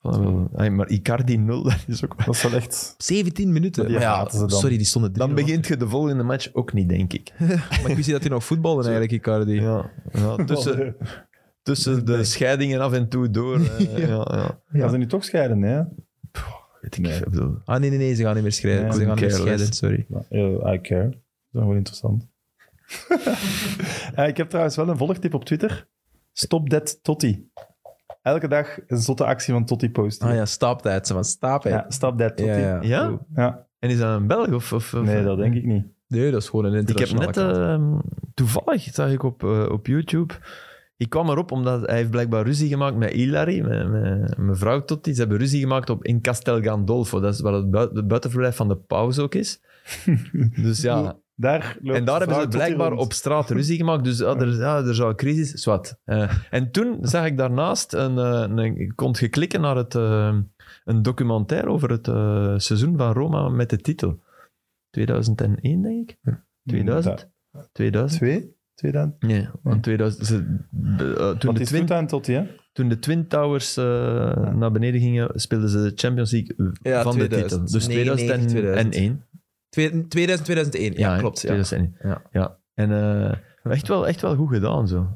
Van, wel, allee, maar Icardi 0, dat is ook...
Dat is wel echt...
17 minuten.
Maar die
Maar ja,
laten ze dan.
Sorry, die stonden drie,
Dan
hoor.
begint je de volgende match ook niet, denk ik.
Maar ik wist niet dat hij nog voetbalde eigenlijk, Icardi.
Ja, ja, tussen, tussen de scheidingen af en toe door. eh, ja. Ja,
Gaan ze nu toch scheiden, hè?
Pff, Weet ik
Nee.
ik bedoel,
Ah, nee, nee, nee, ze gaan niet meer scheiden.
Nee,
ze gaan niet meer
care
scheiden,
less.
sorry.
Maar, eh, I care. Dat is wel interessant. Eh, ik heb trouwens wel een volgtip op Twitter. Stop that Totti. Elke dag een zotte actie van Totti posten.
Ah ja, stop that. Ze van stop it.
Ja, stop that Totti.
Ja, ja.
Ja?
Oeh.
Ja.
En is dat een Belg? Of, of, of-
Nee, dat denk ik niet.
Nee, dat is gewoon een
Ik heb
internationale
net
kant.
ehm, toevallig, zag ik op, eh, op YouTube. Ik kwam erop omdat hij heeft blijkbaar ruzie gemaakt met Hilary, met, met mijn vrouw Totti. Ze hebben ruzie gemaakt op, in Castel Gandolfo. Dat is waar het, bui- het buitenverblijf van de paus ook is. Dus ja,
Daar loopt
en daar hebben ze
Totti
blijkbaar
rond.
op straat ruzie gemaakt. Dus ah, er, ja, er zou een crisis, zwart. Eh, en toen zag ik daarnaast, een, eh, een, ik kon je klikken naar het, eh, een documentaire over het eh, seizoen van Roma met de titel. 2001, denk ik? 2000? 2000?
Twee? Twee dan?
Nee, want 2000, ze- be- eh, toen,
Wat
de
is
twin,
goed aan Totti, hè?
toen de Twin Towers eh, naar beneden gingen, speelden ze de Champions League eh,
Ja,
van
2000.
de titel. Dus
99,
2001.
Twee- 2000, 2001. Ja,
hè?
klopt. Ja.
2001.
Ja.
Ja. En eh, echt, wel, echt wel goed gedaan zo.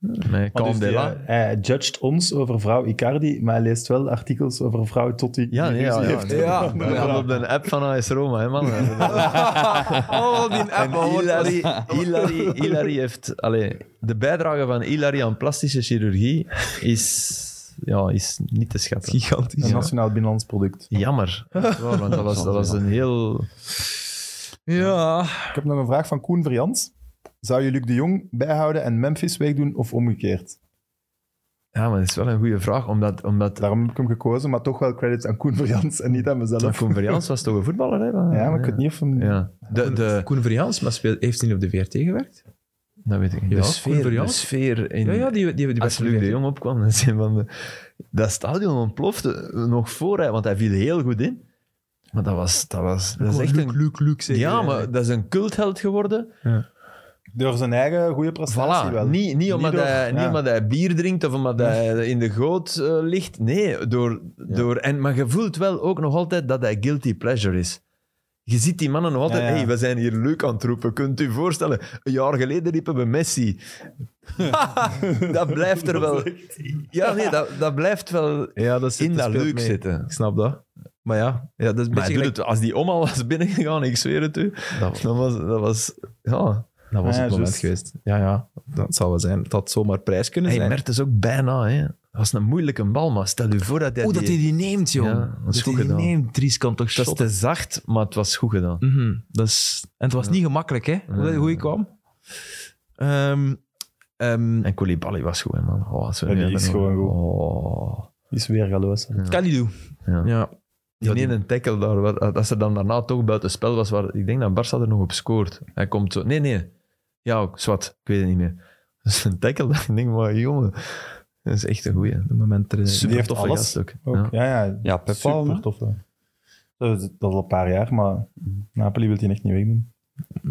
Met
Want dus die,
Candela.
eh, hij judged ons over vrouw Icardi, maar hij leest wel artikels over vrouw Totti.
Ja,
die
nee, ja,
ruzie
ja,
heeft.
nee.
Ja.
We hadden op de app van AS Roma, hè, man.
oh, die
En
Apple.
Hilary, Hilary, Hilary heeft... Allee, de bijdrage van Hilary aan plastische chirurgie is, ja, is niet te schatten.
Gigantisch.
Een nationaal binnenlands product.
Jammer. Echt waar, want dat was, dat was een heel...
Ja.
Ik heb nog een vraag van Koen Vrians. Zou je Luc de Jong bijhouden en Memphis wegdoen of omgekeerd?
Ja, maar dat is wel een goede vraag, omdat... omdat
Daarom heb ik hem gekozen, maar toch wel credits aan Koen Vrians en niet aan
maar
mezelf.
Koen Verjans was toch een voetballer, hè?
Ja, maar ik weet niet of hem...
Ja, de, de,
Koen Verjans, maar speelt, heeft hij niet op de VRT gewerkt?
dat weet ik niet.
Ja,
de
Koen
sfeer, de
Verjans.
sfeer in,
Ja, ja, die, die, die, die
als
werd
Luc
op
de
VRT.
Jong opkwam, dan zei van de- dat stadion ontplofte nog voor hij, want hij viel heel goed in. Maar dat was, dat was, dat is
Gewoon
echt
Luc,
een,
Luc, Luc, zeggen.
ja, maar dat is een cultheld geworden.
Door zijn eigen goede prestatie
Voilà,
wel.
niet, niet, omdat,
door-
hij, niet
ja.
omdat hij bier drinkt of omdat hij in de goot eh, ligt. Nee, door, door, en, maar je voelt wel ook nog altijd dat hij guilty pleasure is. Je ziet die mannen nog altijd,
Ja, ja.
hey, we zijn hier leuk aan het roepen. Kunt u voorstellen, een jaar geleden riepen we Messi. dat blijft er wel... Ja, nee, dat, dat blijft wel
ja, dat zit,
in dat
speelt
leuk
mee.
zitten.
Ik snap dat. Maar ja, ja dat is een beetje
Maar hij doet
gelijk-
het, als die oma was binnengegaan, ik zweer het u,
Dat,
dan was... Dat was ja.
dat was
Ja,
het moment
juist.
geweest. Ah, Ja, ja, dat zal wel zijn. Dat had zomaar prijs kunnen
Hey,
zijn.
Mertens ook bijna, hè. Dat was een moeilijke bal, maar stel u voor dat hij
Oeh, dat
die-
hij die neemt, joh.
Ja, dat is goed
hij die
gedaan.
neemt. Dries kan toch
Dat is
shotten.
te zacht, maar het was goed gedaan.
Mhm, dat is, en het was niet gemakkelijk, hè, hoe, dat- hoe hij kwam. Ehm, ehm,
En Koulibaly was goed, hè, man. Oh, als we
Ja,
nu
die
hebben-
is gewoon goed.
Oh.
Die is weer galoos.
het kan niet doen.
Ja.
Ja.
Die ene tackle daar, wat- als er dan daarna toch buiten spel was, waar, ik denk dat Barça er nog op scoort. Hij komt zo... Nee, nee. Ja, ook. Zwart. Ik weet het niet meer. Dat is een tackle dat ik denk, maar jongen... Dat is echt een goeie.
De moment erin.
Super
heeft
toffe
alles
gast ook.
Ook,
Ja.
ja, ja.
Ja, Pep Palm,
Super
hè?
tof. hè. Dat is, dat is al een paar jaar, maar Napoli wil die echt niet wegdoen.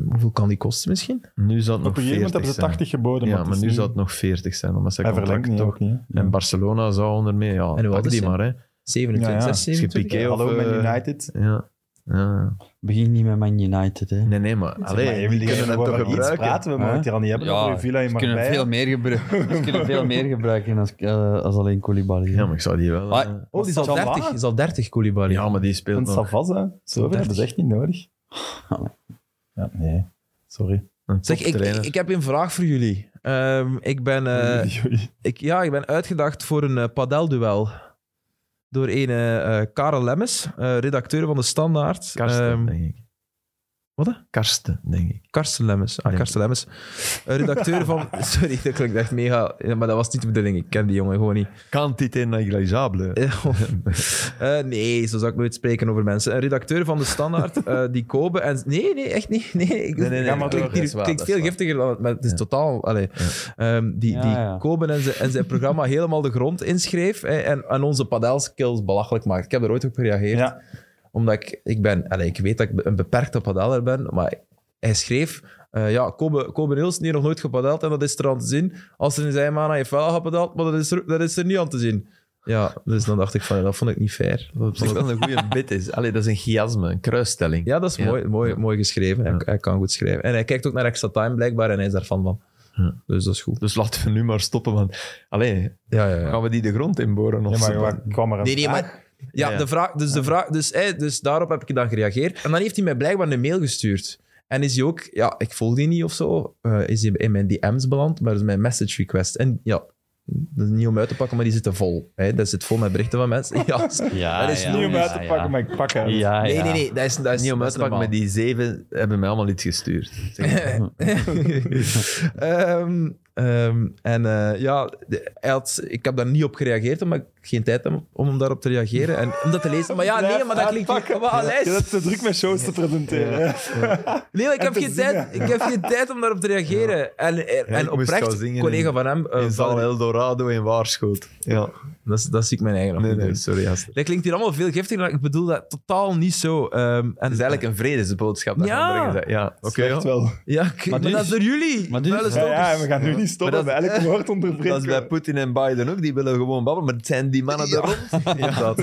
Hoeveel kan die kosten misschien?
Nu zou het
Op een
nog 40
gegeven moment hebben ze
zijn.
80 geboden.
Ja,
het
maar
is
nu
niet-
zou het nog 40 zijn, omdat ze
Hij verlengt niet,
contract toch...
ook niet. hè.
En Barcelona zou onder mee, ja,
En hoe oud
pak
is
die
hij?
maar, hè.
27,
Ja, ja.
26, 27?
Schippiquet.
Hallo Man
of, eh,
United.
Ja. ja.
Begin niet met Man United, hè.
Nee, nee, maar...
Maar je
Allee,
wil
die
hier
kunnen hem
gewoon
toch
over iets
gebruiken.
praten, we mogen
hè?
het hier al niet hebben over je villa in
ze kunnen
Marbella.
veel meer gebruiken. Ze kunnen veel meer gebruiken als, eh, als alleen Koulibaly. hè.
Ja, maar ik zou die wel...
Ah,
eh,
Oh, die is
Was
al
dat
30.
laag?
Is al 30, Koulibaly.
Ja, maar die speelt
Een
nog.
savas, hè. Zoveel hebben ze echt niet nodig. Ja, nee. Sorry.
Een
Zeg, ik,
toptrainer.
ik heb een vraag voor jullie. Ehm, ik, ben, eh,
Oei.
ik, ja, ik ben uitgedacht voor een eh, padelduel. Door een eh eh, Karel Lemmes, eh, redacteur van de Standaard.
Karsten,
Ehm,
denk ik.
wat, hè?
Karsten, denk ik.
Karsten Lemmes. Ah,
Nee.
Karsten Lemmes. Eh, redacteur van... Sorry, dat klinkt echt mega... Ja, maar dat was niet de bedoeling. Ik ken die jongen gewoon niet.
Kan dit in negligable?
Eh, eh, nee, zo zou ik nooit spreken over mensen. Een redacteur van de Standaard, eh, die Kobe en... Nee, nee, echt niet. Nee, ik,
Nee, nee, nee,
ja, maar het
dat
klinkt,
is
hier-
waar,
klinkt
dat is
veel
waar.
giftiger dan... Maar het is
Ja.
totaal... Allee, ehm, die
Ja,
die
ja.
Kobe en zijn, en zijn programma helemaal de grond inschreef eh, en, en onze padelskills belachelijk maakt. Ik heb er ooit op gereageerd
Ja,
omdat ik, ik ben, allee, ik weet dat ik een beperkte padeller ben, maar hij schreef, eh, ja, Kobe, Kobe Nielsen heeft nog nooit gepadeld en dat is er aan te zien. Als er in zijn maan heeft wel gepadeld, maar dat is, er, dat is er niet aan te zien. Ja, dus dan dacht ik van, ja, dat vond ik niet fair. Dat
Wat
vond ik-
wel een goede bit is. Allee, dat is een chiasme, een kruisstelling.
Ja, dat is
Ja.
mooi, mooi, mooi geschreven. Hij,
Ja.
hij kan goed schrijven. En hij kijkt ook naar Extra Time blijkbaar en hij is daar fan van.
Ja.
Dus dat is goed.
Dus laten we nu maar stoppen, want... Allee,
Ja, ja, ja.
gaan we die de grond inboren?
ja
Of
maar
zo?
waar kwam er een
Nee, nee,
vraag?
maar Ja,
Ja, ja.
De vraag, dus, de vraag, dus, hey, dus daarop heb ik dan gereageerd. En dan heeft hij mij blijkbaar een mail gestuurd. En is hij ook, ja, ik volg die niet of zo, eh, is hij in mijn DM's beland, maar dat is mijn message request. En ja, dat is niet om uit te pakken, maar die zitten vol. Hè? Dat zit vol met berichten van mensen. Ja,
Ja,
dat is
ja,
niet om
ja,
uit te pakken, maar ik pak uit.
Ja,
nee,
ja.
nee, nee, dat is, dat is
Niet om
dat
uit
is
te pakken, maar
normaal.
die zeven hebben mij allemaal iets gestuurd.
Ehm, ehm, en eh, ja, de- hij had, ik heb daar niet op gereageerd, maar ik had geen tijd om, om hem daarop te reageren en om dat te lezen. Maar ja, nee, maar dat klinkt... Maar Alex,
Je hebt te druk met shows te presenteren.
Nee, maar ik
En
heb,
te
geen
zingen.
tijd, ik heb geen tijd om daarop te reageren. En, en,
Ja,
en
ik moest
oprecht,
gaan zingen
collega
in-
van hem... eh,
In Zal
Valerie-
Eldorado in Waarschoot. Ja.
dat, is- dat zie ik mijn eigen nog
Nee,
niet
nee,
doen.
sorry. gast.
Dat klinkt hier allemaal veel giftiger, maar ik bedoel dat totaal niet zo. Ehm, en,
Het is eigenlijk een vredesboodschap. dat
Ja.
anderen zeggen. ja oké.
Oké,
ja.
wel.
Ja, ik- maar,
Maar dus-
dat is door jullie.
maar dus-
vuile
Ja,
stokers.
ja, en we gaan nu niet stoppen.
Maar
bij
dat-
elk woord onderbreken.
Dat is bij Poetin en Biden ook. Die willen gewoon babbelen, maar het zijn die mannen er rond.
Dat.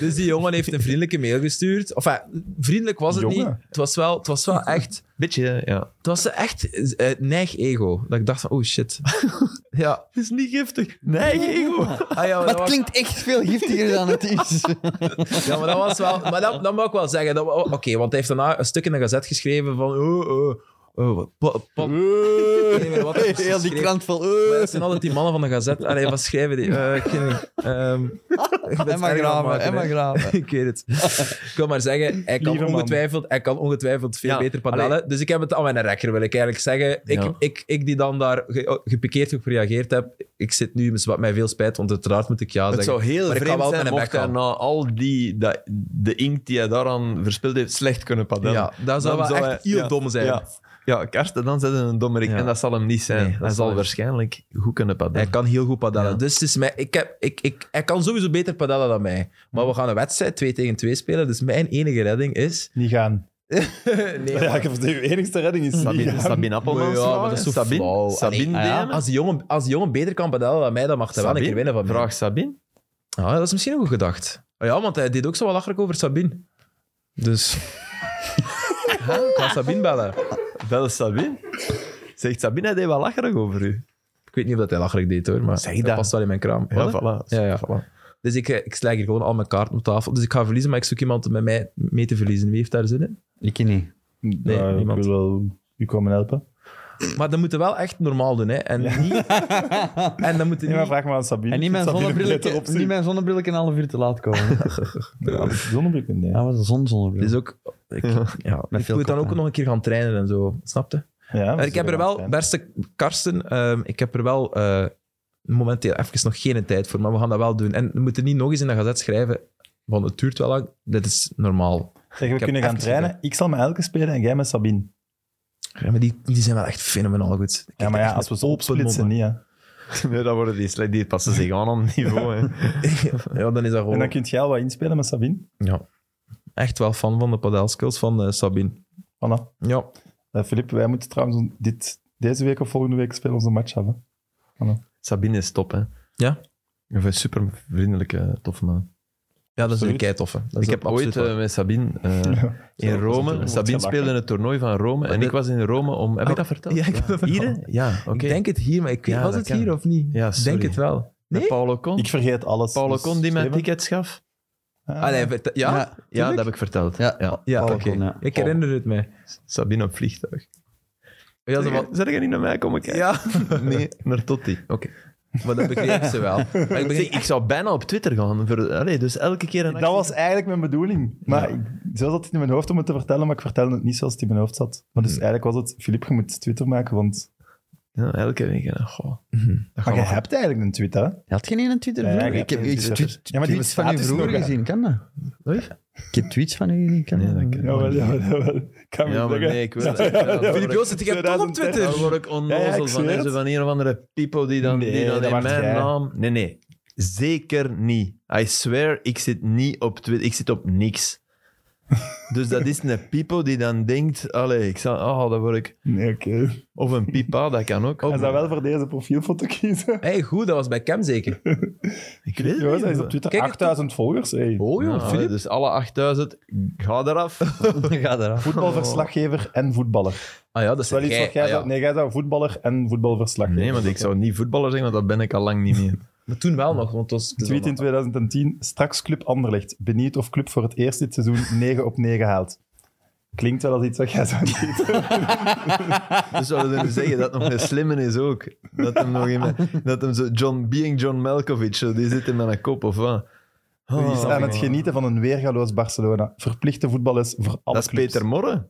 Dus die jongen heeft een vriendelijke mail gestuurd. Enfin, vriendelijk was het
Jongen.
niet. Het was wel, het was wel echt...
Beetje, ja.
Het was echt eh, neig-ego. Dat ik dacht van, oh shit. Ja.
Het is niet giftig. Nee, ego.
Ah, ja maar
Maar
dat
het
was-
klinkt echt veel giftiger dan het is.
Ja, maar dat was wel... Maar dat, dat mag ik wel zeggen. dat wa- Oké, want hij heeft daarna een stuk in de gazet geschreven van... Oh, oh, oh, wat- wat- wat- ik weet niet meer wat hij precies
Heel die
schreef.
krant vol.
Maar
eh.
dat zijn altijd die mannen van de gazet. Allee, wat schrijven die? Eh, ik weet niet. Ehm, ik ben het
Emma
erg aan het
Graven,
maken,
Emma
hè.
Graven.
Ik weet het. Ik wil maar zeggen, hij kan,
Lieve man.
ongetwijfeld, hij kan ongetwijfeld veel
Ja,
beter padellen. Dus ik heb het aan mijn rekker, wil ik eigenlijk zeggen. Ik,
Ja.
ik, ik die dan daar ge- oh, gepikeerd op gereageerd heb, ik zit nu met wat mij veel spijt, want uiteraard moet ik ja
Het
zeggen.
zou heel
Maar ik kan
vreemd
wel
zijn
met een
mocht
bek
hij
gaan.
na al die, dat, de inkt die hij daaraan verspild heeft, slecht kunnen padellen.
Ja, dat zou
Dan
wel echt heel
ja,
dom zijn.
Ja, ja Karsten, dan zet hij een dommerik.
Ja.
En dat zal hem niet zijn.
Nee, dat
hij zal
zal hij-
waarschijnlijk goed kunnen
Hij
padellen.
kan heel goed padellen.
Ja.
Dus het is mij, ik heb, ik, ik, hij kan sowieso beter padellen dan mij. Maar we gaan een wedstrijd 2 tegen 2 spelen, dus mijn enige redding is... Oh,
Niet gaan.
nee,
Ja, ik heb de enigste redding is niet
Sabine,
gaan.
Sabine Appelmans.
Maar ja,
vragen?
maar dat is zo
Sabine,
flauw.
Sabine
Ah, ja.
DM'en?
als, die jongen, als die jongen beter kan padellen dan mij, dan mag hij wel een keer
Sabine?
winnen van mij.
Vraag Sabine.
Ah, dat is misschien ook goed gedacht. Ah Ja, want hij deed ook zo wel lacherig over Sabine. Dus... Huh? Ik ga Sabine bellen.
Bel Sabine. Zegt Sabine, hij deed wel lacherig over u.
Ik weet niet of dat hij lacherig deed, hoor, maar
Zeg
dat,
dat.
past wel in mijn kraam. Wat?
voilà.
Ja, ja. Dus ik, eh, ik sla hier gewoon al mijn kaarten op tafel. Dus ik ga verliezen, maar ik zoek iemand om met mij mee te verliezen. Wie heeft daar zin in?
Ik niet.
Nee,
Ja,
niemand.
Ik wil wel u komen helpen.
Maar dat moeten we wel echt normaal doen, hè. En niet... En dan moeten
Nee, maar
niet...
vraag maar aan Sabine.
En niet mijn
Sabine
zonnebrilletje,
beter op zich.
niet mijn zonnebrilletje een half uur te laat komen.
Ja, zonnebrilletje, nee.
Ja, wat een zonzonnebrillet.
Dus ook... Ik, ja, ik
veel
moet dan
kop
ook
aan.
nog een keer gaan trainen en zo. Snapte?
Ja, dus
Maar Eh, ik heb er wel, beste Karsten, ehm, ik heb er wel eh, momenteel even nog geen tijd voor, maar we gaan dat wel doen. En we moeten niet nog eens in de gazet schrijven, want het duurt wel lang. Dit is normaal.
Zeg, we
heb
kunnen gaan
even
trainen. Ik zal met elke spelen en jij met Sabine.
Ja, maar die, die zijn wel echt fenomenaal goed. Ik
Ja, maar
echt
ja, als we zo opsplitsen,
open
niet. Hè.
Nee, dat worden die slecht. Die passen zich aan aan het niveau. Hè.
mond. Ja, dan is dat
En dan
gewoon...
kun jij al wat inspelen met Sabine.
Ja. Echt wel fan van de padelskills van eh, Sabine.
Voilà.
Ja.
Eh, Filip, wij moeten trouwens on- dit, deze week of volgende week spelen onze match hebben.
Sabine is top, hè.
Ja?
Of een super vriendelijke, toffe man.
ja, dat is een
Absoluut.
keitoffe. Dat is
ik heb
absoluut
ooit
waar.
eh, met Sabine eh, in
Zo, dat
Rome...
is
Sabine
gelachen.
speelde het toernooi van Rome en
dit-
ik was in Rome om... Heb
Ah,
ik dat verteld?
ja, ik heb dat verteld.
Hier? hè? Ja, oké.
Ik denk het hier, maar ik weet,
Ja,
was
dat
het
kan.
hier of niet?
Ja,
ik denk
sorry.
het wel.
Met
Nee?
Paolo Con.
Ik vergeet alles.
Paolo
dus
Con die mij
Steven?
tickets gaf.
Ah,
Allee, vertel- ja?
Ja.
Ja, dat heb ik verteld.
Ja.
ja.
Ja,
Paolo
oké.
Kon, ja.
Ik herinner het mij.
Sabine op vliegtuig.
Ja, zo wat-
Zeg je niet naar mij komen kijken?
ja.
Nee, naar Totti.
Oké. Maar dat begreep ze wel. Maar ik begreep
Zeg, ik zou bijna op Twitter gaan. Voor, allee, dus elke keer een
Dat
actie.
was eigenlijk mijn bedoeling. Maar ik- zo zat het in mijn hoofd om het te vertellen, maar ik vertelde het niet zoals het in mijn hoofd zat. Maar dus eigenlijk was het, Filip, je moet Twitter maken, want...
Ja, elke week. hè. Goh. Dat
Maar
gaan
je
we-
hebt eigenlijk een Twitter, hè?
Had geen ene Twitter
Nee,
vroeger?
ik heb
ik heb
geen
iets
Twitter.
tweet-
Ja, maar die
tweets van u
bestaat dus
vroeger
nog, hè?
gezien, kan dat?
Oei.
Ik heb tweets van u gezien, kan
Nee,
dat?
dat kan niet.
Jawel, jawel, jawel. Ik kan
Ja,
niet
maar
zeggen.
nee, ik wil
Ja, ja, ja.
Filip Joos zit jij toch op
2013.
Twitter?
Dan word ik onnozel
Ja, ja, ik
van
zweer
deze
het.
van een of andere people die dan,
Nee,
die dan
dat
in
waart
mijn
jij.
naam... Nee, nee. Zeker niet. I swear, ik zit niet op Twitter. Ik zit op niks. Dus dat is een people die dan denkt... Allee, ik zal... Oh, dat word ik...
Nee, oké.
Of een pipa, dat kan ook.
Hij zou wel voor deze profielfoto kiezen.
Hey, goed, dat was bij Cam zeker.
Ik weet
Jongens,
het
hij is
niet.
op Twitter
Kijk,
8000 volgers. Hey.
Oh
Ja,
joh,
allee,
Filip.
dus alle 8000, ga eraf.
Ga eraf.
Voetbalverslaggever en voetballer.
Ah ja, dat is
Dat is wel iets
jij.
wat jij
ah, ja.
zou... Nee, jij zou voetballer en voetbalverslaggever.
Nee, want ik zou niet voetballer zijn, want dat ben ik al lang niet meer.
Maar toen wel nog, want het was... het is
Tweet in
allemaal-
2010. Straks Club Anderlecht. Benieuwd of Club voor het eerst dit seizoen 9 op 9 haalt. Klinkt wel als iets wat jij zou niet.
Dus zouden we zeggen dat het nog een slimme is ook. Dat hem nog iemand, dat hem zo, John, being John Malkovich, zo, die zit hem aan een kop of wat.
Die is
Oh,
aan het genieten van een weergaloos Barcelona. Verplichte voetballers voor alle
dat is
clubs.
Peter Morre.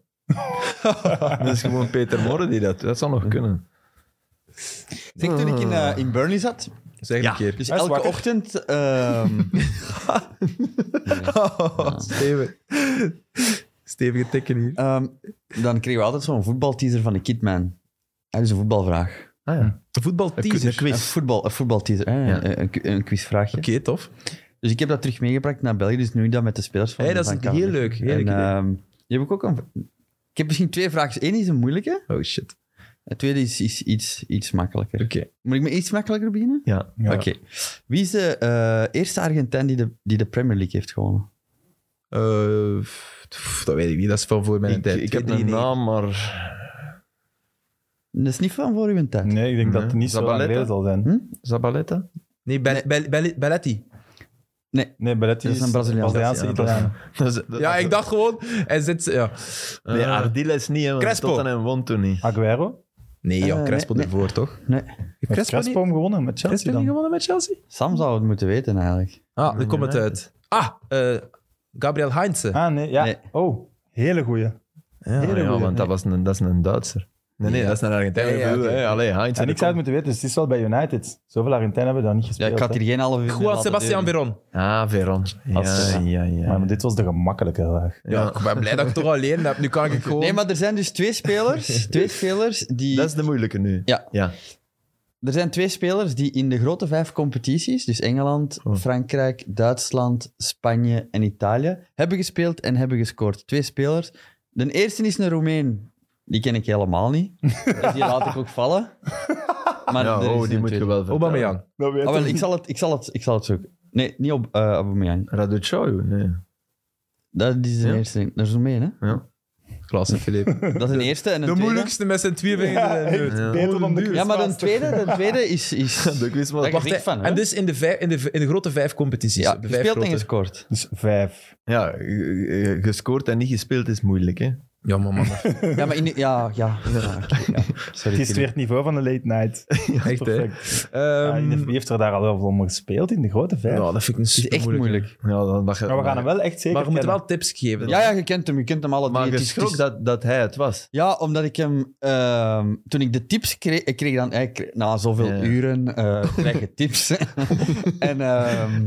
dat is gewoon Peter Morre die dat... Dat zou nog kunnen.
Zeg, toen ik in, eh, in Burnley zat,
Zeg
Ja.
een keer.
dus
Hij is
elke
wakker.
ochtend... ehm,
Stevig. Stevige tikken hier.
ehm, dan kregen we altijd zo'n voetbalteaser van de Kidman. Dat is een voetbalvraag.
Ah ja.
Een voetbalteaser.
Een
Oké,
quiz.
Een, voetbal, een voetbalteaser, hè,
Ja.
een, een- een quizvraagje.
tof.
Dus ik heb dat terug meegepakt naar België, dus nu doe ik dat met de spelers van
Hey, dat is
van
een heel
Kamerlid.
leuk. Heel leuk
En,
idee.
ehm, die heb ik ook een- Ik heb misschien twee vragen. Eén is een moeilijke,
Oh shit.
en tweede is, is iets, iets makkelijker.
Oké.
Moet ik met iets makkelijker beginnen?
Ja.
Ja.
Oké. Wie is de eh, eerste Argentijn die de, die de Premier League heeft gewonnen?
Eh, pff, dat weet ik niet. Dat is van voor mijn
Ik,
tijd.
ik heb
2-3-9.
een naam, maar...
Dat is niet van voor uw tijd. Hm?
Nee, ik denk dat het niet zo lang
Zabaleta?
geleden zal zijn.
Zabaleta?
Nee, Bel-
Nee.
Bel- Bel- Belletti.
Nee, Belletti
Dat is een Braziliaan.
Braziliaanse Italiaan.
Dat is- dat-
Ja, ik dacht gewoon. Hij zit. Ja.
Nee,
Eh,
Ardiles niet, hè, want
Crespo. Ah,
Tottenham won toen niet.
Aguero.
nee, ja,
Eh,
Crespo
nee,
ervoor toch?
Nee.
Heeft
Heeft
Crespo,
Crespo
niet,
hem gewonnen met
Crespo
Chelsea
niet
dan?
gewonnen met Chelsea?
Sam zou het moeten weten eigenlijk.
Ah, daar komt het uit. Ah, eh, Gabriel Heinze.
Ah, nee, ja.
Nee.
Oh, hele goeie.
ja,
Ah, ja, want dat, was een, dat is een Duitser. Nee, nee, dat is een Argentijn.
Ja, ja,
Ik bedoel,
oké.
hè, Allee, Heinz.
En ik zou het moeten weten, dus het is wel bij United. Zoveel Argentijnen hebben we dan niet
Ja,
gespeeld.
ik had
hè.
hier geen halve uur mee
Juan
laten
Sebastian
duren.
Veron.
Ah, Veron. Ja,
Als-
ja, ja.
Maar, dit was de gemakkelijke vraag.
Ja, ik ben blij dat ik toch alleen heb. Nu kan ik gewoon.
Nee, maar er zijn dus twee spelers, twee spelers die...
Dat is de moeilijke nu.
Ja.
ja.
Er zijn twee spelers die in de grote vijf competities, dus Engeland,
Oh.
Frankrijk, Duitsland, Spanje en Italië, hebben gespeeld en hebben gescoord. Twee spelers. De eerste is een Roemeen. Die ken ik helemaal niet. Dus die laat ik ook vallen. Maar
ja
er is
oh,
een
die moet je
tweede.
wel vertellen.
Aubameyang.
Dat weet
Ah, wel, ik, zal het, ik, zal het, ik zal het zoeken. Nee, niet op eh Aubameyang.
Raducanu, nee.
Dat is de
Ja?
eerste. Dat is Roemeen, hè?
Klasse, Filip. De
Dat is een eerste. En een tweede.
moeilijkste met zijn twee vingers
Ja,
in de
echt.
neus.
Ja.
Beter dan de
Ja, maar de
quizmaster.
tweede, de tweede is... is...
De quizman.
Daar
Wacht,
geniet ik van,
hè.
hè?
en dus in de, vijf, in, de, v- in de grote vijf competities.
Ja,
de vijf
gespeeld en
grote.
gescoord.
Dus vijf.
Ja, eh, eh, gescoord en niet gespeeld is moeilijk, hè.
Ja, maar man.
Ja, maar in, de- ja, ja. ja, oké, ja. Sorry,
Het is
Filip.
weer het niveau van de late night.
Echt, hè.
Perfect. Ja,
Ehm,
in de- Wie heeft er daar al wel van gespeeld in de grote vijf?
ja, dat vind ik een
Het is
super
echt moeilijk.
Ja, dan, dat je-
maar we gaan hem wel echt zeker
Maar je moet
kennen.
wel tips geven.
Ja, ja, je kent hem. Je kent hem alle
Maar
drie.
je
Het is- het
schrok
is-
dat, dat hij het was.
Ja, omdat ik hem... ehm, toen ik de tips kreeg... Ik kreeg dan... Ik kreeg- na zoveel
Ja.
uren eh krijg je tips. en ehm,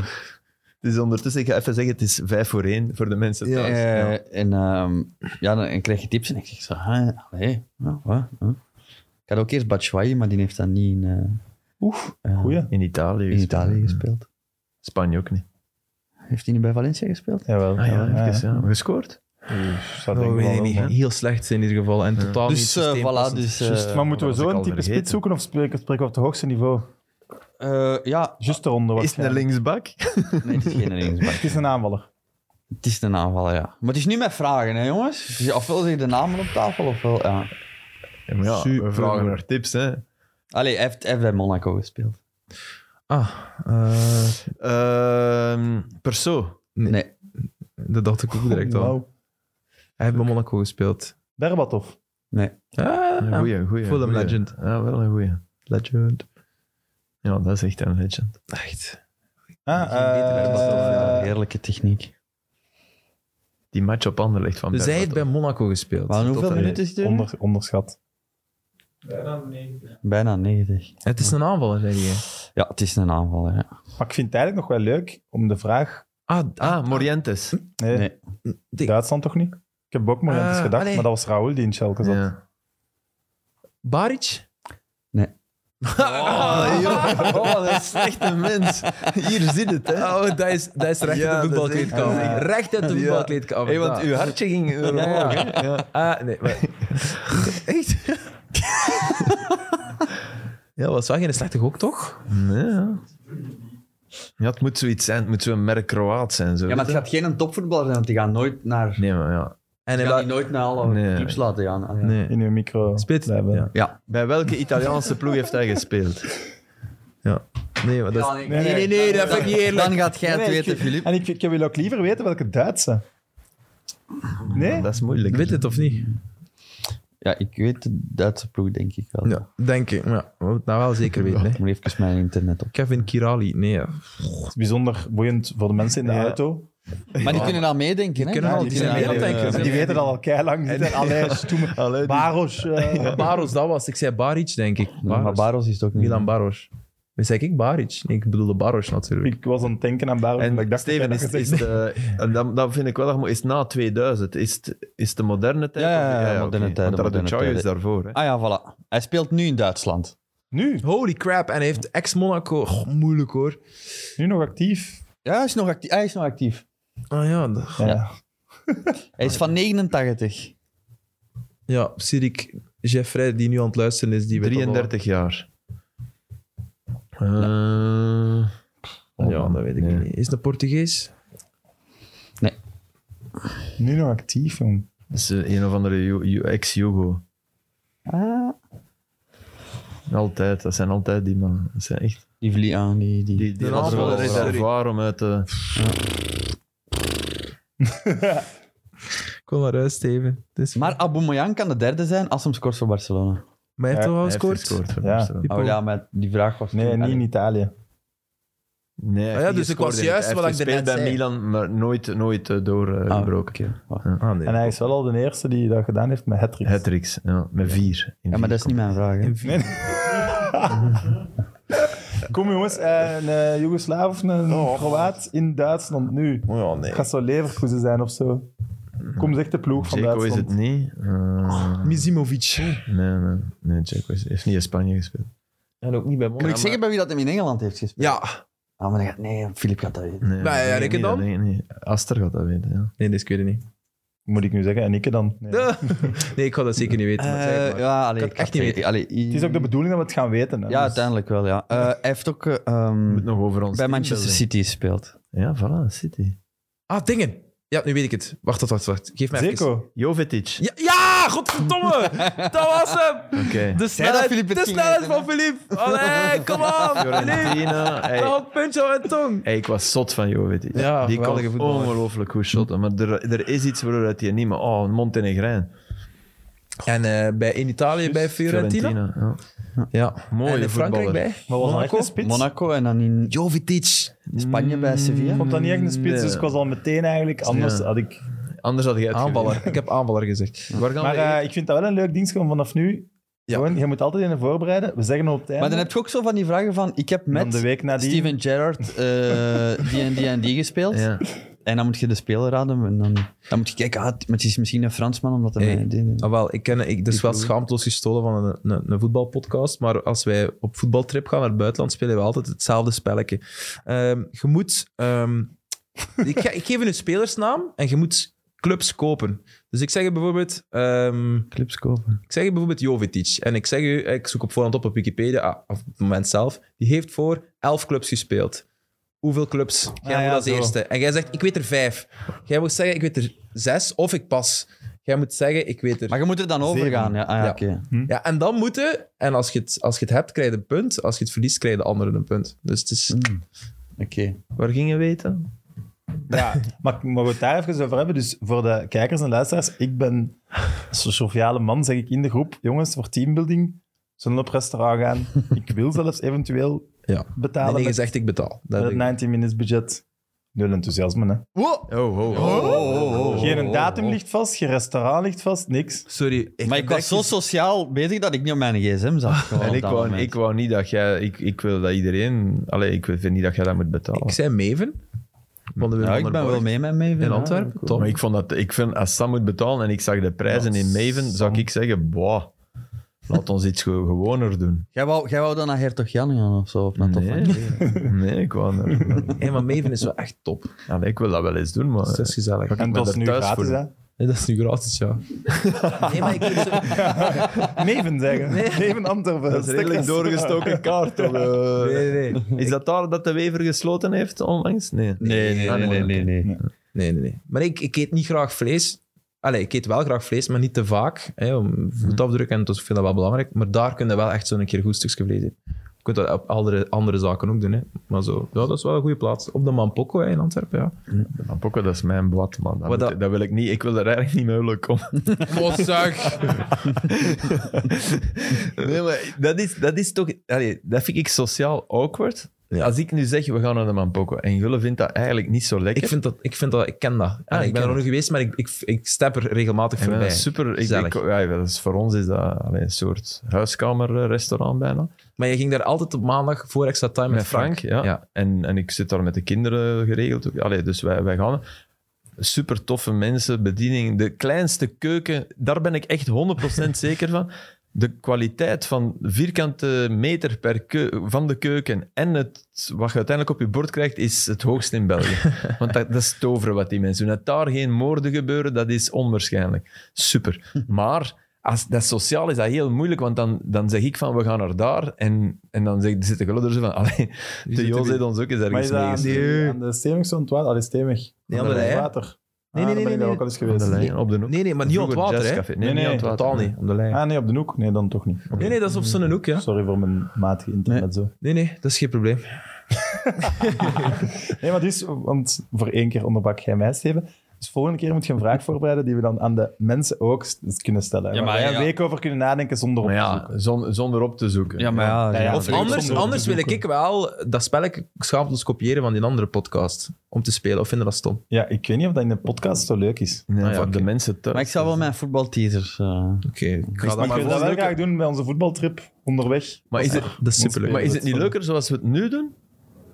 Het is ondertussen, ik ga even zeggen, het is vijf voor één voor de mensen thuis.
eh,
Ja.
en, ehm, ja, dan en krijg je tips. En ik zeg zo... hè, allee, ja, wat, hè. Ik had ook eerst Batshuayi, maar die heeft dan niet in, eh,
Oef,
eh,
goeie.
In Italië
in
gespeeld.
Italië gespeeld.
Spanje ook niet.
Heeft hij niet bij Valencia gespeeld?
Jawel.
Ah ja,
ja.
even, ja. Gescoord?
Oef, dat
Oh,
denk ik
weet
wel
ik niet.
wel, hè.
Heel slecht in ieder geval. En totaal niet
Dus eh voilà.
systeempassend.
Dus, eh,
Juist, maar moeten we
dat was
zo
ik
een
al
type
vergeten.
spits zoeken of spreken, spreken we op het hoogste niveau?
eh, ja,
Juist eronder
Is het
waarschijnlijk.
een linksbak?
nee, het is geen linksback.
Het is een aanvaller.
Het is een aanval, ja. Maar het is niet met vragen, hè, jongens? Het is Ofwel zeg je de namen op tafel, ofwel... Ja.
Ja, maar ja, we
Super.
vragen naar tips, hè.
Allee, hij heeft, hij heeft bij Monaco gespeeld.
Ah, eh,
Ehm Perso.
Nee.
Nee.
dat dacht ik ook direct al.
Nou,
Hij heeft bij Monaco gespeeld.
Berbatov.
Ah,
Een goeie, een goeie.
Fulham
een goeie.
legend.
Ja, wel een goeie. Legend.
Dus
Ja, dat is echt een legend.
echt.
Ah,
Ja,
eh
Heerlijke techniek.
Die match op handen ligt van
Dus hij heeft bij
Berbatov.
Monaco gespeeld.
Maar hoeveel
tot-
minuten is het? er?
onder, onderschat.
Bijna 90.
Het is een aanvaller, zei hij.
Ja, het is een aanval, hè.
Maar ik vind het eigenlijk nog wel leuk om de vraag...
Ah,
Ah, Morientes.
Nee,
Nee.
die-
Duitsland toch niet? Ik heb ook maar eens
Ah,
gedacht,
allee.
maar dat was Raoul die in Schalke zat.
Ja.
Baric?
Nee.
Oh, joh. Oh, dat is echt een mens. Hier zit het, hè.
Oh, dat is, dat is recht
Ja,
uit de
dat is
voetbalkleedkamer.
echt- dat is
Recht uit de
Ja.
voetbalkleedkamer.
Hey, want
daar.
uw hartje ging er
Ja, ja.
omhoog, hè. Ja.
Ah, nee. Maar... Echt? ja, was wel geen slechte gok, toch?
Nee, ja. Ja, het moet zoiets zijn. Het moet zo'n merk Kroaat zijn. Zo,
Ja, maar
weet
het gaat geen een topvoetballer zijn, want die gaat nooit naar...
je. Nee, maar ja.
En hij
Die gaat
wa-
die nooit naar alle
Nee.
clubs laten gaan. Ah, ja.
Nee.
In uw micro.
Spits.
blijven.
Ja.
Ja.
Bij welke Italiaanse ploeg heeft hij gespeeld?
Ja. Nee, maar dat is...
Nee, nee,
dat vind ik niet eerlijk. Dan gaat jij het
Nee, ik-
weten, Filip.
En ik, ik wil ook liever weten welke Duitse. Nee?
Dat is moeilijk.
Weet het of niet?
Ja, ik weet de Duitse ploeg, denk ik wel.
Ja, denk ik. Ja, we moeten het nou wel zeker weten. Hè.
Ik moet even mijn internet op.
Kevin Kirali, nee. ja.
Het is bijzonder boeiend voor de mensen in de
Ja.
auto.
Maar die kunnen al meedenken, hè?
kunnen
Ja,
al-
die
die zijn
kunnen
mee aan het
al-
denken.
En die weten dat al keilang. Die zijn Allee, stoeme.
Allee, die-
Baros. eh,
Baros, dat was. Ik zei Baric, denk ik.
Ja, Maar
Baros.
Baros mm. is het ook niet.
Milan Baros. Wie zei ik Baric? Nee, ik bedoelde Baros natuurlijk.
Ik was aan het denken aan Baros. omdat
En
ik dacht dat
Steven,
jij
is,
dat
is
gezegd
de, en dat, dat vind ik wel erg mooi. Is na 2000, is het, is het de moderne tijd?
Ja, ja,
of-
ja, moderne
oké.
tijden,
Want
moderne
Radonjic is
tijden.
daarvoor. Hè.
Ah ja, voilà. Hij speelt nu in Duitsland.
Nu?
Holy crap, en hij heeft ex-Monaco. Goh, moeilijk hoor.
Nu nog actief?
Ja, hij is nog actief. Hij is, nog actief.
Ah ja, dat-
Ja.
Ja. Hij is van 89.
ja Sirik Jeffrey, die nu aan het luisteren is, die weet dat al.
33 jaar. Eh, oh
Ja, Oh, dat weet ik
Nee.
niet. Is het een Portugees?
Nu nog actief, jong.
dat is eh, een of andere Ju- Ju- ex-Jugo.
Ah.
Altijd, dat zijn altijd die man. Dat zijn echt.
Die verlie aan. Die, die.
Die, die
De
hadden wel een
aanvaller is er.
reservoir om uit eh, te.
Kom maar uit, Steven. Het is-
Maar Aubameyang kan de derde zijn als hem scoort voor Barcelona.
maar hij heeft
Ja,
toch al
Hij heeft
gescoord?
gescoord voor
Ja.
Barcelona.
Pipo.
Oh ja, maar die vraag was...
Nee, niet in Italië.
Nee, hij
Ah ja,
heeft
dus
niet
ik was
gescoord.
juist
Hij
wat
heeft
ik daarnet
gespeeld bij
zei.
Milan, maar nooit, nooit eh, doorgebroken.
Ah, oké. Wacht.
Ah, nee.
En hij is wel al de eerste die dat gedaan heeft met hat
Hattricks, ja, met vier. in
Ja, maar
vier
dat is niet mijn vraag. Hè.
In vier-
Kom jongens, eh, een eh, Joegoslaaf of een
Oh.
Kroaat in Duitsland nu.
Oh ja, nee.
Het gaat zo Leverkusen zijn of zo. Kom, zeg de ploeg van
Dzeko is
Duitsland.
het niet. Eh,
Mizimovic.
Nee, nee, nee Dzeko is- heeft niet in Spanje gespeeld.
En ook niet bij
Moet ik zeggen bij wie dat hem in Engeland heeft gespeeld?
Ja.
Ah, maar dan gaat... Nee, Filip gaat dat weten.
Nee,
Maar
nee,
Rikke
nee,
dan?
dat denk ik niet. Aster gaat dat weten, ja.
Nee, dus ik weet het niet.
Moet ik nu zeggen, en ik dan. Nee.
Nee, ik ga dat zeker niet weten. Maar zeg
Eh,
maar.
ja, allee,
kan
ik
het echt
had
niet
het- allee,
Het is ook de bedoeling dat we het gaan weten. Hè.
Ja,
Dus-
uiteindelijk wel, ja. Eh, hij heeft ook eh, ehm,
Moet nog over
bij
ons team
Manchester
bellen.
City gespeeld.
Ja, voilà, City.
Ah, dingen. Ja, nu weet ik het. Wacht, wacht, wacht. wacht. Geef mij even.
Zeko.
Jovetic.
Ja, ja, godverdomme! dat was hem!
Oké.
De
Zei dat
snelheid,
Philippe
de
het ging
snelheid
weten,
van Philippe! Allee, kom op! Philippe!
Fiorentina.
Dat
Hey,
had puntje aan mijn tong.
hey, ik was zot van Jovetic.
Ja,
die kan
geweldige voetballer.
ongelooflijk goed shotten. Maar er, er is iets waaruit je niet meer... Oh, Montenegrijn.
En eh, bij, in Italië bij Fiorentina.
ja.
Ja.
Mooie
en in Frankrijk
voetballer.
bij?
Maar was dat echt
Monaco?
een spits?
Monaco en dan in
Jovetic.
Spanje bij Sevilla.
Ik vond dat niet echt een spits,
Nee.
dus ik was al meteen eigenlijk. Anders
Ja.
had ik...
Anders had jij het
Aanballer. Ik heb aanballer gezegd.
geweten. Waar gaan
Maar
we
eh, ik vind dat wel een leuk ding gewoon vanaf nu.
Ja.
Gewoon, je moet altijd in voorbereiden. We zeggen op het einde.
Maar dan heb je ook zo van die vragen van... Ik heb
en dan de
met
week nadien.
Steven Gerrard eh, die en die en die gespeeld.
Ja.
En dan moet je de speler raden. En dan, dan moet je kijken, ah, het is misschien een Fransman, omdat hij...
Hey.
die-
Ah, wel, ik ken, ik, dat is wel schaamteloos gestolen van een, een, een voetbalpodcast, maar als wij op voetbaltrip gaan naar het buitenland, spelen we altijd hetzelfde spelletje. Ehm, je moet... ehm, ik, ge- ik geef je een spelersnaam en je moet clubs kopen. Dus ik zeg je bijvoorbeeld... ehm,
Clubs kopen.
ik zeg je bijvoorbeeld Jovetic. En ik zeg u, ik zoek op voorhand op op Wikipedia, ah, of op het moment zelf. Die heeft voor elf clubs gespeeld. Hoeveel clubs? Jij
Ah,
moet
ja,
als
zo.
eerste. En jij zegt, ik weet er vijf. Jij moet zeggen, ik weet er zes of ik pas. Jij moet zeggen, ik weet er...
Maar je moet er dan over gaan. Ja, ah, ja,
Ja.
oké.
Ja, en dan moeten... En als je, het, als je het hebt, krijg je een punt. Als je het verliest, krijg je de anderen een punt. Dus het
Hmm.
is...
Oké.
Waar gingen we eten?
Ja, maar mogen we het daar even over hebben? Dus voor de kijkers en luisteraars, ik ben zo'n joviale man, zeg ik in de groep. Jongens, voor teambuilding, zullen we op restaurant gaan? Ik wil zelfs eventueel
Ja.
betalen
En nee, je
met,
zegt, ik betaal. Dat
met het
heb ik-
19 minutes budget. Nul enthousiasme, hè?
Oh, oh,
Geen datum ligt vast, geen restaurant ligt vast, niks.
Sorry.
Maar ik was zo sociaal bezig dat ik niet op mijn gsm zat. gewoon
En
op
ik
dat
wou,
moment.
ik wou niet dat jij... Ik, ik wil dat iedereen... Allee, ik vind niet dat jij dat moet betalen.
Ik zei Maven. Van de
Ja, ik ben
Wilderborg.
wel mee met Maven.
In
ja.
Antwerpen,
Cool.
top.
Maar ik vond dat... Ik vind, als Sam moet betalen en ik zag de prijzen
Ja,
in Maven, zou ik zeggen, boah, laat ons iets ge- gewoner doen.
Jij wou, jij wou dan naar Hertog Jan gaan of zo? Of naar Tof
Nee.
van
Nee, ik wou... naar-
Hey, maar Maven is wel echt
Oh,
top.
Allee, ik wil dat wel eens doen, maar... eh.
Dat is gezellig.
En
ben
dat is
er
nu
thuis
gratis,
voor.
hè?
Nee, dat is nu gratis, ja. Nee, maar ik heb zo...
Neven zeggen. Neven Antwerpen.
Dat is redelijk
Stuk restaurant.
doorgestoken kaart. toch? Eh,
Nee, nee, nee.
Is dat daar dat de Wever gesloten heeft onlangs? Nee.
Nee,
Ah,
nee.
Nee, nee, nee. Maar ik, ik eet niet graag vlees. Allee, ik eet wel graag vlees, maar niet te vaak. Hè, om voetafdruk en dus ik vind dat wel belangrijk. Maar daar kun je wel echt zo'n keer goed stukje vlees eten. Je kunt dat op andere, andere zaken ook doen. Hè. Maar zo, ja, dat is wel een goede plaats. Op de Mampoko hè, in Antwerpen, ja.
Ampoko, dat is mijn blad, man. Dat,
Hm. Wat
moet-
dat-
dat wil ik niet. Ik wil er eigenlijk niet mee willen komen. nee, maar dat is, dat is toch... allee, dat vind ik sociaal awkward.
Ja.
Als ik nu zeg, we gaan naar de Mampoko, en Gulle vindt dat eigenlijk niet zo lekker.
Ik, vind dat, ik, vind dat, ik ken dat. En
je
ik ben
kent
er nog niet geweest, maar ik, ik, ik step er regelmatig
En dat
voorbij.
is super. Ik,
Gezellig.
ik, ja, dat is, voor ons is dat allee, een soort huiskamerrestaurant bijna.
Maar je ging daar altijd op maandag voor extra time met,
Met Frank, ja.
Ja.
En, en ik zit daar met de kinderen geregeld. ook. Allee, dus wij, wij gaan. Super toffe mensen, bediening. De kleinste keuken, daar ben ik echt 100% zeker van. De kwaliteit van vierkante meter per keu- van de keuken en het, wat je uiteindelijk op je bord krijgt, is het hoogst in België. Want dat, dat is toveren wat die mensen doen. Dat daar geen moorden gebeuren, dat is onwaarschijnlijk. Super. Maar als, dat sociaal is dat heel moeilijk, want dan, dan zeg ik van we gaan naar daar en, en dan zegt, zit de gelodder zo van allee, de
zit er
Joost
weer?
heeft ons ook eens
Maar is
ergens
dat aan
meegestuurd.
de, aan de Stevig zo ontwaard? Allee, Stevig.
Nee, aan
Aan
de rij, hè?
water.
Nee,
Ah,
nee,
dan
nee,
ben ik daar
nee,
ook al eens
Aan
geweest.
de lijn, op de hoek.
Nee, nee, maar niet op het
Vroeger
water, hè.
jazzcafé.
Nee,
Nee, nee,
nee,
niet aan het
Totaal
water.
niet, op de lijn.
Ah, nee, op de hoek? Nee, dan toch niet. Oké.
Nee, nee, dat is op zo'n hoek, ja.
Sorry voor mijn matige internet zo.
Nee, nee, dat is geen probleem.
Nee, maar dus, want voor één keer onderbak jij mij, Steven. Dus volgende keer moet je een vraag voorbereiden die we dan aan de mensen ook s- kunnen stellen.
Ja,
waar
maar
wij
ja.
een week over kunnen nadenken zonder op
Maar
te
ja,
zoeken.
zon- zonder op te zoeken.
Ja, maar ja.
Ja, ja.
ja.
Of- Zonder-
Anders,
zonder
anders
te
wil ik
zoeken.
ik wel dat spelletje schaamteloos kopiëren van die andere podcast. Om te spelen, of vinden dat stom?
Ja, ik weet niet of dat in de podcast zo leuk is.
Nee,
Ah, ja,
voor
oké.
de mensen thuis.
Maar ik zou wel mijn voetbalteasers... eh,
Oké, ik ga
Maar
dat
ik
maar
wil dat
volgen.
wel graag doen bij onze voetbaltrip onderweg.
Maar is het,
Dat is superleuk.
Maar is het niet
Sorry.
leuker zoals we het nu doen?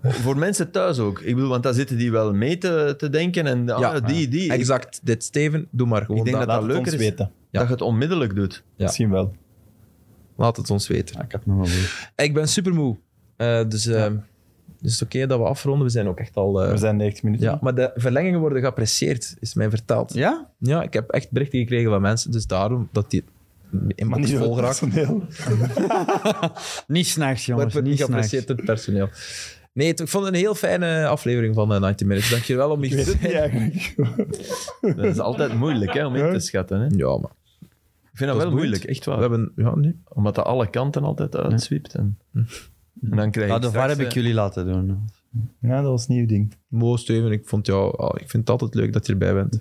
Voor mensen thuis ook. Ik bedoel, want daar zitten die wel mee te, te denken en de andere, Ah, die, die. Ik-
Exact, dit Steven, doe maar gewoon.
Ik denk
dat.
dat-
Laat het
leuker
ons
is.
weten.
Ja.
Dat je het onmiddellijk doet.
Ja.
Misschien wel.
Laat het ons weten.
Ah,
ja, ik had nog wel weer.
Ik ben supermoe, Eh, dus eh, dus het is oké dat we afronden. We zijn ook echt al... eh,
We zijn 90 minuten.
ja, maar de verlengingen worden geapprecieerd, is mij verteld. Ja,
Ja?
ik heb echt berichten gekregen van mensen, dus daarom dat die in
Maar
mijn
niet
vol
vol
geraakt.
Niet s'nachts,
Maar het
jongens.
wordt
Niet
niet
s'nachts.
geapprecieerd door het personeel. Nee, het- ik vond het een heel fijne aflevering van eh, 90 Minutes. Dankjewel om hier te zijn.
eigenlijk.
Dat is altijd moeilijk hè, om in te schatten. Hè.
Ja, maar
Ik vind dat,
is
wel
boeiend.
moeilijk, echt
we
waar.
hebben... Ja, nee.
Omdat dat alle kanten altijd uitzwiept. En, en dan krijg je
Ah,
Ja, de VAR
straks,
heb ik
eh,
jullie laten doen.
Ja, dat was een nieuw ding.
Mo, Steven, ik, vond jou, ah, ik vind het altijd leuk dat je erbij bent.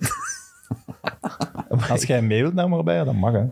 Als jij mee wilt naar Marbella, dan mag hè.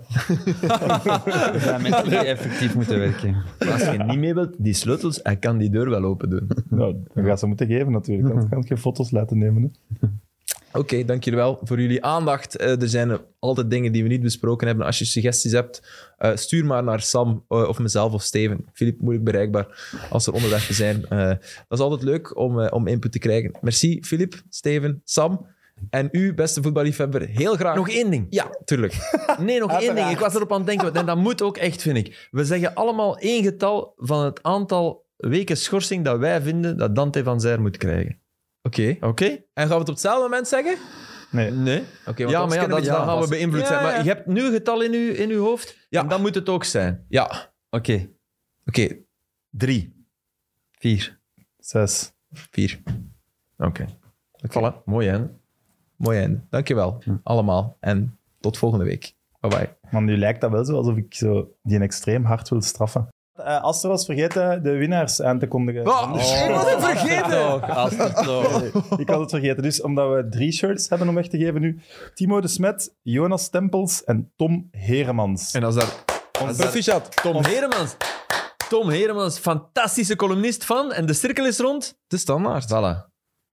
Er zijn mensen die effectief moeten werken.
Als je niet mee wilt, die sleutels, hij kan die deur wel open doen.
Nou, dan gaat ze moeten geven natuurlijk. Anders kan ik geen foto's laten nemen. Hè.
Oké, dank jullie wel voor jullie aandacht. Eh, er zijn altijd dingen die we niet besproken hebben. Als je suggesties hebt, eh, stuur maar naar Sam eh, of mezelf of Steven. Filip, moeilijk bereikbaar als er onderwerpen zijn. Eh, dat is altijd leuk om, eh, om input te krijgen. Merci, Filip, Steven, Sam. En u, beste voetballiefhebber, heel graag...
Nog één ding.
Ja, tuurlijk.
Nee, nog één ding.
Uiteraard.
Ik was erop aan het denken. En dat moet ook echt, vind ik. We zeggen allemaal één getal van het aantal weken schorsing dat wij vinden dat Dante van Zijr moet krijgen.
Oké.
Oké?
En gaan we het op hetzelfde moment zeggen? Oké,
Nee.
Nee.
want
ja,
anders
maar ja,
kunnen
dat,
we het
dan gaan we
aanpassen.
beïnvloed
Ja,
zijn. Maar
ja.
je hebt nu een getal in je, in uw hoofd.
Ja.
En dan moet het ook zijn.
Ja, oké.
Oké,
Drie.
vier.
Zes.
Vier.
Oké. Voilà. Mooi, hè?
Mooi einde. Dankjewel, allemaal. En tot volgende week. Bye-bye.
Maar nu lijkt dat wel zo alsof ik zo die een extreem hard wil straffen. Eh Aster was vergeten de winnaars aan te kondigen.
Oh. Ah!
ik was het vergeten!
Als het zo.
Ik had het vergeten. Dus omdat we drie shirts hebben om weg te geven nu. Timo de Smet, Jonas Tempels en Tom Heremans.
En als daar
Ons-
Proficiat.
Tom Heremans. Tom Heremans, fantastische columnist van. En de cirkel is rond.
De standaard.
Voilà.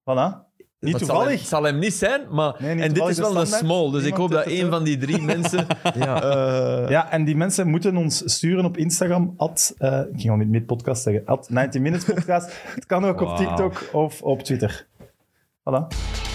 Voilà. Niet
Dat zal hem,
toevallig.
zal hem niet zijn, maar...
Nee, niet
en dit
toevallig,
is
de
wel een
standaard.
small, dus ik
Iemand
hoop dat
heeft het
één van die drie mensen...
Ja.
eh,
Ja, en die mensen moeten ons sturen op Instagram. At, eh, ik ging al met mid-podcast zeggen. At 90 Minutes Podcast. Het kan ook op
Wauw.
TikTok of op Twitter. Voilà.